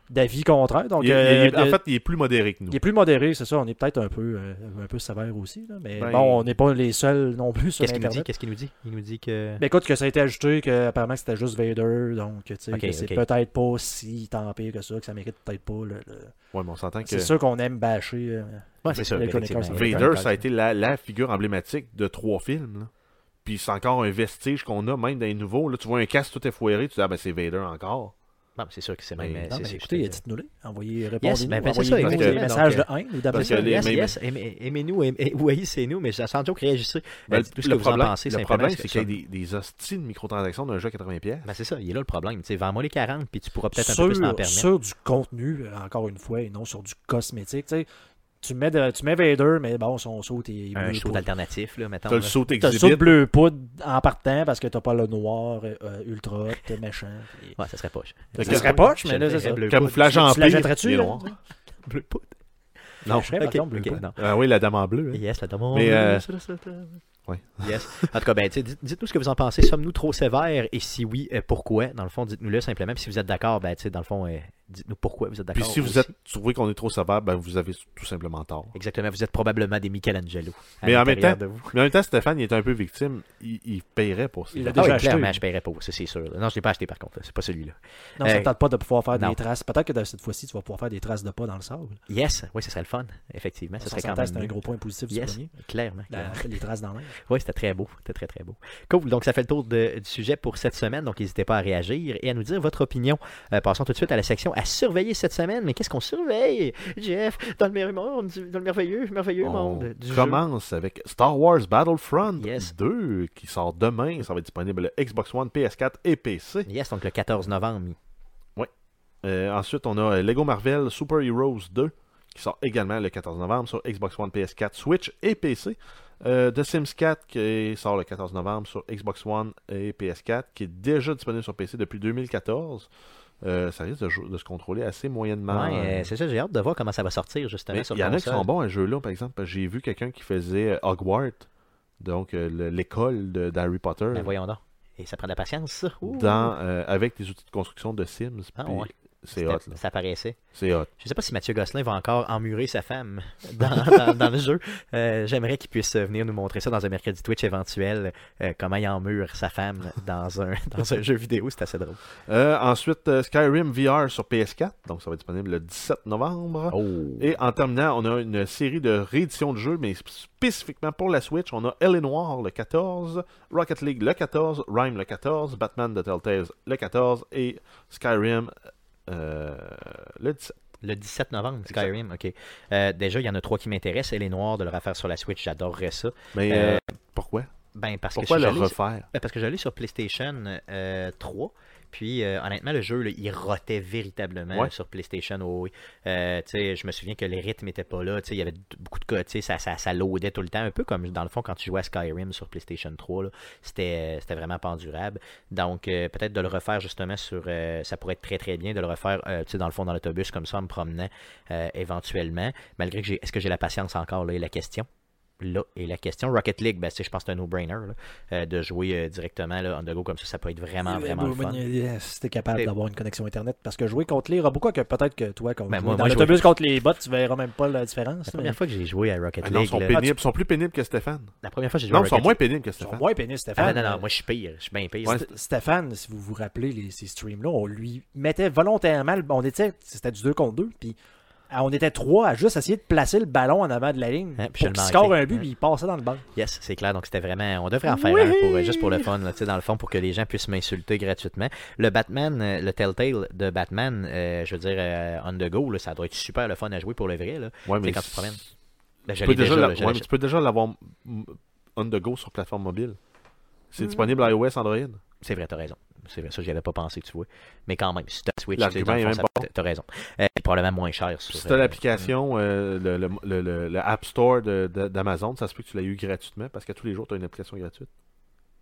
S2: d'avis contraire. Donc,
S3: Il est-
S2: euh,
S3: il est- en
S2: de-
S3: fait, il est plus modéré que nous.
S2: il est plus modéré, c'est ça. On est peut-être un peu euh, un peu sévère aussi. là, mais
S3: Ben,
S2: bon, on n'est pas les seuls non plus sur
S1: Qu'est-ce qu'il nous
S2: Internet. Ben-
S1: dit Qu'est-ce qu'il nous dit Il nous dit que.
S2: Mais écoute, que ça a été ajouté, que apparemment que c'était juste Vader, donc tu sais,
S1: Ok,
S2: que c'est
S1: ok.
S2: peut-être pas si tant pire que ça, que ça mérite peut-être pas le. le-
S3: Ouais, mais on s'entend que
S2: C'est sûr qu'on aime bâcher. euh,
S1: Ouais, c'est sûr,
S2: les chroniqueurs
S1: effectivement.
S2: sont-
S1: Vader,
S3: Vader, ça a été la, la figure emblématique de trois films. là. Puis c'est encore un vestige qu'on a, même dans les nouveaux. Là, tu vois un casque tout effoiré, tu dis Ah ben c'est Vader encore.
S1: Non, c'est sûr que c'est même.
S3: Mais-
S1: euh,
S2: Non,
S1: c'est-
S2: mais
S1: c'est-
S2: écoutez,
S1: c'est-
S2: dites-nous les envoyez
S1: Yes,
S2: répondez-nous,
S1: ben, ben, c'est ça,
S2: envoyez-nous des
S3: exactement.
S2: messages de
S1: Donc,
S2: haine ou
S1: Parce
S3: Parce
S1: que
S3: que
S2: d'appréciation.
S3: les-
S1: yes,
S3: mais-
S1: yes, aimez- aimez-nous, aimez- *laughs* ou haïssez-nous, mais sans joke, réagissez.
S3: Ben,
S1: Euh, dites tout ce que vous en pensez,
S3: le
S1: simplement,
S3: problème,
S1: parce que
S3: c'est qu'il y a
S1: ça-
S3: des, des hosties de microtransactions d'un jeu à 80$. pièces.
S1: Ben, c'est ça, il est là le problème. Tu sais, Vends-moi les 40, puis tu pourras peut-être un
S2: sur,
S1: peu plus t'en permettre.
S2: sur du contenu, euh, encore une fois, et non sur du cosmétique. Tu, sais. tu, mets, de- tu mets Vader, mais bon, son saut est
S1: Un
S2: bleu
S1: saut
S2: poudre.
S1: alternatif, là, mettons.
S3: T'as le
S1: là.
S3: saut
S2: T'as le saut
S3: exhibit.
S2: bleu poudre en partant parce que t'as pas le noir euh, euh, ultra hot, méchant. puis-
S1: Ouais, ça serait poche.
S3: Fait
S2: Ça
S3: que-
S2: serait poche,
S1: Je
S2: mais là,
S1: le
S2: c'est
S1: verrais
S2: ça.
S1: bleu
S3: Camouflage
S2: Tu-
S3: en
S2: tu la
S3: pire,
S2: jetterais-tu,
S3: il est
S2: là?
S3: noir.
S1: poudre. Bleu poudre.
S3: Non.
S2: Je serais, par
S1: Ok,
S2: exemple, bleu
S1: ok,
S2: poudre.
S1: non.
S3: Ah oui, la dame en bleu. hein.
S1: Yes, la demande.
S3: Mais, euh,
S1: Ouais.
S3: ouais.
S1: Yes. En tout cas, ben, tu sais, dites- dites-nous ce que vous en pensez. Sommes-nous trop sévères Et si oui, euh, pourquoi Dans le fond, dites-nous-le simplement. Puis si vous êtes d'accord, ben, tu sais, dans le fond, euh, dites-nous pourquoi vous êtes
S3: Puis
S1: d'accord.
S3: si vous
S1: aussi.
S3: êtes trouvez qu'on est trop sévère, ben vous avez tout simplement tort.
S1: *laughs* Exactement, vous êtes probablement des Michelangelo. à
S3: Mais en même
S1: l'intérieur
S3: temps,
S1: de vous.
S3: Mais en même temps, Stéphane, il est un peu victime. Il, il paierait pour ça.
S2: Il l'a
S1: Ah
S2: déjà
S1: oui,
S2: acheté.
S1: clairement, je paierais pas, ça c'est sûr. Non, je l'ai pas acheté par contre, c'est pas celui-là.
S2: Non, ça
S1: Euh,
S2: ne tente pas de pouvoir faire
S1: non.
S2: des traces. Peut-être que de cette fois-ci, tu vas pouvoir faire des traces de pas dans le sable.
S1: Yes, oui, ce serait le fun, effectivement. Ça
S2: Ça
S1: serait quand
S2: s'entend,
S1: même.
S2: c'est un
S1: mieux.
S2: gros point positif du
S1: Yes,
S2: premier.
S1: clairement.
S2: La- les traces dans l'air.
S1: Oui, c'était très beau. C'était très, très beau. Cool. Donc, ça fait le tour de- du sujet pour cette semaine. Donc, n'hésitez pas à réagir et à nous dire votre opinion. Euh, passons tout de suite à la section à surveiller cette semaine. Mais qu'est-ce qu'on surveille, Jeff, dans le, merveilleux monde du- dans le merveilleux, merveilleux
S3: On
S1: monde du jeu?
S3: commence avec Star Wars Battlefront
S1: Yes.
S3: 2 qui sort demain. Ça va être disponible Xbox One, PS4 et PC.
S1: Yes, donc le 14 novembre.
S3: Euh, ensuite, on a Lego Marvel Super Heroes 2 qui sort également le 14 novembre sur Xbox One, PS4, Switch et PC. Euh, The Sims 4 qui sort le 14 novembre sur Xbox One et PS4 qui est déjà disponible sur PC depuis 2014. Euh, ça risque de, jou- de se contrôler assez moyennement.
S1: Ouais, euh, c'est ça, j'ai hâte de voir comment ça va sortir justement
S3: Mais
S1: sur
S3: il y en a qui
S1: console.
S3: sont bons à ce jeu-là, par exemple. parce que J'ai vu quelqu'un qui faisait euh, Hogwarts, donc euh, le- l'école de- d'Harry Potter,
S1: Ben, voyons donc. Et ça prend de la patience, ça. Ouh.
S3: dans, euh, avec des outils de construction de Sims.
S1: Ah,
S3: puis
S1: ouais.
S3: C'est hot, là.
S1: C'était- Ça paraissait.
S3: C'est hot.
S1: Je sais pas si Mathieu Gosselin va encore emmurer sa femme *laughs* dans, dans- dans le jeu. Euh, J'aimerais qu'il puisse venir nous montrer ça dans un mercredi Twitch éventuel, euh, comment il emmure sa femme dans un, *laughs* dans un jeu vidéo. C'est assez drôle.
S3: Euh, ensuite, euh, Skyrim VR sur PS4, donc ça va être disponible le 17 novembre.
S1: Oh.
S3: Et en terminant, on a une série de rééditions de jeux, mais spécifiquement pour la Switch, on a Elle et Noire le 14, Rocket League le 14, Rhyme le 14, Batman de Telltales le 14 et Skyrim euh, le 17.
S1: Le 17 novembre, Skyrim, ok. Euh, déjà, il y en a trois qui m'intéressent. Et les Noirs de le refaire sur la Switch, j'adorerais ça.
S3: Mais
S1: Euh,
S3: euh, pourquoi
S1: Ben, parce
S3: Pourquoi
S1: que je
S3: le
S1: suis allé-
S3: refaire
S1: Ben, Parce que j'allais sur PlayStation euh, 3. Puis, euh, honnêtement, le jeu, là, il rotait véritablement
S3: Ouais.
S1: sur PlayStation. oh oui. Euh, tu sais, je me souviens que les rythmes n'étaient pas là. tu sais, Il y avait d- beaucoup de cas. tu sais, Ça, ça, ça loadait tout le temps. Un peu comme, dans le fond, quand tu jouais à Skyrim sur PlayStation 3. là. C'était euh, c'était vraiment pas endurable. Donc, euh, peut-être de le refaire justement sur. euh, ça pourrait être très, très bien de le refaire, euh, tu sais, dans le fond, dans l'autobus, comme ça, en me promenant euh, éventuellement. Malgré que j'ai. Est-ce que j'ai la patience encore, là, et la question Là, et la question. Rocket League, ben, tu sais, je pense que c'est un no-brainer. là euh, de jouer euh, directement là, on the go comme ça, ça peut être vraiment, vraiment le fun.
S2: Si t'es capable
S1: Et-
S2: d'avoir une connexion Internet, parce que jouer contre les robots, quoi que peut-être que toi, quand
S1: Ben,
S2: jouer
S1: moi-
S2: dans
S1: moi, je
S2: l'autobus contre les bots, tu verras même pas la différence.
S1: La première fois que j'ai joué à Rocket
S3: Ah
S1: League,
S3: Non, ils sont
S1: là-
S3: pénibles. Ils sont plus pénibles que Stéphane.
S1: la première fois que j'ai joué
S3: Non,
S1: à
S3: ils
S1: Rocket
S3: sont moins
S1: League.
S3: pénibles que
S2: Ils sont
S3: Stéphane.
S2: moins pénibles,
S1: Ah,
S2: Stéphane.
S1: non, non, moi je suis pire, je suis bien pire.
S3: Ouais,
S1: C'est-
S2: St- Stéphane, si vous vous rappelez les, ces streams-là, on lui mettait volontairement. le- On était, c'était du 2 contre 2, puis ah, on était trois à juste essayer de placer le ballon en avant de la ligne.
S1: Hein, puis je
S2: pour
S1: le
S2: qu'il
S1: manquais.
S2: score un but,
S1: Hein.
S2: puis il passait dans le banc.
S1: Yes, c'est clair. Donc, c'était vraiment. On devrait en faire
S2: Oui.
S1: un pour, euh, juste pour le fun, là, tu sais, dans le fond, pour que les gens puissent m'insulter gratuitement. Le Batman, euh, le Telltale de Batman, euh, je veux dire, euh, on the go, là, ça doit être super le fun à jouer pour le vrai. Là. C'est
S3: Ouais, mais
S1: quand tu te promènes. Ben, je
S3: Tu peux
S1: l'ai
S3: déjà
S1: déjà,
S3: la-
S1: là, je
S3: ouais,
S1: l'ai-
S3: mais tu peux déjà l'avoir mm, on the go sur plateforme mobile.
S1: Hmm.
S3: C'est disponible iOS, Android.
S1: C'est vrai, t'as raison. C'est vrai, ça, j'y avais pas pensé, tu vois. Mais quand même, si t'as Switch, tu sais,
S3: L'argument
S1: dans le
S3: est
S1: fond,
S3: même
S1: ça-
S3: bon.
S1: t'as- t'as raison. Euh, c'est probablement moins cher. Sur,
S3: Si tu as
S1: euh,
S3: l'application, euh, le, le- le- le- le App Store de- de- d'Amazon, ça se peut que tu l'aies eu gratuitement parce qu'à tous les jours, tu as une application gratuite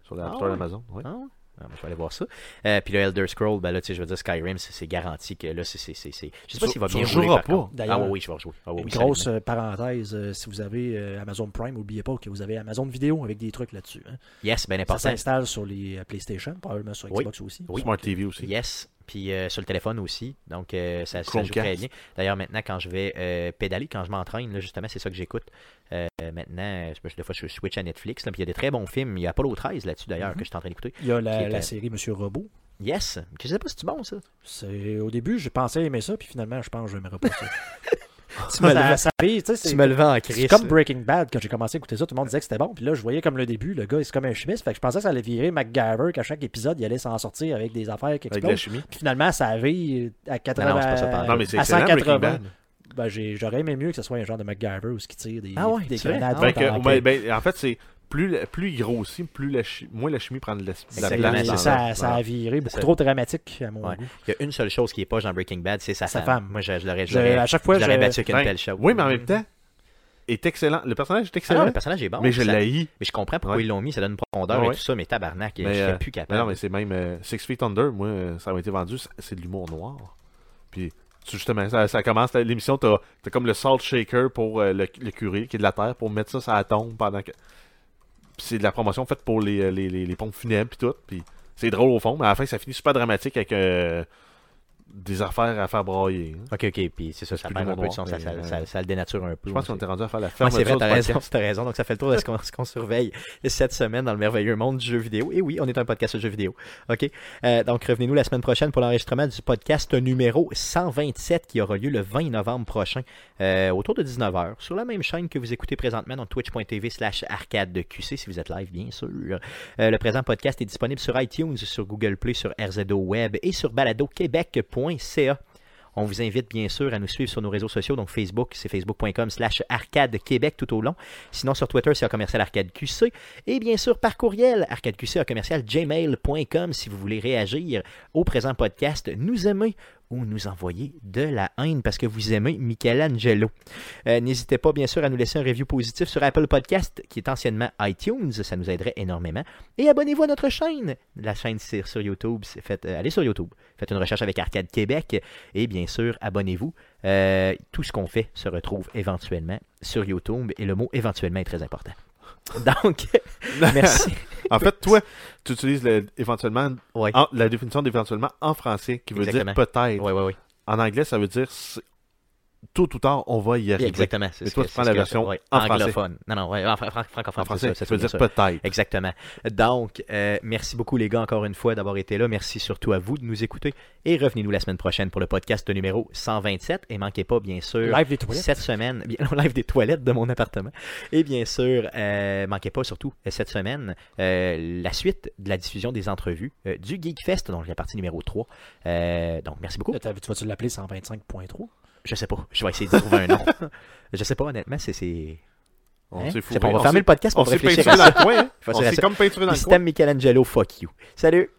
S3: sur l'App
S1: Ah
S3: Store
S1: ouais.
S3: d'Amazon. ouais.
S1: Ah ouais? Ah, ben, je vais aller voir ça. Euh, puis le Elder Scroll, ben là, tu sais, je veux dire, Skyrim, c'est- c'est garanti que là, c'est. c'est- c'est- c'est- Je sais pas
S3: Tu-
S1: s'il va
S3: tu
S1: bien
S3: rejoueras
S1: jouer. par
S3: pas,
S1: contre. Ah
S2: d'ailleurs.
S1: oui, oui, je vais rejouer. Ah, oui,
S2: Une
S1: oui,
S2: grosse euh, parenthèse, euh, si vous avez euh, Amazon Prime, n'oubliez pas que vous avez Amazon Vidéo avec des trucs là-dessus. hein.
S1: solidement. Yes, bien
S2: Ça
S1: important.
S2: s'installe sur les euh, PlayStation, probablement sur
S1: Oui.
S2: Xbox aussi.
S1: Oui.
S3: Smart TV aussi.
S1: Yes. Puis euh, sur le téléphone aussi. Donc, euh, ça, ça joue
S3: Chromecast.
S1: très bien. D'ailleurs, maintenant, quand je vais euh, pédaler, quand je m'entraîne, là, justement, c'est ça que j'écoute. Euh, maintenant, euh, je- des fois, je switch à Netflix. là, puis il y a des très bons films. Il y a Apollo 13 là-dessus, d'ailleurs, que je suis en train d'écouter.
S2: Il y a
S1: Qui
S2: la,
S1: est,
S2: la
S1: euh,
S2: série Monsieur Robot.
S1: Yes. Je sais pas si c'est bon, ça.
S2: C'est- Au début, je pensais aimer ça, puis finalement, je pense que je n'aimerais pas ça.
S1: *laughs* tu
S2: ça, ça arrive, tu sais, c'est-
S1: le vends en
S2: C'est comme Breaking Bad, quand j'ai commencé à écouter ça, tout le monde disait que c'était bon. Puis là, je voyais comme le début, le gars, c'est comme un chimiste. Fait que je pensais que ça allait virer MacGyver, qu'à chaque épisode, il allait s'en sortir avec des affaires qui
S3: Avec de la
S2: explosent.
S3: chimie.
S2: Puis finalement, ça vire à 80.
S1: Non, non, c'est pas ça, pardon.
S3: Non, mais c'est
S2: à
S3: excellent, Breaking
S2: 180.
S3: Bad.
S2: Ben, j'ai- J'aurais aimé mieux que ce soit un genre de MacGyver où ce qui tire des,
S1: Ah ouais,
S2: des
S1: c'est vrai?
S2: grenades.
S1: Ah
S3: Ben
S1: ouais.
S2: dans
S3: que-
S2: la
S3: ben-
S2: tête.
S3: ben, en fait, c'est plus, la- plus il grossit, plus la chi- moins la chimie prend de la, de la
S1: Exactement,
S3: place.
S1: c'est
S3: dans
S2: ça,
S3: l'œuvre.
S2: ça a viré
S1: C'est
S2: beaucoup
S1: ça.
S2: trop dramatique à mon
S1: Ouais.
S2: goût.
S1: Il y a une seule chose qui est poche dans Breaking Bad, c'est sa,
S2: Sa
S1: femme.
S2: femme.
S1: Moi, je, je l'aurais je
S2: Je-
S1: l'aurais-
S2: à chaque fois,
S1: je l'aurais
S2: je-
S1: battu avec une
S3: Ben,
S1: belle chose.
S3: Oui, mais en même temps, est excellent. Le personnage est
S1: Ah non,
S3: excellent,
S1: le personnage est bon.
S3: mais je
S1: ça-
S3: l'ai
S1: mais je comprends pourquoi
S3: Ouais.
S1: ils l'ont mis, ça donne une profondeur et
S3: Ouais.
S1: tout ça, mais tabarnak, je
S3: Mais,
S1: serais
S3: euh,
S1: plus
S3: Mais
S1: capable.
S3: non, mais c'est même euh, Six Feet Under, moi, euh, ça m'a été vendu, c'est- c'est de l'humour noir. Puis, tu- justement, ça, ça commence, t'as- l'émission, t'as t'as comme le salt shaker pour euh, le, le curé qui est de la terre, pour mettre ça sur la tombe pendant que. Puis c'est de la promotion faite pour les, euh, les, les, les pompes funèbres, puis tout. Puis, c'est drôle au fond, mais à la fin, ça finit super dramatique avec euh, des affaires à faire brailler. hein.
S1: Ok, ok, puis c'est ça, ça
S3: plus
S1: perd
S3: du
S1: un peu de
S3: noir,
S1: son, ça,
S3: mais,
S1: ça-
S3: euh,
S1: ça- ça le dénature un peu.
S3: Je pense
S1: on
S3: qu'on
S1: sait.
S3: était rendu à faire la
S1: Ouais,
S3: fermeture
S1: c'est vrai,
S3: du
S1: t'as
S3: podcast.
S1: raison, t'as raison. Donc, ça fait le tour de ce qu'on ce qu'on surveille cette semaine dans le merveilleux monde du jeu vidéo. Et oui, on est un podcast de jeu vidéo. OK? Euh, donc, revenez-nous la semaine prochaine pour l'enregistrement du podcast numéro 127 qui aura lieu le 20 novembre prochain euh, autour de 19h sur la même chaîne que vous écoutez présentement, donc twitch.tv slash arcade de QC si vous êtes live, bien sûr. Euh, le présent podcast est disponible sur iTunes, sur Google Play, sur RZO Web et sur baladoquebec.ca. On vous invite bien sûr à nous suivre sur nos réseaux sociaux, donc Facebook, c'est facebook.com slash arcade Québec tout au long. Sinon sur Twitter, c'est à commercial arcade QC. Et bien sûr par courriel, arcadeqc à commercial gmail.com si vous voulez réagir au présent podcast, nous aimer ou nous envoyer de la haine parce que vous aimez Michelangelo. Euh, N'hésitez pas bien sûr à nous laisser un review positif sur Apple Podcast, qui est anciennement iTunes, ça nous aiderait énormément. Et abonnez-vous à notre chaîne. La chaîne c'est sur YouTube, c'est- faites, euh, allez sur YouTube, faites une recherche avec Arcade Québec. Et bien sûr, abonnez-vous. Euh, tout ce qu'on fait se retrouve éventuellement sur YouTube et le mot éventuellement est très
S3: *laughs*
S1: important. Donc, *laughs* merci.
S3: En fait, toi, tu utilises le- éventuellement
S1: Ouais.
S3: en- la définition d'éventuellement en français qui veut
S1: Exactement.
S3: dire peut-être.
S1: Ouais, ouais, ouais.
S3: En anglais, ça veut dire c'est- tôt ou tard, on va y arriver.
S1: Exactement. c'est
S3: Mais
S1: ce
S3: toi,
S1: que-
S3: tu
S1: c'est
S3: prends
S1: ce
S3: la
S1: que-
S3: version
S1: ouais,
S3: en français.
S1: anglophone. Non, non, ouais, en fran- fran- francophone.
S3: En français,
S1: c'est
S3: ça
S1: c'est
S3: veut dire
S1: bien
S3: peut-être.
S1: Exactement. Donc, euh, merci beaucoup les gars encore une fois d'avoir été là. Merci surtout à vous de nous écouter. Et revenez-nous la semaine prochaine pour le podcast numéro 127. Et manquez pas, bien sûr,
S2: Live des toilettes.
S1: cette semaine, bien, *laughs* on live des toilettes de mon appartement. Et bien sûr, euh, manquez pas surtout euh, cette semaine euh, la suite de la diffusion des entrevues euh, du Geek Fest, donc la partie numéro 3. Euh, donc, merci beaucoup.
S2: Là, t'as- Tu vas-tu l'appeler 125.3
S1: Je sais pas. Je vais essayer de trouver un
S3: *laughs*
S1: nom. Je sais pas, honnêtement, c'est. c'est-
S3: On
S1: hein?
S3: s'est
S1: Je sais
S3: fourré.
S1: pas, On va
S3: on
S1: fermer
S3: s'est-
S1: le podcast
S3: on
S1: pour
S3: s'est
S1: réfléchir
S3: peinturé
S1: à
S3: dans
S1: ça.
S3: le coin. hein.
S1: Faut
S3: On
S1: se
S3: s'est
S1: laisser-
S3: comme peinturé dans le coin.
S1: Système Michelangelo, fuck you. Salut!